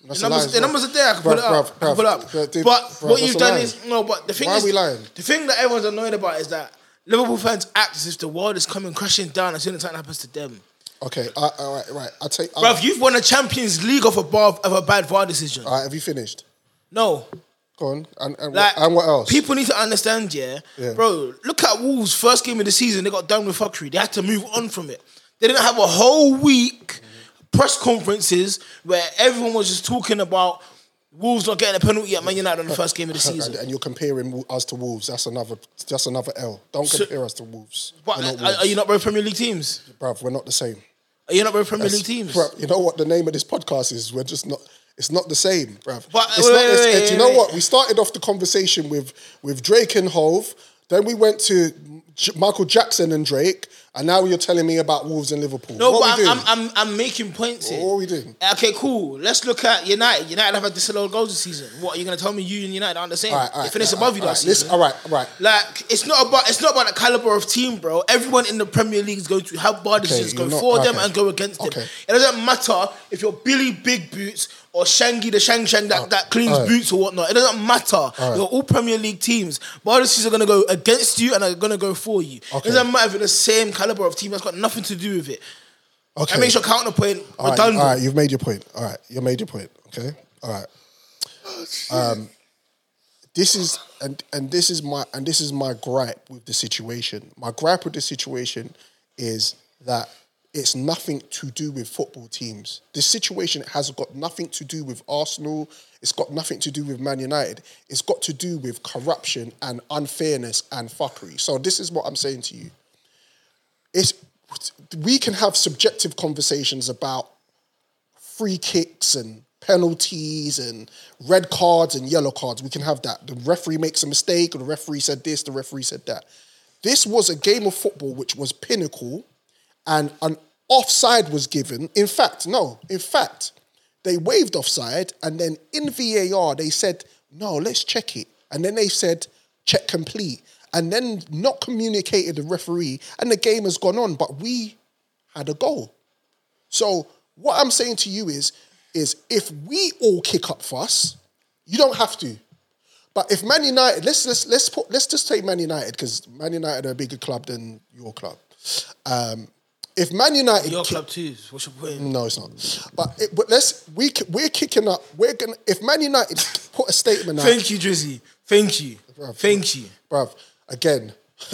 Speaker 4: That's
Speaker 5: The
Speaker 4: a lie
Speaker 5: numbers,
Speaker 4: as
Speaker 5: the
Speaker 4: well.
Speaker 5: numbers are there. I can pull
Speaker 4: Bruv,
Speaker 5: it up. I
Speaker 4: bruv,
Speaker 5: can pull it
Speaker 4: bruv,
Speaker 5: up.
Speaker 4: bruv, dude,
Speaker 5: but
Speaker 4: bruv,
Speaker 5: what
Speaker 4: that's
Speaker 5: you've
Speaker 4: a
Speaker 5: done
Speaker 4: lie.
Speaker 5: is no. But the thing
Speaker 4: Why are
Speaker 5: is,
Speaker 4: we lying?
Speaker 5: the thing that everyone's annoyed about is that Liverpool fans act as if the world is coming crashing down as soon as something happens to them.
Speaker 4: Okay, uh, all right, right. I'll take.
Speaker 5: Bruv, you've won a Champions League off a bar of a bad VAR decision.
Speaker 4: All right, have you finished?
Speaker 5: No,
Speaker 4: Go on. And, and,
Speaker 5: like
Speaker 4: what, and what else?
Speaker 5: People need to understand, yeah,
Speaker 4: Yeah.
Speaker 5: bro. Look at Wolves' first game of the season. They got done with fuckery. They had to move on from it. They didn't have a whole week press conferences where everyone was just talking about Wolves not getting a penalty at Man United on the first game of the
Speaker 4: and,
Speaker 5: season.
Speaker 4: and you're comparing Wol- us to Wolves. That's another. That's another L. Don't compare us to Wolves.
Speaker 5: But
Speaker 4: We're not
Speaker 5: are, are you
Speaker 4: Wolves.
Speaker 5: not both Premier League teams?
Speaker 4: Bruv, we're not the same.
Speaker 5: Are you not both Premier
Speaker 4: That's-
Speaker 5: League teams?
Speaker 4: Bruv, you know what the name of this podcast is? We're just not. It's not the same, bruv.
Speaker 5: But-
Speaker 4: it's not the-
Speaker 5: wait, wait, wait,
Speaker 4: do you
Speaker 5: wait,
Speaker 4: know
Speaker 5: wait.
Speaker 4: what? We started off the conversation with with Drake and Hove. Then we went to J- Michael Jackson and Drake, And now you're telling me about Wolves and Liverpool.
Speaker 5: No,
Speaker 4: what we
Speaker 5: but
Speaker 4: doing?
Speaker 5: I'm, I'm, I'm, I'm making points here.
Speaker 4: What are we doing?
Speaker 5: Okay, cool. Let's look at United. United have had disallowed goals this season. What are you going to tell me? You and United aren't the same.
Speaker 4: All right, all right,
Speaker 5: they finished
Speaker 4: all
Speaker 5: above
Speaker 4: right,
Speaker 5: you
Speaker 4: all
Speaker 5: last
Speaker 4: right,
Speaker 5: season.
Speaker 4: listen- all right, all right.
Speaker 5: Like it's not about it's not about the caliber of team, bro. Everyone in the Premier League is going to have bad decisions
Speaker 4: you're
Speaker 5: go
Speaker 4: not-
Speaker 5: for them
Speaker 4: okay.
Speaker 5: and go against them.
Speaker 4: Okay.
Speaker 5: It doesn't matter if you're Billy Big Boots or Shangy the Shang Shang
Speaker 4: Oh,
Speaker 5: that, that cleans
Speaker 4: all right.
Speaker 5: boots or whatnot. It doesn't matter.
Speaker 4: right.
Speaker 5: You're all Premier League teams. Bad decisions are going to go against you and are going to go for you.
Speaker 4: Okay.
Speaker 5: It doesn't matter if you're the same caliber of team. That's got nothing to do with it.
Speaker 4: Okay.
Speaker 5: That makes your counterpoint
Speaker 4: All right,
Speaker 5: redundant.
Speaker 4: all right, you've made your point. All right, you made your point. Okay, all right. Um, this is and and this is my and this is my gripe with the situation. My gripe with the situation is that it's nothing to do with football teams. This situation has got nothing to do with Arsenal. It's got nothing to do with Man United. It's got to do with corruption and unfairness and fuckery. So this is what I'm saying to you it's we can have subjective conversations about free kicks and penalties and red cards and yellow cards. We can have that. The referee makes a mistake, or the referee said this, the referee said that. This was a game of football which was pinnacle and an offside was given. In fact, no, in fact, they waived offside and then in VAR they said, no, let's check it. And then they said, check complete. And then not communicated the referee and the game has gone on, but we had a goal. So what I'm saying to you is, is if we all kick up fuss, you don't have to. But if Man United, let's let's let's put let's just take Man United because Man United are a bigger club than your club. Um, if Man United
Speaker 5: Your
Speaker 4: kick-
Speaker 5: club too. What's your point?
Speaker 4: no, it's not. But, it, but let's we ki- we're kicking up. We're gonna if Man United put a statement out,
Speaker 5: Thank you, Drizzy. Thank you. Thank you.
Speaker 4: bruv. Again,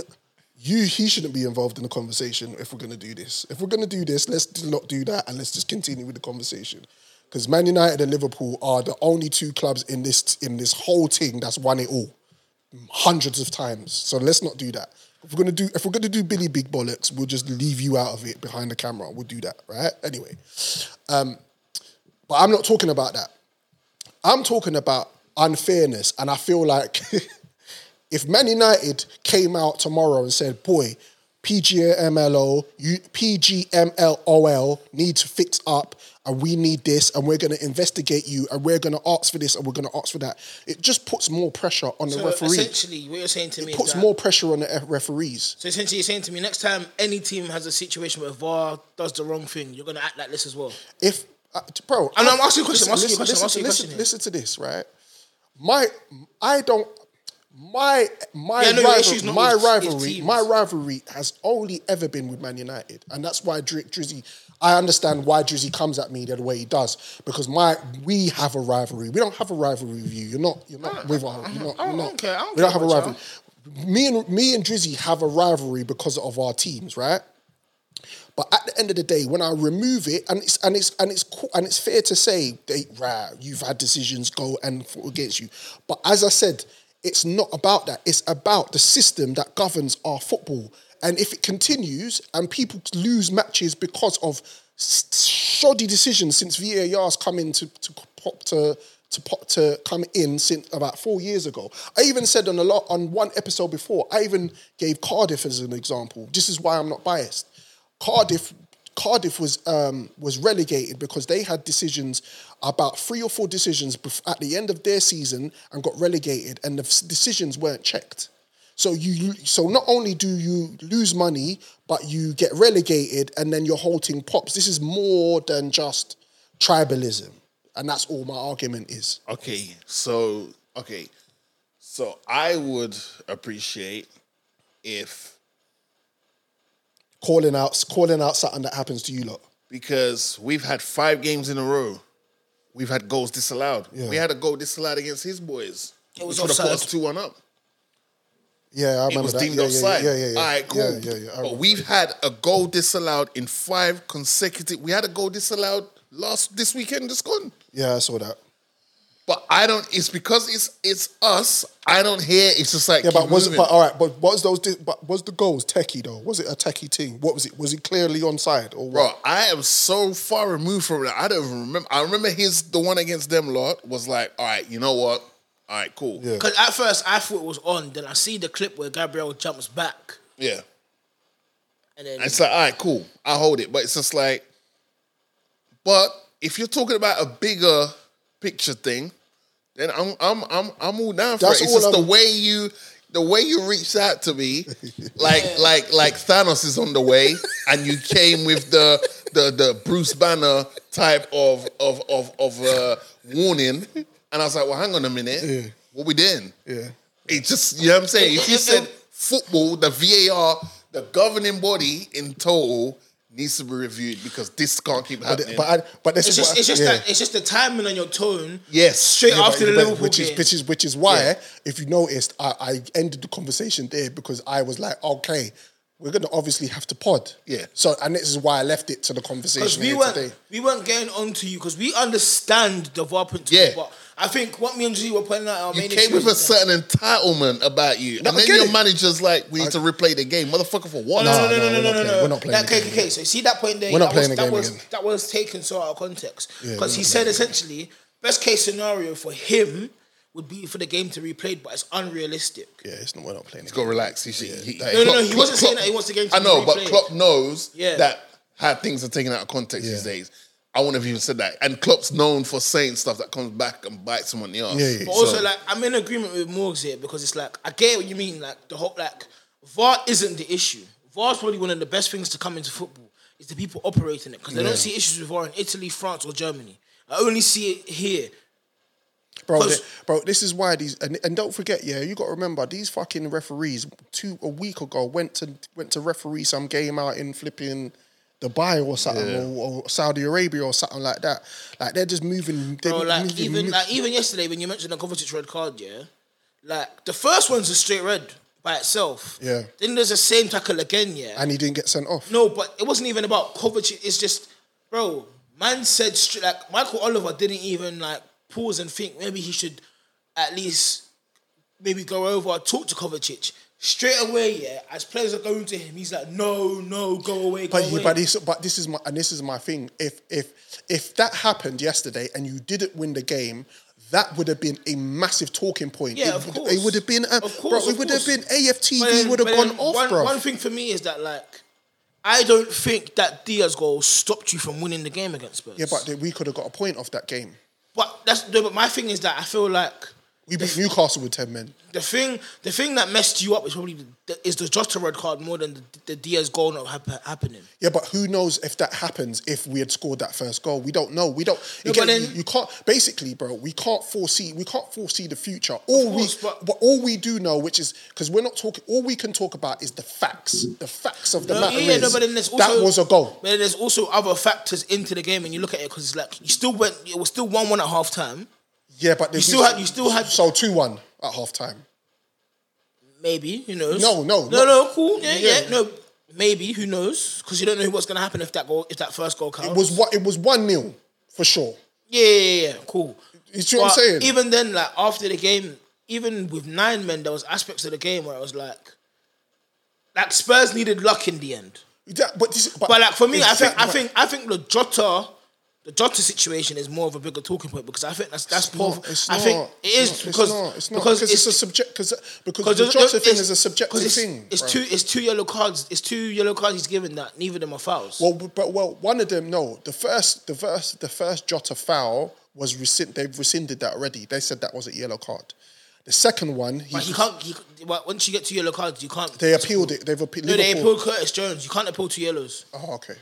Speaker 4: you he shouldn't be involved in the conversation if we're gonna do this. If we're gonna do this, let's d- not do that and let's just continue with the conversation. Because Man United and Liverpool are the only two clubs in this in this whole thing that's won it all hundreds of times. So let's not do that. If we're gonna do if we're gonna do Billy Big Bollocks, we'll just leave you out of it behind the camera. We'll do that, right? Anyway. Um, but I'm not talking about that. I'm talking about unfairness, and I feel like if Man United came out tomorrow and said, "Boy, PGMLO, you, PGMLOL need to fix up, and we need this, and we're going to investigate you, and we're going to ask for this, and we're going to ask for that," it just puts more pressure on the
Speaker 5: So
Speaker 4: referee.
Speaker 5: essentially, what you're saying to me
Speaker 4: It puts
Speaker 5: is that,
Speaker 4: more pressure on the eh, referees.
Speaker 5: So essentially, you're saying to me, next time any team has a situation where VAR does the wrong thing, you're gonna act like this as well.
Speaker 4: If uh, t- bro,
Speaker 5: And I'm asking you a question, I'm asking you a
Speaker 4: listen,
Speaker 5: question, I'm asking you a
Speaker 4: listen,
Speaker 5: question here.
Speaker 4: listen to this, right? My, I don't. My my
Speaker 5: Yeah, no, your
Speaker 4: rival-
Speaker 5: issue's not
Speaker 4: my
Speaker 5: with- it's
Speaker 4: rivalry
Speaker 5: teams.
Speaker 4: my rivalry has only ever been with Man United, and that's why Dri- Drizzy. I understand why Drizzy comes at me the way he does because my we have a rivalry. We don't have a rivalry with you. You're not you're not with us. You're not,
Speaker 5: I
Speaker 4: you're
Speaker 5: don't- I
Speaker 4: not,
Speaker 5: don't care, I don't
Speaker 4: we don't
Speaker 5: care
Speaker 4: have a
Speaker 5: about
Speaker 4: rivalry. Me and me and Drizzy have a rivalry because of our teams, right? But at the end of the day, when I remove it, and it's and it's and it's co- and it's fair to say, they, rah, you've had decisions go and fought against you. But as I said, it's not about that. It's about the system that governs our football. And if it continues and people lose matches because of s- shoddy decisions since VAR's come in to to pop to to pop, to come in since about four years ago. I even said on a lot on one episode before. I even gave Cardiff as an example. This is why I'm not biased. Cardiff Cardiff was um, was relegated because they had decisions about three or four decisions bef- at the end of their season and got relegated, and the f- decisions weren't checked. So you so not only do you lose money, but you get relegated, and then your whole thing pops. This is more than just tribalism, and that's all my argument is.
Speaker 3: Okay, so okay, so I would appreciate if
Speaker 4: Calling out calling out something that happens to you lot.
Speaker 3: because we've had five games in a row, we've had goals disallowed.
Speaker 4: Yeah.
Speaker 3: We had a goal disallowed against his boys. It
Speaker 5: was
Speaker 3: which would have
Speaker 5: offside.
Speaker 3: put us two one up.
Speaker 4: Yeah, I
Speaker 3: It
Speaker 4: remember
Speaker 3: was
Speaker 4: that.
Speaker 3: deemed
Speaker 4: yeah,
Speaker 3: offside.
Speaker 4: Yeah, yeah, yeah, yeah.
Speaker 3: All right, cool.
Speaker 4: Yeah, yeah, yeah. I
Speaker 3: but
Speaker 4: remember.
Speaker 3: we've had a goal disallowed in five consecutive. We had a goal disallowed last this weekend. Just gone.
Speaker 4: yeah, I saw that.
Speaker 3: But I don't. It's because it's it's us. I don't hear. It's just like
Speaker 4: Yeah, but
Speaker 3: keep
Speaker 4: was
Speaker 3: moving.
Speaker 4: but all right, but was those di- but was the goals techie though? Was it a techie thing? What was it? Was it clearly onside or
Speaker 3: Bro,
Speaker 4: what?
Speaker 3: I am so far removed from that. I don't even remember. I remember his the one against them lot was like, all right, you know what? All right, cool. Yeah.
Speaker 5: Because at first I thought it was on, then I see the clip where Gabriel jumps back,
Speaker 3: Yeah.
Speaker 5: And then
Speaker 3: it's like, all right, cool, I hold it. But it's just like, but if you're talking about a bigger picture thing, then I'm I'm I'm I'm all down for
Speaker 4: That's
Speaker 3: it. It's
Speaker 4: all
Speaker 3: just
Speaker 4: I'm-
Speaker 3: the way you the way you reached out to me, like like like Thanos is on the way, and you came with the the the Bruce Banner type of of of of uh, warning, and I was like, well, hang on a minute, what we doing?
Speaker 4: Yeah.
Speaker 3: It just, you know what I'm saying? If you said football, the VAR, the governing body in total needs to be reviewed because this can't keep
Speaker 4: But,
Speaker 3: happening.
Speaker 4: but, I, but this
Speaker 5: it's
Speaker 4: is
Speaker 5: just
Speaker 4: what-
Speaker 5: it's just
Speaker 4: yeah.
Speaker 5: that it's just the timing on your tone.
Speaker 3: Yes.
Speaker 5: straight
Speaker 4: Yeah, but-
Speaker 5: after the
Speaker 4: but-
Speaker 5: Liverpool
Speaker 4: which
Speaker 5: game.
Speaker 4: is which is which is why if you noticed, I, I ended the conversation there because I was like, okay, we're gonna obviously have to pod.
Speaker 3: Yeah.
Speaker 4: So and this is why I left it to the
Speaker 5: Because
Speaker 4: conversation
Speaker 5: we
Speaker 4: here
Speaker 5: weren't
Speaker 4: today.
Speaker 5: we weren't getting on to you because we understand the VAR principle.
Speaker 3: Yeah.
Speaker 5: But I think what me and G were pointing out our
Speaker 3: you
Speaker 5: main
Speaker 3: came
Speaker 5: issue
Speaker 3: with a
Speaker 5: is that-
Speaker 3: certain entitlement about you. and
Speaker 5: No, I
Speaker 3: then
Speaker 5: get
Speaker 3: your
Speaker 5: it.
Speaker 3: manager's like, we need to replay the game. Motherfucker, for what?
Speaker 5: No, no, no, no, no, no, no.
Speaker 4: We're not playing.
Speaker 5: That- okay, okay, okay. So you see that point there.
Speaker 4: We're not
Speaker 5: that was,
Speaker 4: playing the
Speaker 5: that
Speaker 4: game
Speaker 5: was,
Speaker 4: again.
Speaker 5: That was taken so out of context
Speaker 4: Yeah,
Speaker 5: because
Speaker 4: we're
Speaker 5: he
Speaker 4: not
Speaker 5: said essentially best case scenario for him would be for the game to be replayed, but it's unrealistic.
Speaker 4: Yeah, it's not we're not playing.
Speaker 3: He's got to relax. He, should- he,
Speaker 5: No, no, no, he wasn't saying that he wants the game to
Speaker 3: I know,
Speaker 5: be
Speaker 3: but
Speaker 5: replayed.
Speaker 3: Klopp knows
Speaker 5: Yeah.
Speaker 3: that how things are taken out of context these days. I wouldn't have even said that. And Klopp's known for saying stuff that comes back and bites him on the ass.
Speaker 4: Yeah, yeah.
Speaker 5: But also,
Speaker 3: So-
Speaker 5: like, I'm in agreement with Morgs here because it's like I get what you mean. Like the whole like VAR isn't the issue. VAR is probably one of the best things to come into football. Is the people operating it because they
Speaker 4: Yeah.
Speaker 5: don't see issues with VAR in Italy, France, or Germany. I only see it here.
Speaker 4: Bro,
Speaker 5: Cause-
Speaker 4: thi- bro, this is why these and, and don't forget, yeah, you got to remember these fucking referees. Two a week ago went to went to referee some game out in flipping Dubai or something, or, or Saudi Arabia or something like that. Like they're just moving. They're
Speaker 5: Bro, like
Speaker 4: moving,
Speaker 5: even
Speaker 4: mo-
Speaker 5: like even yesterday when you mentioned the Kovacic red card, yeah, like the first one's a straight red by itself.
Speaker 4: Yeah.
Speaker 5: Then there's the same tackle again, yeah.
Speaker 4: and he didn't get sent off.
Speaker 5: No, but it wasn't even about Kovacic. It's just, bro, man said straight, like Michael Oliver didn't even like pause and think maybe he should at least maybe go over and talk to Kovacic. Straight away, yeah, as players are going to him, he's like, no, no, go away, go
Speaker 4: But
Speaker 5: away.
Speaker 4: he, but this but this is my and this is my thing. If if if that happened yesterday and you didn't win the game, that would have been a massive talking point.
Speaker 5: Yeah,
Speaker 4: it,
Speaker 5: of
Speaker 4: would-
Speaker 5: course.
Speaker 4: It would have been, a,
Speaker 5: Of
Speaker 4: bro.
Speaker 5: course,
Speaker 4: It
Speaker 5: of
Speaker 4: would have
Speaker 5: course.
Speaker 4: been
Speaker 5: But
Speaker 4: AFTV
Speaker 5: then-
Speaker 4: would have
Speaker 5: but
Speaker 4: gone
Speaker 5: then
Speaker 4: off,
Speaker 5: one,
Speaker 4: bro.
Speaker 5: One thing for me is that like, I don't think that Diaz goal stopped you from winning the game against Spurs.
Speaker 4: yeah, but th- we could have got a point off that game.
Speaker 5: but that's no, but my thing is that I feel like
Speaker 4: We beat Newcastle with ten men.
Speaker 5: the thing the thing that messed you up is probably the, is the Jota red card more than the, the Diaz goal not hap- happening.
Speaker 4: Yeah, but who knows if that happens if we had scored that first goal? We don't know. We don't.
Speaker 5: No,
Speaker 4: again,
Speaker 5: but then-
Speaker 4: you, you can't. Basically, bro, we can't foresee. We can't foresee the future. All
Speaker 5: course,
Speaker 4: we,
Speaker 5: but-
Speaker 4: but all we do know, which is because we're not talking. All we can talk about is the facts. The facts of the
Speaker 5: No,
Speaker 4: matter
Speaker 5: yeah,
Speaker 4: is
Speaker 5: no, but then there's also
Speaker 4: that was a goal.
Speaker 5: But then there's also other factors into the game, and you look at it because it's like you still went. It was still one one at half time,
Speaker 4: Yeah, but you
Speaker 5: still had- you still had-
Speaker 4: so two one at half time.
Speaker 5: maybe you know.
Speaker 4: No, no,
Speaker 5: no,
Speaker 4: no.
Speaker 5: no, cool, yeah, yeah,
Speaker 4: Yeah.
Speaker 5: no, maybe who knows? Because you don't know what's gonna happen if that goal, if that first goal counts.
Speaker 4: It was what it was one 0 for sure.
Speaker 5: yeah, yeah, yeah, cool.
Speaker 4: You see what I'm
Speaker 5: But
Speaker 4: saying?
Speaker 5: Even then, like after the game, even with nine men, there was aspects of the game where it was like, like Spurs needed luck in the end.
Speaker 4: That- but, this, but,
Speaker 5: But like for me, I
Speaker 4: exact-
Speaker 5: think I think I think the Jota, the Jota situation is more of a bigger talking point because I think that's that's
Speaker 4: It's
Speaker 5: more.
Speaker 4: not,
Speaker 5: of-
Speaker 4: it's
Speaker 5: I
Speaker 4: not,
Speaker 5: think it is
Speaker 4: it's not,
Speaker 5: because
Speaker 4: it's not, it's not,
Speaker 5: because it's,
Speaker 4: a subject because because
Speaker 5: because
Speaker 4: the
Speaker 5: there's-
Speaker 4: Jota thing
Speaker 5: it's-
Speaker 4: is a subjective
Speaker 5: 'cause it's,
Speaker 4: thing.
Speaker 5: It's
Speaker 4: bro.
Speaker 5: two it's two yellow cards. It's two yellow cards he's given that neither of them are fouls.
Speaker 4: Well, Oh, but- but well, one of them no. The first, the first, the first Jota foul was rescind. They've rescinded that already. They said that was a yellow card. The second one, he,
Speaker 5: but he can't. He, well, once you get two yellow cards, you can't.
Speaker 4: they appealed it. They've appealed.
Speaker 5: No, they
Speaker 4: Liverpool-
Speaker 5: appealed Curtis Jones. You can't appeal two yellows.
Speaker 4: Oh, okay,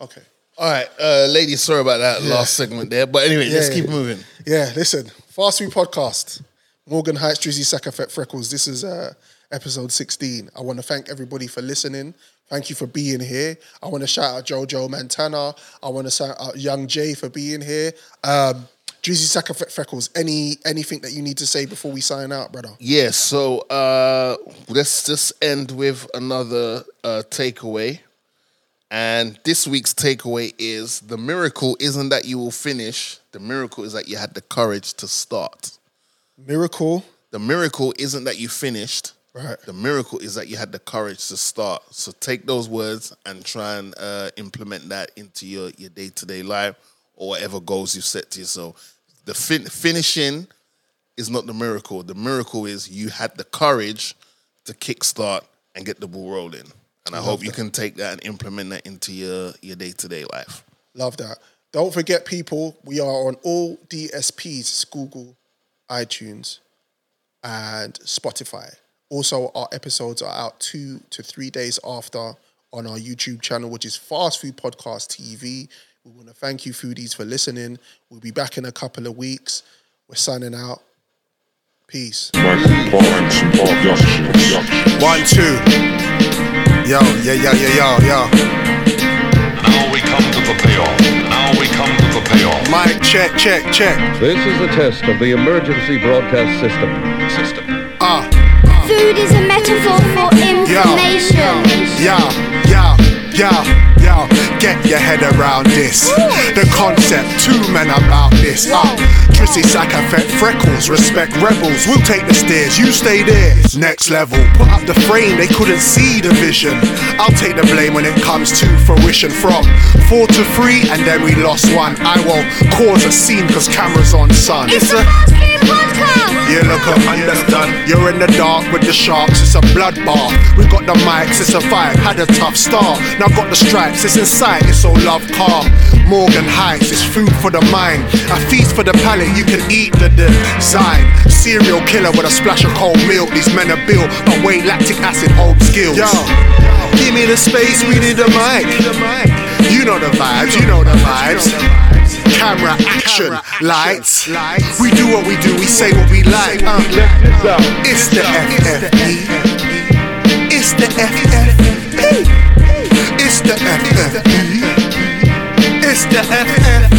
Speaker 4: okay.
Speaker 3: All right, uh, ladies, sorry about that last segment there. But anyway, let's
Speaker 4: Yeah.
Speaker 3: keep moving.
Speaker 4: Yeah, listen, Fast Food Podcast, Morgan Heights, Drizzy Sackafet Freckles. This is uh, episode 16. I want to thank everybody for listening. Thank you for being here. I want to shout out Jojo Montana. I want to shout out Young Jay for being here. Um, Drizzy Sackafet Freckles, any anything that you need to say before we sign out, brother?
Speaker 3: Yeah, so uh, let's just end with another uh, takeaway. And this week's takeaway is the miracle isn't that you will finish, the miracle is that you had the courage to start.
Speaker 4: Miracle.
Speaker 3: The miracle isn't that you finished.
Speaker 4: Right.
Speaker 3: The miracle is that you had the courage to start. So take those words and try and uh, implement that into your your day to day life or whatever goals you set to yourself. The fin- finishing is not the miracle. The miracle is you had the courage to kickstart and get the ball rolling. And And I hope you can take that and implement that into your your day to day life.
Speaker 4: Love that. Don't forget, people, we are on all DSPs It's Google, iTunes, and Spotify. Also, our episodes are out two to three days after on our YouTube channel, which is Fast Food Podcast TV. We want to thank you, foodies, for listening. We'll be back in a couple of weeks. We're signing out. Peace.
Speaker 13: One, two. Yo, yo, yo, yo, yo, yo.
Speaker 18: Now we come to the payoff. Now we come to the payoff.
Speaker 13: Mic check, check, check.
Speaker 6: This is a test of the emergency broadcast system. System.
Speaker 13: Ah,
Speaker 11: Food is a metaphor for information.
Speaker 13: yo, yo, yo, yo. Get your head around this. The concept, two men about this. Ah, Trissy sack effect, freckles, respect rebels. We'll take the stairs, you stay there. Next level, put up the frame, they couldn't see the vision. I'll take the blame when it comes to fruition from four to three, and then we lost one. I will cause a scene, cause cameras on, son.
Speaker 11: It's a fast food podcast.
Speaker 13: You look up, understand. You're in the dark with the sharks, it's a bloodbath. We got the mics, it's a fight. Had a tough start, now got the stripes, it's in sight, it's all love calm. Morgan Heights, it's food for the mind. A feast for the palate, you can eat the design. Serial killer with a splash of cold milk, these men are built. But wait, lactic acid, old skills. Yo, give me the space, we need the mic. You know the vibes, you know the vibes. Camera action, lights. We do what we do, we say what we like. Uh, it's the E. FFE. It's the FFE. It's the FFE. It's the FFE.